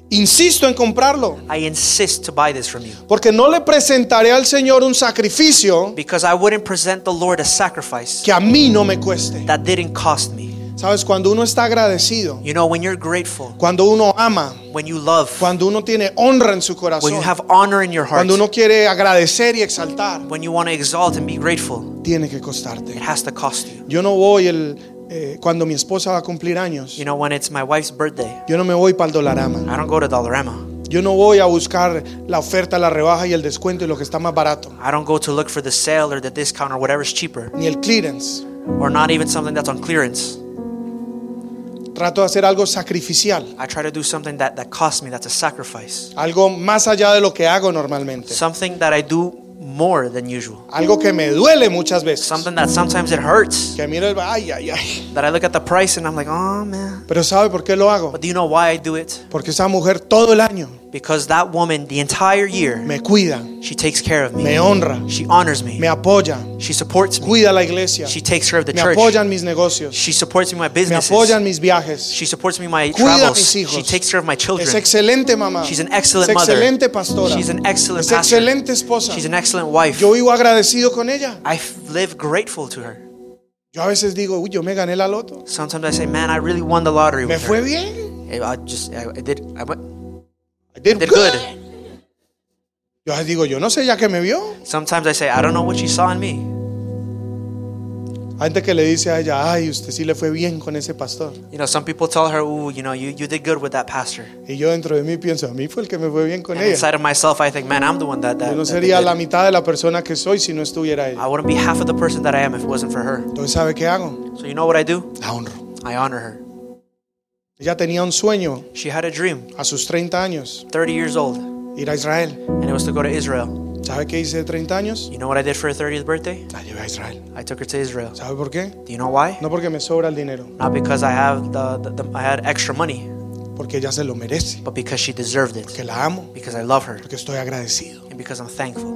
Speaker 1: insisto en comprarlo.
Speaker 2: I insist to buy this from you.
Speaker 1: Porque no le presentaré al Señor un sacrificio
Speaker 2: Because I wouldn't present the Lord a sacrifice
Speaker 1: que a mí no me cueste.
Speaker 2: that didn't cost me.
Speaker 1: Sabes, cuando uno está agradecido,
Speaker 2: You know, when you're grateful,
Speaker 1: cuando uno ama,
Speaker 2: when you love,
Speaker 1: cuando uno tiene honra en su
Speaker 2: when you
Speaker 1: corazón,
Speaker 2: have honor in your heart,
Speaker 1: cuando uno quiere agradecer y exaltar,
Speaker 2: when you want to exalt and be grateful,
Speaker 1: tiene que
Speaker 2: it
Speaker 1: costarte.
Speaker 2: has to cost you.
Speaker 1: Yo no voy el, eh, cuando mi esposa va a cumplir años,
Speaker 2: You know, when it's my wife's birthday,
Speaker 1: yo no me voy para el dolarama.
Speaker 2: I don't go to Dollarama.
Speaker 1: Yo no voy a buscar la oferta, la rebaja y el descuento y lo que está más barato,
Speaker 2: I don't go to look for the sale or the discount or whatever's cheaper,
Speaker 1: ni el clearance.
Speaker 2: or not even something that's on clearance.
Speaker 1: Trato de hacer algo sacrificial,
Speaker 2: I try to do something that, that costs me, that's a sacrifice.
Speaker 1: algo más allá de lo que hago normalmente,
Speaker 2: Something that I do more than usual.
Speaker 1: algo que me duele muchas veces.
Speaker 2: Something that sometimes it hurts.
Speaker 1: Que miro el, ay, ay, ay.
Speaker 2: That I look at the price and I'm like, oh man.
Speaker 1: Pero ¿sabe por qué lo hago?
Speaker 2: But do you know why I do it?
Speaker 1: Porque esa mujer todo el año
Speaker 2: Because that woman, the entire year,
Speaker 1: me cuida,
Speaker 2: she takes care of me.
Speaker 1: me honra,
Speaker 2: She honors me.
Speaker 1: me apoya,
Speaker 2: She supports me.
Speaker 1: cuida la iglesia,
Speaker 2: She takes care of the
Speaker 1: me
Speaker 2: church.
Speaker 1: apoyan mis negocios,
Speaker 2: She supports me in my
Speaker 1: me
Speaker 2: businesses.
Speaker 1: apoyan mis viajes.
Speaker 2: She supports me in my
Speaker 1: Cuida a
Speaker 2: travels.
Speaker 1: mis hijos.
Speaker 2: She takes care of my
Speaker 1: Es
Speaker 2: children.
Speaker 1: excelente mamá,
Speaker 2: She's an excellent
Speaker 1: es
Speaker 2: mother.
Speaker 1: excelente pastora,
Speaker 2: She's an excellent
Speaker 1: es
Speaker 2: pastor.
Speaker 1: excelente esposa.
Speaker 2: She's an excellent wife.
Speaker 1: Yo vivo agradecido con ella.
Speaker 2: I f- live grateful to her.
Speaker 1: Yo a veces digo, uy, yo me gané la loto.
Speaker 2: Sometimes I say, man, I really won the lottery
Speaker 1: Me
Speaker 2: with
Speaker 1: fue
Speaker 2: her.
Speaker 1: bien.
Speaker 2: Eh, I just, I, I did, I went,
Speaker 1: I did
Speaker 2: did
Speaker 1: good.
Speaker 2: good.
Speaker 1: Yo a veces digo, yo no sé ya que me vio.
Speaker 2: Sometimes I say, I don't know what she saw in me.
Speaker 1: Hay gente que le dice a ella, ay, usted sí le fue bien con ese pastor.
Speaker 2: You know, some people tell her, ooh, you know, you, you did good with that pastor.
Speaker 1: Y yo dentro de mí pienso, a mí fue el que me fue bien con
Speaker 2: And
Speaker 1: ella.
Speaker 2: inside of myself, I think, man, I'm the one that, that,
Speaker 1: Yo no
Speaker 2: that did
Speaker 1: sería la
Speaker 2: good.
Speaker 1: mitad de la persona que soy si no estuviera ella.
Speaker 2: I wouldn't be half of the person that I am if it wasn't for her.
Speaker 1: Entonces, ¿sabe qué hago?
Speaker 2: So you know what I do?
Speaker 1: La honro.
Speaker 2: I honor her.
Speaker 1: Ella tenía un sueño
Speaker 2: She had a dream,
Speaker 1: a sus 30 años,
Speaker 2: 30 years old, and
Speaker 1: ir a Israel.
Speaker 2: it was to go to Israel.
Speaker 1: ¿Sabe qué hice de 30 años?
Speaker 2: You know what I did for her 30th birthday?
Speaker 1: La llevé a Israel.
Speaker 2: I took her to Israel.
Speaker 1: ¿Sabe por qué?
Speaker 2: Do you know why?
Speaker 1: No porque me sobra el dinero,
Speaker 2: Not because I have the, the, the I had extra money,
Speaker 1: porque ella se lo merece,
Speaker 2: but because she deserved it.
Speaker 1: porque la amo,
Speaker 2: Because I love her
Speaker 1: porque estoy agradecido,
Speaker 2: and because I'm thankful.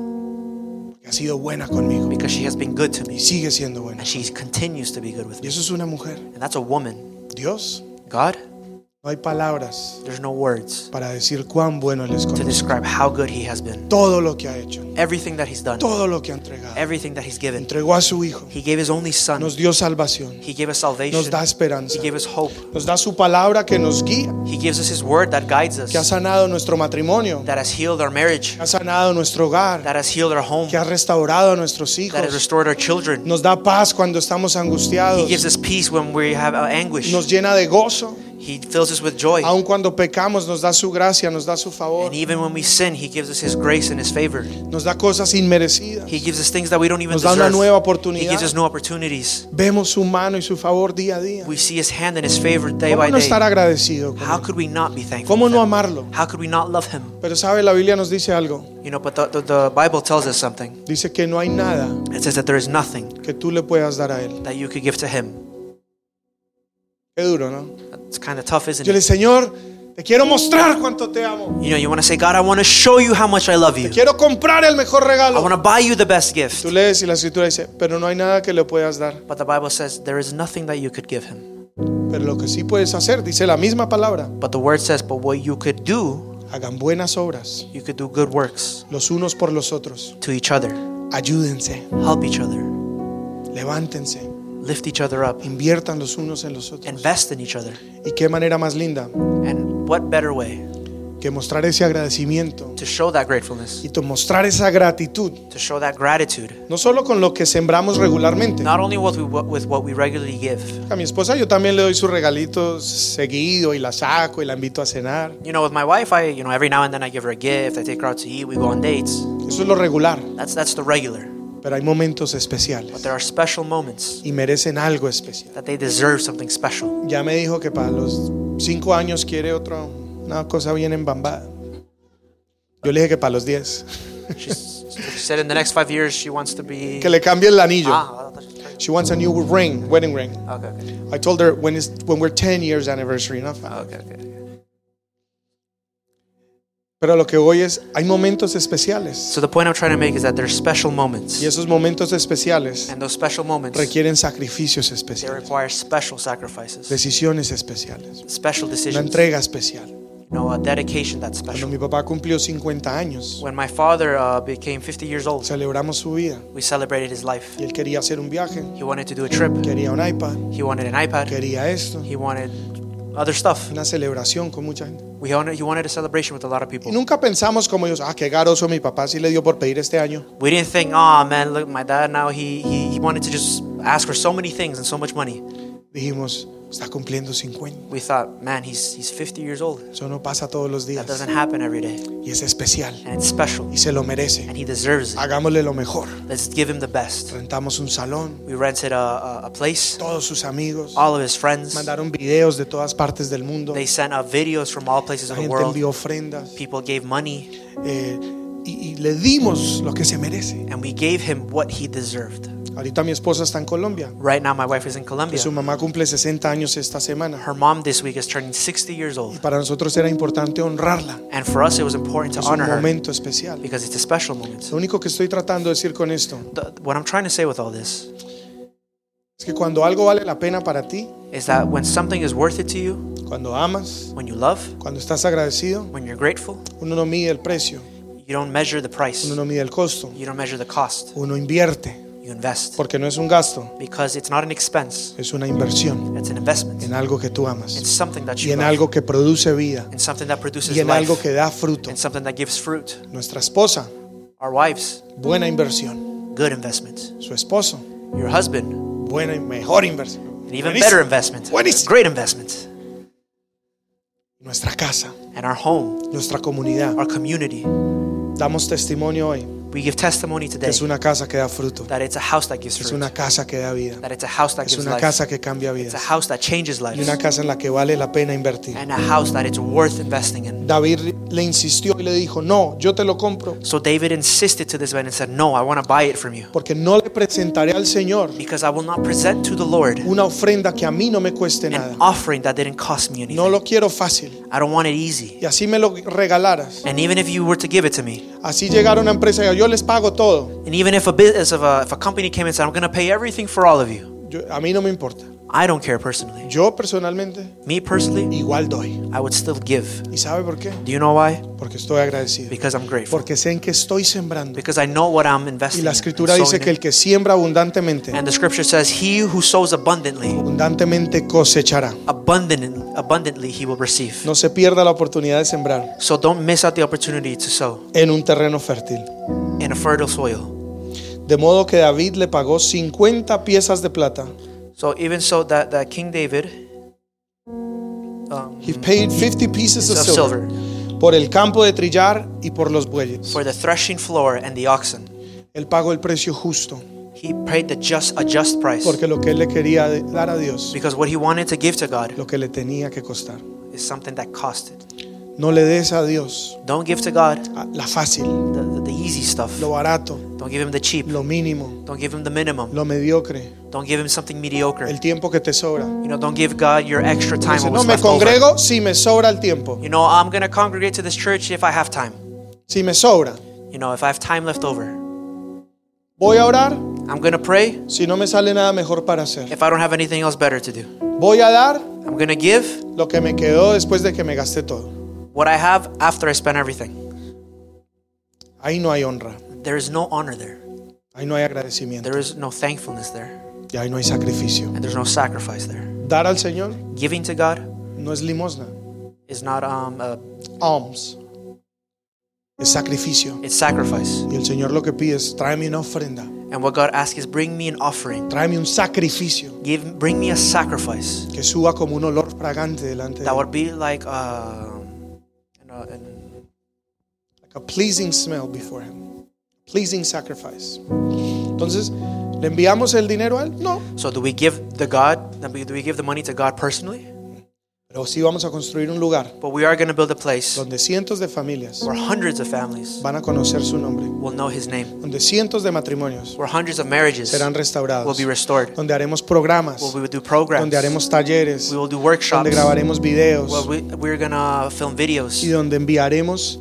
Speaker 1: porque ha sido buena conmigo
Speaker 2: Because she has been good to
Speaker 1: y
Speaker 2: me
Speaker 1: sigue siendo buena.
Speaker 2: and she continues to be good with
Speaker 1: Y
Speaker 2: me.
Speaker 1: eso es una mujer.
Speaker 2: And that's a woman.
Speaker 1: Dios,
Speaker 2: God,
Speaker 1: no hay palabras
Speaker 2: there's no words
Speaker 1: para decir cuán bueno Él es
Speaker 2: to
Speaker 1: con
Speaker 2: describe how good he has been.
Speaker 1: todo lo que ha hecho,
Speaker 2: Everything that he's done,
Speaker 1: todo lo que ha entregado.
Speaker 2: everything that he's given.
Speaker 1: Entregó a su Hijo,
Speaker 2: He gave his only son.
Speaker 1: nos dio salvación,
Speaker 2: He gave us
Speaker 1: nos
Speaker 2: salvation.
Speaker 1: da
Speaker 2: He
Speaker 1: esperanza,
Speaker 2: gave us hope.
Speaker 1: nos da su palabra que nos guía,
Speaker 2: He gives us his word that guides
Speaker 1: que ha
Speaker 2: us,
Speaker 1: sanado nuestro matrimonio,
Speaker 2: that has healed our marriage,
Speaker 1: que ha sanado nuestro hogar,
Speaker 2: that has healed our home,
Speaker 1: que ha restaurado a nuestros
Speaker 2: that has
Speaker 1: hijos,
Speaker 2: restored our children.
Speaker 1: nos da paz cuando estamos angustiados,
Speaker 2: He gives us peace when we have uh, anguish.
Speaker 1: nos llena de gozo,
Speaker 2: He fills us with joy.
Speaker 1: aun cuando pecamos nos da su gracia, nos da su favor,
Speaker 2: And even when we sin, he gives us his grace and his favor.
Speaker 1: nos da cosas inmerecidas.
Speaker 2: He gives us things that we don't even
Speaker 1: Nos da una
Speaker 2: deserve.
Speaker 1: nueva
Speaker 2: He gives
Speaker 1: oportunidad.
Speaker 2: us new opportunities.
Speaker 1: Vemos su mano y su favor día a día.
Speaker 2: We see His hand and His favor day
Speaker 1: ¿Cómo
Speaker 2: by
Speaker 1: no
Speaker 2: day.
Speaker 1: estar agradecido? con
Speaker 2: How
Speaker 1: él?
Speaker 2: could we not be thankful?
Speaker 1: ¿Cómo
Speaker 2: for
Speaker 1: no
Speaker 2: Him?
Speaker 1: amarlo?
Speaker 2: How could we not love Him?
Speaker 1: Pero sabe, la Biblia nos dice algo.
Speaker 2: You know, but the, the, the Bible tells us something.
Speaker 1: Dice que no hay nada
Speaker 2: It says that there is nothing
Speaker 1: que tú le puedas dar a él.
Speaker 2: that you could give to Him.
Speaker 1: Qué duro, ¿no?
Speaker 2: That's kind of tough, isn't
Speaker 1: Yo le
Speaker 2: it?
Speaker 1: Señor, te quiero mostrar cuánto te amo.
Speaker 2: You know, you want to say, God, I want to show you how much I love you.
Speaker 1: Quiero comprar el mejor
Speaker 2: I
Speaker 1: regalo.
Speaker 2: want to buy you the best gift.
Speaker 1: Tú lees y la escritura dice, pero no hay nada que le puedas dar.
Speaker 2: But the Bible says there is nothing that you could give Him.
Speaker 1: Pero lo que sí puedes hacer, dice la misma palabra,
Speaker 2: But the Word says, but what you could do,
Speaker 1: hagan buenas obras
Speaker 2: you could do good works
Speaker 1: los unos por los otros.
Speaker 2: to each other,
Speaker 1: Ayúdense,
Speaker 2: help each other,
Speaker 1: levántense,
Speaker 2: lift each other up,
Speaker 1: inviertan los unos en los otros.
Speaker 2: invest in each other.
Speaker 1: ¿Y qué manera más linda
Speaker 2: And what better way
Speaker 1: que mostrar ese agradecimiento
Speaker 2: to show that gratefulness,
Speaker 1: y to- mostrar esa gratitud,
Speaker 2: to show that gratitude,
Speaker 1: no solo con lo que sembramos regularmente.
Speaker 2: not only with, we, with what we regularly give.
Speaker 1: A mi esposa yo también le doy sus regalitos seguido y la saco y la invito a cenar.
Speaker 2: You know, with my wife, I, you know, every now and then I give her a gift, I take her out to eat, we go on dates.
Speaker 1: Eso es lo regular,
Speaker 2: That's, that's the regular.
Speaker 1: pero hay momentos especiales
Speaker 2: But there are special moments
Speaker 1: y merecen algo especial.
Speaker 2: that they deserve something special.
Speaker 1: Ya me dijo que para los cinco años quiere otra una cosa bien embambada. Yo le dije que para los 10.
Speaker 2: She's, she said in the next five years she wants to be.
Speaker 1: Que le cambie el anillo.
Speaker 2: Ah, I thought she was pregnant.
Speaker 1: She wants a new ring, wedding ring.
Speaker 2: okay, okay,
Speaker 1: I told her when, it's, when we're 10 years anniversary, not five.
Speaker 2: okay, okay, okay.
Speaker 1: Pero lo que voy es, hay momentos especiales.
Speaker 2: So the point I'm trying to make is that there's special moments,
Speaker 1: Y esos momentos especiales
Speaker 2: and those special moments
Speaker 1: requieren sacrificios
Speaker 2: they
Speaker 1: especiales,
Speaker 2: require special sacrifices,
Speaker 1: decisiones especiales,
Speaker 2: special
Speaker 1: una
Speaker 2: decisions,
Speaker 1: entrega especial.
Speaker 2: you know, a dedication that's
Speaker 1: Cuando
Speaker 2: special.
Speaker 1: mi papá cumplió 50 años,
Speaker 2: When my father uh, became 50 years old,
Speaker 1: celebramos su vida.
Speaker 2: we celebrated his life.
Speaker 1: Y él quería hacer un viaje,
Speaker 2: He wanted to do a trip.
Speaker 1: quería un iPad,
Speaker 2: He wanted an iPad.
Speaker 1: quería esto,
Speaker 2: He wanted other stuff.
Speaker 1: una celebración con mucha gente.
Speaker 2: We wanted, he wanted a celebration with a lot of
Speaker 1: Y
Speaker 2: people.
Speaker 1: nunca pensamos como ellos, ah, qué garoso mi papá sí le dio por pedir este año.
Speaker 2: We didn't think, oh man, look, my dad now he, he he wanted to just ask for so many things and so much money.
Speaker 1: Dijimos, está cumpliendo 50.
Speaker 2: We thought, man, he's he's 50 years old.
Speaker 1: Eso no pasa todos los
Speaker 2: That
Speaker 1: días
Speaker 2: doesn't happen every day,
Speaker 1: y es especial
Speaker 2: and it's special,
Speaker 1: y se lo merece.
Speaker 2: and he deserves it.
Speaker 1: Hagámosle lo mejor.
Speaker 2: Let's give him the best.
Speaker 1: Rentamos un salón,
Speaker 2: We rented a, a, a place.
Speaker 1: todos sus amigos
Speaker 2: All of his friends
Speaker 1: mandaron videos de todas partes del mundo.
Speaker 2: they sent out videos from all places
Speaker 1: La
Speaker 2: of the
Speaker 1: gente
Speaker 2: world.
Speaker 1: envió ofrendas
Speaker 2: People gave money,
Speaker 1: eh, y, y le dimos lo que se merece.
Speaker 2: and we gave him what he deserved.
Speaker 1: Ahorita mi esposa está en Colombia.
Speaker 2: Right now, my wife is in
Speaker 1: que
Speaker 2: Colombia.
Speaker 1: Su mamá cumple 60 años esta semana.
Speaker 2: Her mom this week is turning 60 years
Speaker 1: Y
Speaker 2: old,
Speaker 1: para nosotros era importante honrarla.
Speaker 2: and for us it was important to
Speaker 1: Es un
Speaker 2: honor her
Speaker 1: momento especial.
Speaker 2: because it's a special moment.
Speaker 1: Lo único que estoy tratando de decir con esto
Speaker 2: The- what I'm trying to say with all this
Speaker 1: es que cuando algo vale la pena para ti,
Speaker 2: is that when something is worth it to you,
Speaker 1: cuando amas,
Speaker 2: when you love,
Speaker 1: cuando estás agradecido,
Speaker 2: when you're grateful,
Speaker 1: uno no mide el precio,
Speaker 2: you don't measure the price,
Speaker 1: uno no mide el costo,
Speaker 2: you don't measure the cost,
Speaker 1: uno invierte,
Speaker 2: you invest.
Speaker 1: porque no es un gasto,
Speaker 2: Because it's not an expense,
Speaker 1: es una inversión
Speaker 2: it's an investment.
Speaker 1: en algo que tú amas,
Speaker 2: It's something that
Speaker 1: y
Speaker 2: you
Speaker 1: en
Speaker 2: love,
Speaker 1: algo que produce vida,
Speaker 2: and something that produces
Speaker 1: y en
Speaker 2: life,
Speaker 1: algo que da fruto.
Speaker 2: and something that gives fruit.
Speaker 1: Nuestra esposa,
Speaker 2: Our wives,
Speaker 1: buena inversión.
Speaker 2: good investment.
Speaker 1: Su esposo,
Speaker 2: Your husband,
Speaker 1: buena y mejor inversión.
Speaker 2: an even
Speaker 1: Buenísimo.
Speaker 2: better investment.
Speaker 1: Buenísimo.
Speaker 2: Great investment.
Speaker 1: Nuestra casa,
Speaker 2: And our home,
Speaker 1: nuestra comunidad.
Speaker 2: our community.
Speaker 1: Damos testimonio hoy
Speaker 2: We give testimony
Speaker 1: que
Speaker 2: today
Speaker 1: es una casa que da fruto,
Speaker 2: that it's a house that gives
Speaker 1: es
Speaker 2: fruit,
Speaker 1: una casa que da vida,
Speaker 2: that it's a house that
Speaker 1: es
Speaker 2: gives
Speaker 1: una
Speaker 2: life,
Speaker 1: casa que cambia
Speaker 2: it's a
Speaker 1: vidas
Speaker 2: house that changes lives.
Speaker 1: y una casa en la que vale la pena invertir.
Speaker 2: and a house that it's worth investing in.
Speaker 1: David le insistió y le dijo, no, yo te lo compro,
Speaker 2: So David insisted to this man and said, No, I want to buy it from you
Speaker 1: porque no le presentaré al Señor
Speaker 2: because I will not present to the Lord
Speaker 1: una ofrenda que a mí no me cueste nada.
Speaker 2: an offering that didn't cost me
Speaker 1: No
Speaker 2: anything.
Speaker 1: lo quiero fácil.
Speaker 2: I don't want it easy.
Speaker 1: Y así me lo regalaras.
Speaker 2: And even if you were to give it to me,
Speaker 1: Así llegara una empresa y diga, yo les pago todo.
Speaker 2: and even if a business of a, if a company came and said, I'm going to pay everything for all of you,
Speaker 1: Yo- a mí no me importa.
Speaker 2: I don't care personally.
Speaker 1: Yo personalmente
Speaker 2: Me personally,
Speaker 1: igual doy.
Speaker 2: I would still give.
Speaker 1: ¿Y sabe por qué?
Speaker 2: Do you know why?
Speaker 1: Porque estoy agradecido.
Speaker 2: Because I'm grateful.
Speaker 1: Porque sé en qué estoy sembrando.
Speaker 2: Because I know what I'm
Speaker 1: Y
Speaker 2: investing in.
Speaker 1: la
Speaker 2: and
Speaker 1: escritura
Speaker 2: sowing
Speaker 1: dice que
Speaker 2: in.
Speaker 1: el que siembra abundantemente,
Speaker 2: And the scripture says, He who sows abundantly,
Speaker 1: abundantemente cosechará.
Speaker 2: abundant, abundantly he will receive.
Speaker 1: No se pierda la oportunidad de sembrar
Speaker 2: So don't miss out the opportunity to sow.
Speaker 1: en un terreno fértil.
Speaker 2: in a fertile soil.
Speaker 1: De modo que David le pagó 50 piezas de plata.
Speaker 2: So even so, that, that King David um,
Speaker 1: He paid 50 pieces
Speaker 2: is of
Speaker 1: of
Speaker 2: silver
Speaker 1: silver por el campo de trillar y por los bueyes.
Speaker 2: for the threshing floor and the oxen,
Speaker 1: Él pagó el precio justo
Speaker 2: he paid the just a just price
Speaker 1: porque lo que él le quería de- dar a Dios,
Speaker 2: because what he wanted to give to God
Speaker 1: lo que le tenía que costar.
Speaker 2: is something that costed.
Speaker 1: No le des a Dios
Speaker 2: Don't give to God
Speaker 1: a- la fácil,
Speaker 2: the, the, the easy stuff.
Speaker 1: lo barato,
Speaker 2: Don't give him the cheap.
Speaker 1: lo mínimo,
Speaker 2: Don't give him the minimum.
Speaker 1: lo mediocre,
Speaker 2: Don't give him something mediocre.
Speaker 1: el tiempo que te sobra.
Speaker 2: You know, don't give God your extra time.
Speaker 1: Dice,
Speaker 2: what
Speaker 1: no
Speaker 2: was
Speaker 1: me
Speaker 2: left over."
Speaker 1: congrego si me sobra el tiempo,
Speaker 2: You know, I'm gonna congregate to this church if I have time.
Speaker 1: si me sobra.
Speaker 2: You know, if I have time left over,
Speaker 1: Voy a orar
Speaker 2: I'm gonna pray
Speaker 1: si no me sale nada mejor para hacer.
Speaker 2: if I don't have anything else better to do.
Speaker 1: Voy a dar
Speaker 2: I'm gonna give
Speaker 1: lo que me quedó después de que me gasté todo.
Speaker 2: what I have after I spend everything.
Speaker 1: Ahí no hay honra,
Speaker 2: There is no honor there.
Speaker 1: ahí no hay agradecimiento
Speaker 2: There is no thankfulness there.
Speaker 1: y ahí no hay sacrificio.
Speaker 2: And there's no sacrifice there.
Speaker 1: Dar al Señor
Speaker 2: Giving to God
Speaker 1: no es limosna,
Speaker 2: is not um, a
Speaker 1: alms. es sacrificio.
Speaker 2: it's sacrifice.
Speaker 1: Y el Señor lo que pide es, tráeme una ofrenda,
Speaker 2: And what God asks is bring me an offering.
Speaker 1: tráeme un sacrificio
Speaker 2: Give, bring me a sacrifice
Speaker 1: que suba como un olor fragante delante de
Speaker 2: that
Speaker 1: Él.
Speaker 2: would be like uh, an, uh, an-
Speaker 1: Like a pleasing smell before Him. Pleasing sacrifice. Entonces, ¿le enviamos el dinero a Él? No.
Speaker 2: so do we give the God? Do we- do we give the money to God personally?
Speaker 1: Pero sí vamos a construir un lugar
Speaker 2: But we are going to build a place
Speaker 1: donde cientos de familias
Speaker 2: where hundreds of families
Speaker 1: van a conocer su nombre,
Speaker 2: will know His name,
Speaker 1: donde cientos de matrimonios
Speaker 2: where hundreds of marriages
Speaker 1: serán
Speaker 2: will
Speaker 1: restaurados,
Speaker 2: be restored,
Speaker 1: donde haremos programas,
Speaker 2: where we will do programs,
Speaker 1: donde haremos talleres,
Speaker 2: we will do
Speaker 1: donde
Speaker 2: workshops,
Speaker 1: grabaremos
Speaker 2: where
Speaker 1: videos
Speaker 2: we, we're going to film videos.
Speaker 1: y donde enviaremos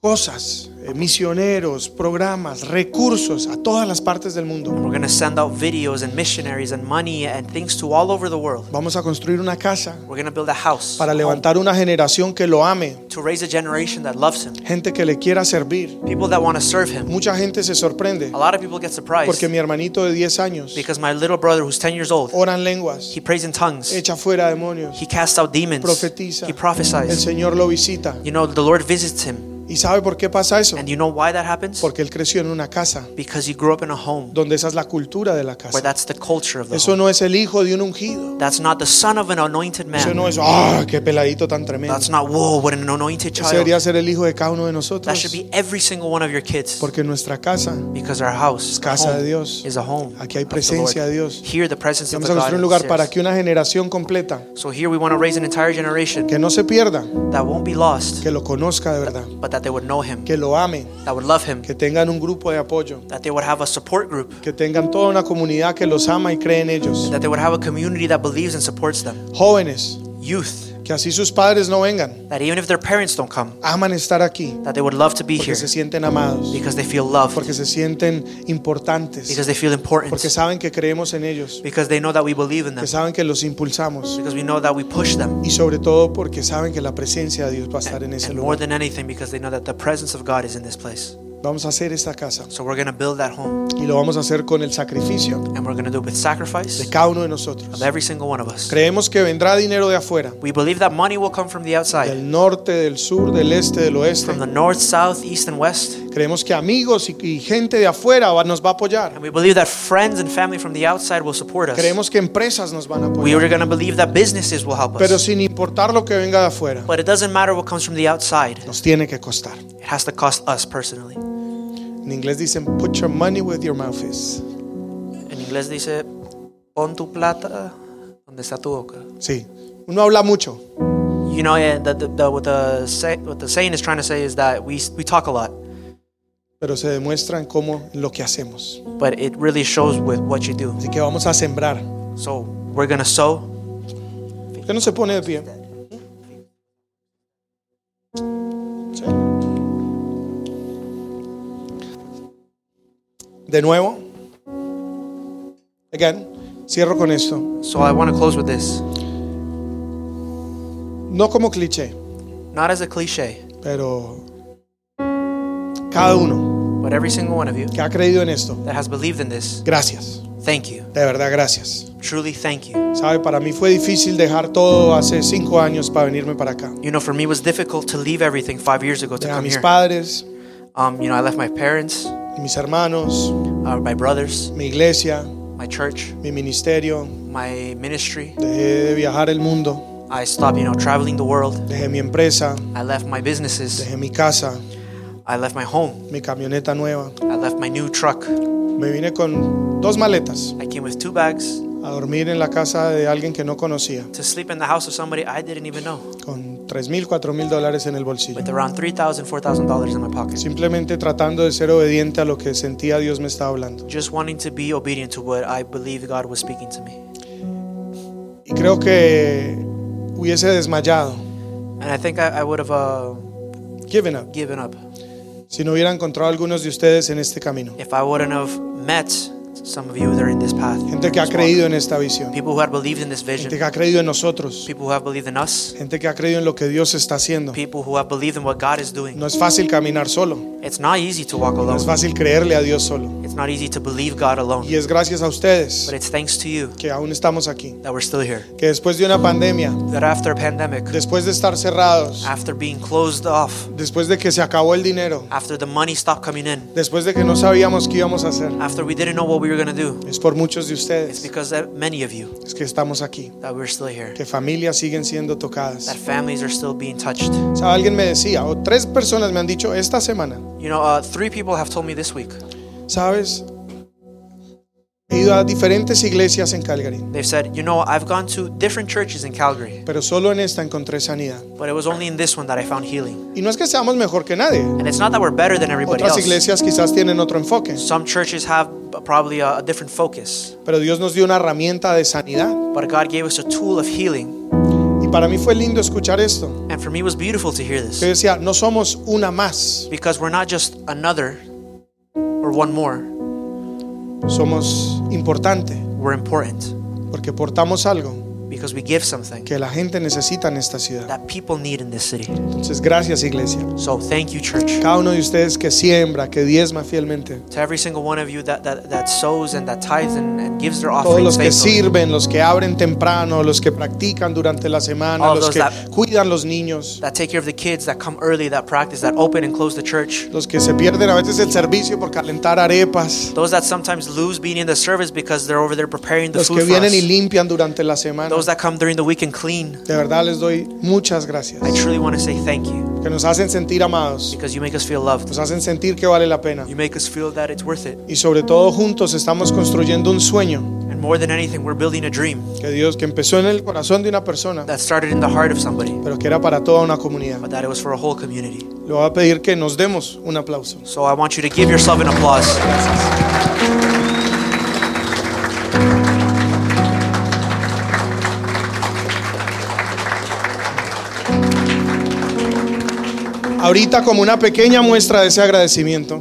Speaker 1: cosas, eh, misioneros, programas, recursos a todas las partes del mundo.
Speaker 2: We're going to send out videos and missionaries and money and things to all over the world.
Speaker 1: Vamos a construir una casa
Speaker 2: We're going to build a house
Speaker 1: para levantar una generación que lo ame,
Speaker 2: to raise a generation that loves Him,
Speaker 1: gente que le quiera servir.
Speaker 2: people that want to serve Him.
Speaker 1: Mucha gente se sorprende
Speaker 2: A lot of people get surprised
Speaker 1: porque mi hermanito de 10 años
Speaker 2: because my little brother, who's 10 years old,
Speaker 1: ora en lenguas,
Speaker 2: he prays in tongues,
Speaker 1: echa fuera demonios,
Speaker 2: he casts out demons,
Speaker 1: Profetiza.
Speaker 2: he
Speaker 1: el
Speaker 2: prophesies.
Speaker 1: Señor lo visita.
Speaker 2: You know, the Lord visits him.
Speaker 1: ¿Y sabe por qué pasa eso?
Speaker 2: And you know why that happens?
Speaker 1: Porque él creció en una casa
Speaker 2: Because he grew up in a home
Speaker 1: donde esa es la cultura de la
Speaker 2: where
Speaker 1: casa.
Speaker 2: that's the culture of the
Speaker 1: Eso
Speaker 2: home.
Speaker 1: no es el hijo de un ungido.
Speaker 2: That's not the son of an anointed
Speaker 1: Eso
Speaker 2: man.
Speaker 1: no es, ah, qué peladito tan tremendo.
Speaker 2: That's not, whoa, what an anointed
Speaker 1: Ese
Speaker 2: child.
Speaker 1: debería ser el hijo de cada uno de
Speaker 2: That should
Speaker 1: nosotros.
Speaker 2: be every single one of your kids.
Speaker 1: Porque nuestra casa,
Speaker 2: Because our house,
Speaker 1: casa
Speaker 2: home,
Speaker 1: de Dios.
Speaker 2: is a home.
Speaker 1: Aquí hay
Speaker 2: of the Lord.
Speaker 1: presencia de Dios.
Speaker 2: Here the presence of
Speaker 1: vamos
Speaker 2: the
Speaker 1: a
Speaker 2: God
Speaker 1: construir un lugar
Speaker 2: is
Speaker 1: para
Speaker 2: here.
Speaker 1: que una generación completa,
Speaker 2: So here we want to raise an entire generation
Speaker 1: que no se pierda,
Speaker 2: that won't be lost,
Speaker 1: que lo conozca de verdad,
Speaker 2: but that they would know Him,
Speaker 1: que lo ame,
Speaker 2: that would love Him,
Speaker 1: que tengan un grupo de apoyo,
Speaker 2: that they would have a support group,
Speaker 1: que tengan toda una comunidad que los ama y cree en ellos.
Speaker 2: that they would have a community that believes and supports them.
Speaker 1: Jóvenes,
Speaker 2: Youth,
Speaker 1: que así sus padres no vengan,
Speaker 2: that even if their parents don't come,
Speaker 1: aman estar aquí,
Speaker 2: that they would love to be
Speaker 1: porque
Speaker 2: here
Speaker 1: se sienten amados,
Speaker 2: because they feel loved,
Speaker 1: porque se sienten importantes,
Speaker 2: because they feel important,
Speaker 1: porque saben que creemos en ellos,
Speaker 2: because they know that we believe in them,
Speaker 1: que saben que los impulsamos
Speaker 2: because we know that we push them.
Speaker 1: y sobre todo porque saben que la presencia de Dios va a estar en ese
Speaker 2: And more
Speaker 1: lugar.
Speaker 2: than anything, because they know that the presence of God is in this place.
Speaker 1: Vamos a hacer esta casa
Speaker 2: So we're going to build that home,
Speaker 1: y lo vamos a hacer con el sacrificio
Speaker 2: and we're going to do it with sacrifice
Speaker 1: de cada uno de nosotros.
Speaker 2: of every single one of us.
Speaker 1: Creemos que vendrá dinero de afuera,
Speaker 2: We believe that money will come from the outside,
Speaker 1: del norte, del sur, del este, del oeste.
Speaker 2: from the north, south, east, and west.
Speaker 1: Creemos que amigos y, y gente de afuera va- nos va a apoyar.
Speaker 2: And we believe that friends and family from the outside will support us.
Speaker 1: Creemos que empresas nos van a
Speaker 2: We
Speaker 1: apoyar.
Speaker 2: are going to believe that businesses will help
Speaker 1: Pero
Speaker 2: us.
Speaker 1: sin importar lo que venga de afuera,
Speaker 2: But it doesn't matter what comes from the outside,
Speaker 1: nos tiene que costar.
Speaker 2: it has to cost us personally.
Speaker 1: En inglés dicen, put your money where your mouth is.
Speaker 2: En inglés dice, pon tu plata donde está tu boca.
Speaker 1: Sí, uno habla mucho,
Speaker 2: You know, eh, the, the, the, what, the say, what the saying is trying to say is that we, we talk a lot,
Speaker 1: pero se demuestra en cómo en lo que hacemos.
Speaker 2: but it really shows with what you do.
Speaker 1: Así que vamos a sembrar.
Speaker 2: So we're going to sow.
Speaker 1: Usted no se pone de pie. Sí. De nuevo. Again, cierro con esto.
Speaker 2: So I want to close with this.
Speaker 1: No como cliché,
Speaker 2: Not as a cliche,
Speaker 1: pero cada uno
Speaker 2: but every single one of you
Speaker 1: que ha creído en esto,
Speaker 2: that has believed in this,
Speaker 1: gracias.
Speaker 2: thank you.
Speaker 1: De verdad, gracias.
Speaker 2: Truly thank you.
Speaker 1: Sabe, para mí fue difícil dejar todo hace cinco años para venirme para acá.
Speaker 2: You know, for me, it was difficult to leave everything five years ago to
Speaker 1: A
Speaker 2: come
Speaker 1: mis
Speaker 2: here.
Speaker 1: padres,
Speaker 2: Um, you know, I left my parents,
Speaker 1: mis hermanos,
Speaker 2: uh, my brothers,
Speaker 1: mi iglesia,
Speaker 2: my church,
Speaker 1: mi ministerio.
Speaker 2: my ministry.
Speaker 1: Dejé de viajar el mundo.
Speaker 2: I stopped, you know, traveling the world.
Speaker 1: Dejé mi empresa,
Speaker 2: I left my businesses.
Speaker 1: dejé mi casa,
Speaker 2: I left my home.
Speaker 1: mi camioneta nueva.
Speaker 2: I left my new truck.
Speaker 1: Me vine con dos maletas
Speaker 2: I came with two bags
Speaker 1: a dormir en la casa de alguien que no conocía,
Speaker 2: to sleep in the house of somebody I didn't even know,
Speaker 1: con tres mil, cuatro mil dólares en el bolsillo.
Speaker 2: with around $3,000, $4,000 in my pocket.
Speaker 1: Simplemente tratando de ser obediente a lo que sentía Dios me estaba hablando.
Speaker 2: Just wanting to be obedient to what I believe God was speaking to me.
Speaker 1: Y creo que hubiese desmayado,
Speaker 2: And I think I, I would have uh,
Speaker 1: given up,
Speaker 2: given up
Speaker 1: si no hubiera encontrado a algunos de ustedes en este camino.
Speaker 2: if I wouldn't have met Some of you that are in this path.
Speaker 1: Gente que ha
Speaker 2: this walk.
Speaker 1: creído en esta visión.
Speaker 2: People who have believed in this
Speaker 1: Gente
Speaker 2: vision.
Speaker 1: que ha creído en nosotros.
Speaker 2: People who have believed in us.
Speaker 1: Gente que ha creído en lo que Dios está haciendo.
Speaker 2: People who have believed in what God is doing.
Speaker 1: No es fácil caminar solo.
Speaker 2: It's not easy to walk
Speaker 1: No es
Speaker 2: alone.
Speaker 1: fácil creerle a Dios solo.
Speaker 2: It's not easy to believe God alone.
Speaker 1: Y es gracias a ustedes
Speaker 2: But it's thanks to you
Speaker 1: que aún estamos aquí.
Speaker 2: that we're still here.
Speaker 1: Que después de una pandemia,
Speaker 2: That after a pandemic,
Speaker 1: después de estar cerrados,
Speaker 2: after being closed off,
Speaker 1: después de que se acabó el dinero,
Speaker 2: after the money stopped coming in,
Speaker 1: después de que no sabíamos qué íbamos a hacer,
Speaker 2: after we didn't know what we were going to do,
Speaker 1: es por muchos de
Speaker 2: it's
Speaker 1: ustedes
Speaker 2: because that many of you
Speaker 1: es que estamos aquí.
Speaker 2: that we're still here.
Speaker 1: Que familias siguen siendo
Speaker 2: That
Speaker 1: tocadas.
Speaker 2: families are still being touched.
Speaker 1: O sea, alguien me decía, o tres personas me han dicho esta semana,
Speaker 2: You know, uh, three people have told me this week.
Speaker 1: ¿sabes? He ido a diferentes iglesias en Calgary,
Speaker 2: They've said, you know, I've gone to different churches in Calgary,
Speaker 1: pero solo en esta encontré sanidad.
Speaker 2: but it was only in this one that I found healing.
Speaker 1: Y no es que seamos mejor que nadie.
Speaker 2: And it's not that we're better than everybody
Speaker 1: Otras
Speaker 2: else.
Speaker 1: iglesias quizás tienen otro enfoque,
Speaker 2: Some churches have probably a, a different focus,
Speaker 1: pero Dios nos dio una herramienta de sanidad.
Speaker 2: but God gave us a tool of healing.
Speaker 1: Y para mí fue lindo escuchar esto.
Speaker 2: And for me, it was beautiful to hear
Speaker 1: Yo
Speaker 2: this
Speaker 1: decía, no somos una más,
Speaker 2: because we're not just another or one more,
Speaker 1: somos importante,
Speaker 2: we're important
Speaker 1: porque portamos algo
Speaker 2: because we give something
Speaker 1: que la gente necesita en esta ciudad.
Speaker 2: that people need in this city.
Speaker 1: Entonces, gracias iglesia.
Speaker 2: So thank you, church.
Speaker 1: Cada uno de ustedes que siembra, que diezma fielmente.
Speaker 2: To every single one of you that, that, that sows and that tithes and, and gives their
Speaker 1: Todos
Speaker 2: offerings
Speaker 1: los que
Speaker 2: faithfully.
Speaker 1: sirven, los que abren temprano, los que practican durante la semana,
Speaker 2: All
Speaker 1: los
Speaker 2: those
Speaker 1: que
Speaker 2: that-
Speaker 1: cuidan los niños,
Speaker 2: that take care of the kids, that come early, that practice, that open and close the church.
Speaker 1: los que se pierden a veces el servicio por calentar arepas,
Speaker 2: Those that sometimes lose being in the service because they're over there preparing the
Speaker 1: los que
Speaker 2: food for
Speaker 1: vienen y
Speaker 2: us.
Speaker 1: limpian durante la semana.
Speaker 2: Those that come during the week and clean.
Speaker 1: De verdad les doy muchas gracias,
Speaker 2: I truly want to say thank you
Speaker 1: que nos hacen sentir amados,
Speaker 2: because you make us feel
Speaker 1: nos
Speaker 2: loved.
Speaker 1: hacen sentir que vale la pena.
Speaker 2: You make us feel that it's worth it.
Speaker 1: Y sobre todo juntos estamos construyendo un sueño
Speaker 2: And more than anything, we're building a dream
Speaker 1: que Dios, que empezó en el corazón de una persona,
Speaker 2: that started in the heart of somebody,
Speaker 1: pero que era para toda una comunidad.
Speaker 2: but that it was for a whole community.
Speaker 1: Le voy a pedir que nos demos un aplauso.
Speaker 2: So I want you to give yourself an applause.
Speaker 1: Ahorita como una pequeña muestra de ese agradecimiento,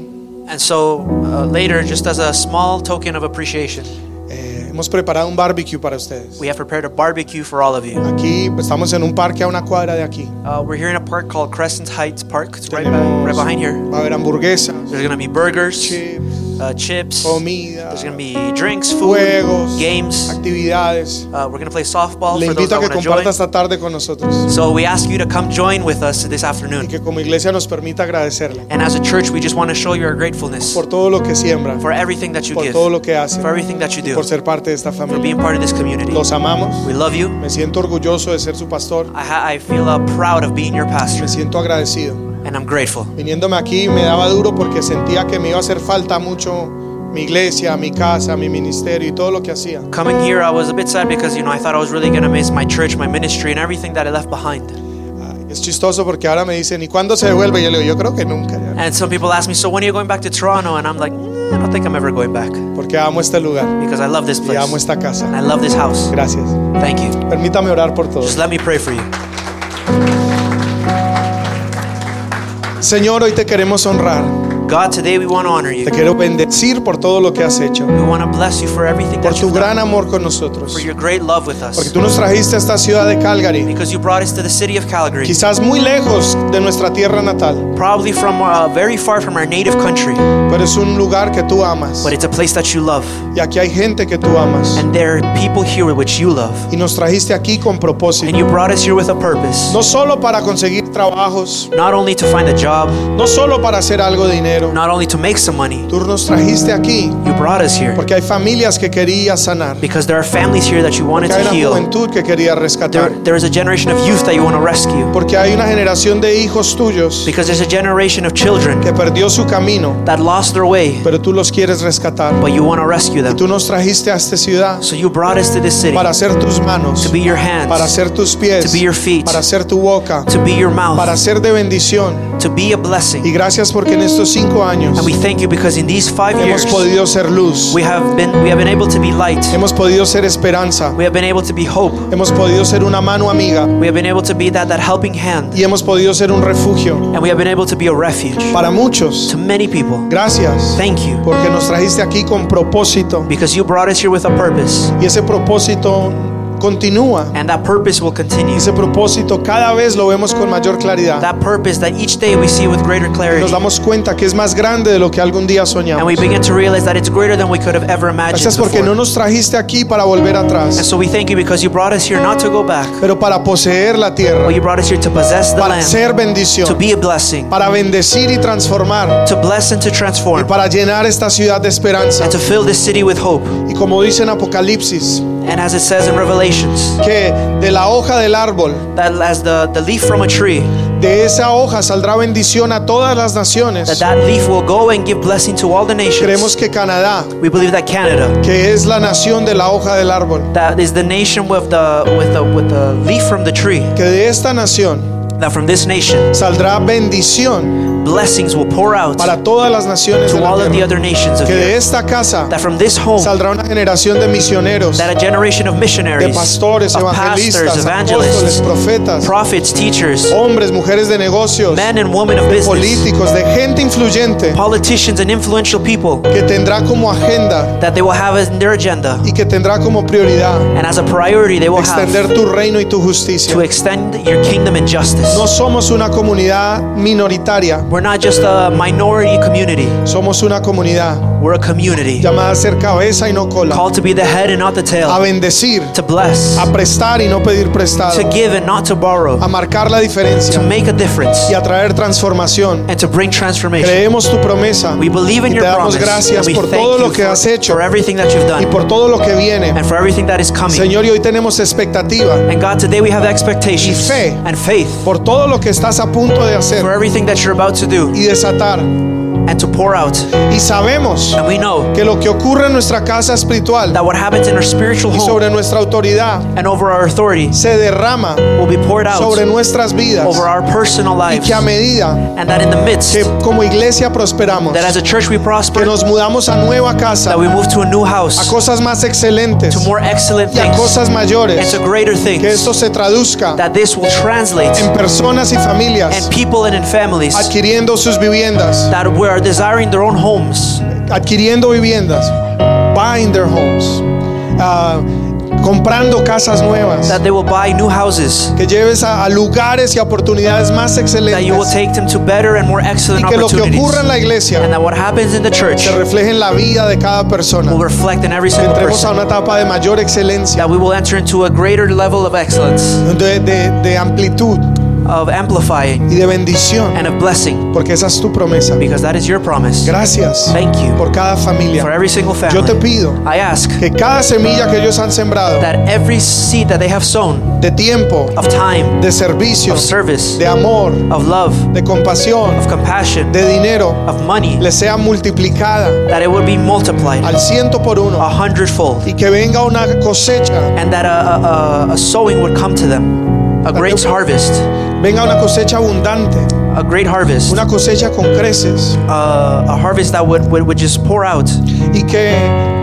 Speaker 2: And so uh, later, just as a small token of appreciation,
Speaker 1: eh, hemos preparado un barbecue para ustedes.
Speaker 2: we have prepared a barbecue for all of you.
Speaker 1: Aquí pues, estamos en un parque a una cuadra de aquí.
Speaker 2: Uh, we're here in a park called Crescent Heights Park. It's right, back, right
Speaker 1: Tenemos-
Speaker 2: behind here.
Speaker 1: Va a haber hamburguesas,
Speaker 2: There's gonna be burgers,
Speaker 1: chips,
Speaker 2: uh, chips.
Speaker 1: comida,
Speaker 2: There's gonna be drinks, food,
Speaker 1: juegos,
Speaker 2: games.
Speaker 1: actividades.
Speaker 2: Uh, we're gonna play softball
Speaker 1: Le
Speaker 2: for
Speaker 1: invito
Speaker 2: those
Speaker 1: a
Speaker 2: that
Speaker 1: que
Speaker 2: wanna join.
Speaker 1: comparta esta tarde con nosotros
Speaker 2: So we ask you to come join with us this
Speaker 1: y
Speaker 2: afternoon.
Speaker 1: que como iglesia nos permita agradecerle
Speaker 2: And as a church, we just want to show you our gratefulness
Speaker 1: por todo lo que siembra,
Speaker 2: for everything that you
Speaker 1: por
Speaker 2: give,
Speaker 1: todo
Speaker 2: for
Speaker 1: lo que hace,
Speaker 2: everything that you do,
Speaker 1: por ser parte de esta
Speaker 2: for
Speaker 1: familia.
Speaker 2: being part of this community.
Speaker 1: Los amamos.
Speaker 2: We love you.
Speaker 1: Me siento orgulloso de ser su pastor.
Speaker 2: I, ha- I feel uh, proud of being your pastor,
Speaker 1: Me siento agradecido.
Speaker 2: and I'm grateful.
Speaker 1: Viniéndome aquí me daba duro porque sentía que me iba a hacer falta mucho mi iglesia, mi casa, mi ministerio y todo lo que hacía.
Speaker 2: Coming here, I was a bit sad because you know I thought I was really gonna miss my church, my ministry, and everything that I left behind.
Speaker 1: Ah, Es chistoso porque ahora me dicen, ¿y cuándo se devuelve? Yo le digo, yo creo que nunca, ya,
Speaker 2: And some people ask me, so when are you going back to Toronto? And I'm like, "Mm, I don't think I'm ever going back
Speaker 1: porque amo este lugar
Speaker 2: because I love this
Speaker 1: y
Speaker 2: place.
Speaker 1: amo
Speaker 2: And
Speaker 1: esta casa.
Speaker 2: I love this house.
Speaker 1: Gracias.
Speaker 2: Thank you.
Speaker 1: Permítame orar por
Speaker 2: Just
Speaker 1: todos.
Speaker 2: let me pray for you.
Speaker 1: Señor, hoy te queremos honrar.
Speaker 2: God, today we want to honor you.
Speaker 1: Te quiero bendecir por todo lo que has hecho,
Speaker 2: We want to bless you for everything
Speaker 1: por
Speaker 2: that
Speaker 1: tu
Speaker 2: you've done,
Speaker 1: gran amor con
Speaker 2: for
Speaker 1: nosotros,
Speaker 2: your great love with
Speaker 1: porque
Speaker 2: us.
Speaker 1: tú nos trajiste a esta ciudad de Calgary,
Speaker 2: Because you brought us to the city of Calgary,
Speaker 1: quizás muy lejos de nuestra tierra natal,
Speaker 2: probably from uh, very far from our native country,
Speaker 1: pero es un lugar que tú amas.
Speaker 2: but it's a place that you love.
Speaker 1: Y aquí hay gente que tú amas.
Speaker 2: And there are people here which you love.
Speaker 1: y nos trajiste aquí con
Speaker 2: And
Speaker 1: propósito.
Speaker 2: you brought us here with a purpose,
Speaker 1: No solo para conseguir trabajos,
Speaker 2: not only to find a job,
Speaker 1: no solo para hacer algo de dinero.
Speaker 2: not only to make some money.
Speaker 1: Tú nos trajiste aquí
Speaker 2: You brought us here
Speaker 1: porque hay familias que querías sanar,
Speaker 2: because there are families here that you wanted
Speaker 1: porque hay
Speaker 2: to
Speaker 1: una
Speaker 2: heal.
Speaker 1: juventud que querías rescatar,
Speaker 2: There, there is a generation of youth that you want to rescue
Speaker 1: porque hay una generación de hijos tuyos
Speaker 2: because there's a generation of children
Speaker 1: que perdió su camino,
Speaker 2: that lost their way,
Speaker 1: pero tú los quieres rescatar.
Speaker 2: but you want to rescue them.
Speaker 1: Tú nos trajiste a esta ciudad
Speaker 2: So you brought us to this city
Speaker 1: para
Speaker 2: to
Speaker 1: ser tus manos,
Speaker 2: be your
Speaker 1: para
Speaker 2: hands,
Speaker 1: ser tus pies,
Speaker 2: to be your feet,
Speaker 1: para ser tu boca,
Speaker 2: to be your
Speaker 1: para
Speaker 2: mouth,
Speaker 1: ser de bendición.
Speaker 2: to be a
Speaker 1: Y
Speaker 2: blessing.
Speaker 1: gracias porque en estos cinco años
Speaker 2: And we thank you because in these five
Speaker 1: hemos
Speaker 2: years,
Speaker 1: podido ser luz,
Speaker 2: we have been we have been able to be light.
Speaker 1: hemos podido ser esperanza,
Speaker 2: We have been able to be hope.
Speaker 1: hemos podido ser una mano amiga
Speaker 2: We have been able to be that that helping hand,
Speaker 1: y hemos podido ser un refugio
Speaker 2: and we have been able to be a refuge
Speaker 1: para muchos.
Speaker 2: to many people.
Speaker 1: Gracias
Speaker 2: Thank you
Speaker 1: porque nos trajiste aquí con propósito
Speaker 2: because you brought us here with a purpose,
Speaker 1: y ese propósito continúa.
Speaker 2: and that purpose will continue.
Speaker 1: Ese propósito cada vez lo vemos con mayor claridad.
Speaker 2: That purpose that each day we see with greater
Speaker 1: Nos
Speaker 2: clarity,
Speaker 1: damos cuenta que es más grande de lo que algún día
Speaker 2: and we
Speaker 1: soñamos.
Speaker 2: begin to realize that it's greater than we could have ever imagined.
Speaker 1: Gracias porque
Speaker 2: before.
Speaker 1: no nos trajiste aquí para volver
Speaker 2: And
Speaker 1: atrás,
Speaker 2: so we thank you because you brought us here not to go back,
Speaker 1: pero para poseer la
Speaker 2: but
Speaker 1: tierra,
Speaker 2: you brought us here to possess the
Speaker 1: para
Speaker 2: land,
Speaker 1: ser
Speaker 2: to
Speaker 1: bendición,
Speaker 2: be a blessing,
Speaker 1: para bendecir y transformar,
Speaker 2: to bless and to
Speaker 1: y
Speaker 2: transform,
Speaker 1: para llenar esta ciudad de esperanza.
Speaker 2: and to fill this city with hope.
Speaker 1: Y como dice en Apocalipsis,
Speaker 2: And as it says in Revelations,
Speaker 1: que de la hoja del árbol,
Speaker 2: that as the, the leaf from a tree,
Speaker 1: de esa hoja saldrá bendición a todas las
Speaker 2: that
Speaker 1: naciones.
Speaker 2: that leaf will go and give blessing to all the
Speaker 1: Creemos
Speaker 2: nations.
Speaker 1: que Canadá,
Speaker 2: We believe that Canada,
Speaker 1: que es la nación de la hoja del árbol,
Speaker 2: that is the nation with the with the with the leaf from the tree,
Speaker 1: que de esta nación
Speaker 2: that from this nation
Speaker 1: saldrá bendición
Speaker 2: blessings will pour out
Speaker 1: para todas las naciones de
Speaker 2: to
Speaker 1: la
Speaker 2: all of the
Speaker 1: tierra.
Speaker 2: other nations of
Speaker 1: Que
Speaker 2: the
Speaker 1: de
Speaker 2: earth.
Speaker 1: esta casa
Speaker 2: That from this home,
Speaker 1: saldrá una generación de misioneros,
Speaker 2: that
Speaker 1: de
Speaker 2: a generation of missionaries,
Speaker 1: pastores,
Speaker 2: of pastors,
Speaker 1: evangelistas, apóstoles,
Speaker 2: evangelists,
Speaker 1: profetas,
Speaker 2: prophets, teachers,
Speaker 1: hombres, mujeres de negocios,
Speaker 2: men and women of business,
Speaker 1: políticos, de gente influyente
Speaker 2: politicians and influential people,
Speaker 1: que tendrá como agenda
Speaker 2: that they will have as their agenda
Speaker 1: y que tendrá como prioridad
Speaker 2: and as a priority they will have
Speaker 1: extender tu reino y tu justicia.
Speaker 2: to extend your kingdom and justice.
Speaker 1: No somos una comunidad minoritaria,
Speaker 2: We're not just a minority community.
Speaker 1: somos una comunidad
Speaker 2: We're a community
Speaker 1: llamada a ser cabeza y no cola,
Speaker 2: called to be the head and not the
Speaker 1: a
Speaker 2: tail,
Speaker 1: bendecir,
Speaker 2: to bless,
Speaker 1: a prestar y no pedir
Speaker 2: to
Speaker 1: prestado,
Speaker 2: give and not to borrow,
Speaker 1: a marcar la
Speaker 2: to
Speaker 1: diferencia
Speaker 2: make a difference
Speaker 1: y a traer transformación.
Speaker 2: and to bring transformation.
Speaker 1: Creemos tu promesa
Speaker 2: We believe in
Speaker 1: y te
Speaker 2: your
Speaker 1: damos
Speaker 2: promise.
Speaker 1: gracias
Speaker 2: and we
Speaker 1: por
Speaker 2: thank
Speaker 1: todo
Speaker 2: you
Speaker 1: lo que
Speaker 2: for,
Speaker 1: has hecho
Speaker 2: for everything that you've
Speaker 1: y
Speaker 2: done
Speaker 1: por todo lo que viene.
Speaker 2: and for everything that is coming.
Speaker 1: Señor, y hoy tenemos expectativa
Speaker 2: And God, today we have expectations
Speaker 1: Y fe.
Speaker 2: and faith
Speaker 1: por todo lo que estás a punto de
Speaker 2: for
Speaker 1: hacer
Speaker 2: everything that you're about to do
Speaker 1: y desatar.
Speaker 2: and to pour out.
Speaker 1: Y sabemos
Speaker 2: And we know
Speaker 1: que lo que ocurre en nuestra casa espiritual
Speaker 2: that what happens in our spiritual
Speaker 1: y
Speaker 2: home
Speaker 1: sobre nuestra autoridad
Speaker 2: and over our authority
Speaker 1: se derrama
Speaker 2: will be poured out
Speaker 1: sobre nuestras vidas
Speaker 2: over our personal
Speaker 1: y
Speaker 2: lives.
Speaker 1: que a medida
Speaker 2: And that in the midst,
Speaker 1: que
Speaker 2: that
Speaker 1: como iglesia prosperamos,
Speaker 2: as a church we
Speaker 1: que
Speaker 2: prosper,
Speaker 1: nos mudamos a nueva casa,
Speaker 2: that we
Speaker 1: a
Speaker 2: move to a new house,
Speaker 1: cosas más excelentes
Speaker 2: to more excellent
Speaker 1: y a
Speaker 2: things,
Speaker 1: cosas
Speaker 2: and
Speaker 1: mayores,
Speaker 2: to greater
Speaker 1: que esto
Speaker 2: things,
Speaker 1: se traduzca
Speaker 2: that this will translate
Speaker 1: en personas y familias
Speaker 2: and people and in families
Speaker 1: adquiriendo sus viviendas,
Speaker 2: that were desiring their own homes,
Speaker 1: adquiriendo viviendas, buying their homes, ah, comprando casas nuevas,
Speaker 2: that they will buy new houses,
Speaker 1: que lleves a, a lugares y oportunidades más
Speaker 2: that you will
Speaker 1: excelentes
Speaker 2: take them to better and more excellent
Speaker 1: y que lo que
Speaker 2: opportunities,
Speaker 1: ocurra en la
Speaker 2: and
Speaker 1: iglesia
Speaker 2: that what happens in the church
Speaker 1: se refleje en la vida de cada persona.
Speaker 2: will reflect in every
Speaker 1: Que
Speaker 2: single
Speaker 1: entremos a
Speaker 2: person,
Speaker 1: una etapa de mayor excelencia,
Speaker 2: that we will enter into a greater level of excellence,
Speaker 1: de, de- de amplitud
Speaker 2: of amplifying
Speaker 1: y de bendición,
Speaker 2: and of blessing,
Speaker 1: porque esa es tu promesa.
Speaker 2: because that is your promise.
Speaker 1: Gracias
Speaker 2: Thank you
Speaker 1: por cada
Speaker 2: for
Speaker 1: familia.
Speaker 2: every single
Speaker 1: Yo te
Speaker 2: family.
Speaker 1: pido
Speaker 2: I ask
Speaker 1: que cada semilla que ellos han sembrado
Speaker 2: that every seed that they have sown
Speaker 1: de tiempo,
Speaker 2: of time,
Speaker 1: de servicio,
Speaker 2: of service,
Speaker 1: de amor,
Speaker 2: of love,
Speaker 1: de compasión,
Speaker 2: of compassion,
Speaker 1: de dinero,
Speaker 2: of money,
Speaker 1: le sea multiplicada
Speaker 2: that it would be multiplied
Speaker 1: al ciento por
Speaker 2: a
Speaker 1: uno
Speaker 2: hundredfold,
Speaker 1: y que venga una cosecha,
Speaker 2: and that a, a, a, a sowing would come to them, a great harvest,
Speaker 1: venga una cosecha abundante,
Speaker 2: a great harvest, a,
Speaker 1: una cosecha con creces
Speaker 2: a harvest that would, would, would just pour out,
Speaker 1: y que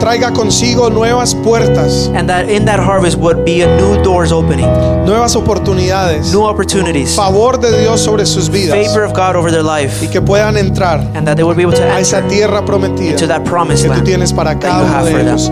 Speaker 1: traiga consigo nuevas puertas,
Speaker 2: and that in that harvest would be a new doors opening,
Speaker 1: nuevas oportunidades,
Speaker 2: new opportunities,
Speaker 1: favor de Dios sobre sus vidas
Speaker 2: favor of God over their life,
Speaker 1: y que puedan entrar
Speaker 2: and that they would be able to
Speaker 1: a esa
Speaker 2: enter
Speaker 1: tierra
Speaker 2: to
Speaker 1: prometida
Speaker 2: that promised
Speaker 1: que tú
Speaker 2: land.
Speaker 1: tienes para cada
Speaker 2: you
Speaker 1: uno
Speaker 2: have
Speaker 1: de
Speaker 2: for them.
Speaker 1: ellos.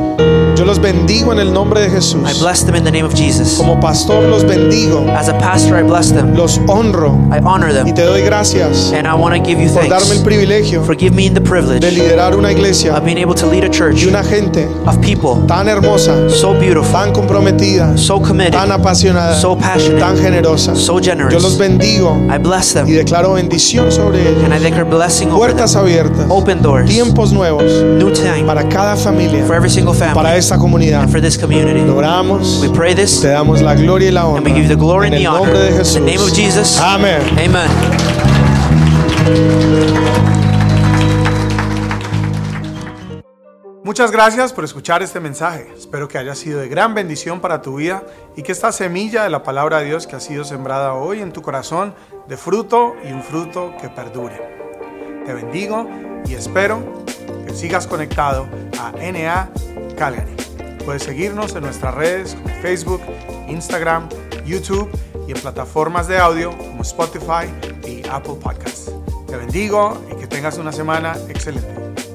Speaker 1: Yo los bendigo en el nombre de
Speaker 2: I
Speaker 1: Jesús.
Speaker 2: bless them in the name of Jesus.
Speaker 1: Como pastor los bendigo,
Speaker 2: As a pastor, I bless them.
Speaker 1: los honro
Speaker 2: I honor
Speaker 1: y
Speaker 2: them.
Speaker 1: te doy gracias
Speaker 2: And I want to give you
Speaker 1: por darme el
Speaker 2: thanks
Speaker 1: privilegio
Speaker 2: for giving me
Speaker 1: de
Speaker 2: the privilege
Speaker 1: liderar una iglesia
Speaker 2: of being able to lead a church
Speaker 1: y una gente
Speaker 2: of people
Speaker 1: tan hermosa,
Speaker 2: so beautiful,
Speaker 1: tan comprometida,
Speaker 2: so
Speaker 1: tan
Speaker 2: committed,
Speaker 1: apasionada,
Speaker 2: so
Speaker 1: tan
Speaker 2: passionate,
Speaker 1: generosa.
Speaker 2: so
Speaker 1: Yo los
Speaker 2: generous.
Speaker 1: bendigo
Speaker 2: I bless
Speaker 1: y
Speaker 2: them.
Speaker 1: declaro bendición sobre ellos.
Speaker 2: And I declare blessing over them.
Speaker 1: Puertas abiertas,
Speaker 2: Open doors.
Speaker 1: tiempos nuevos
Speaker 2: New time
Speaker 1: para cada familia,
Speaker 2: for every single
Speaker 1: para
Speaker 2: family
Speaker 1: esta comunidad.
Speaker 2: and for this community.
Speaker 1: Logramos,
Speaker 2: We pray this
Speaker 1: te damos la gloria y la
Speaker 2: and
Speaker 1: honra
Speaker 2: we give you the glory
Speaker 1: en el
Speaker 2: and the honor.
Speaker 1: nombre de
Speaker 2: In the name of
Speaker 1: Jesús.
Speaker 2: Jesus.
Speaker 1: Amén.
Speaker 2: Amen.
Speaker 1: Muchas gracias por escuchar este mensaje. Espero que haya sido de gran bendición para tu vida y que esta semilla de la palabra de Dios que ha sido sembrada hoy en tu corazón dé fruto y un fruto que perdure.
Speaker 3: te bendigo y espero que sigas conectado a NA Calgary. Puedes seguirnos en nuestras redes como Facebook, Instagram, YouTube y en plataformas de audio como Spotify y Apple Podcasts. Te bendigo y que tengas una semana excelente.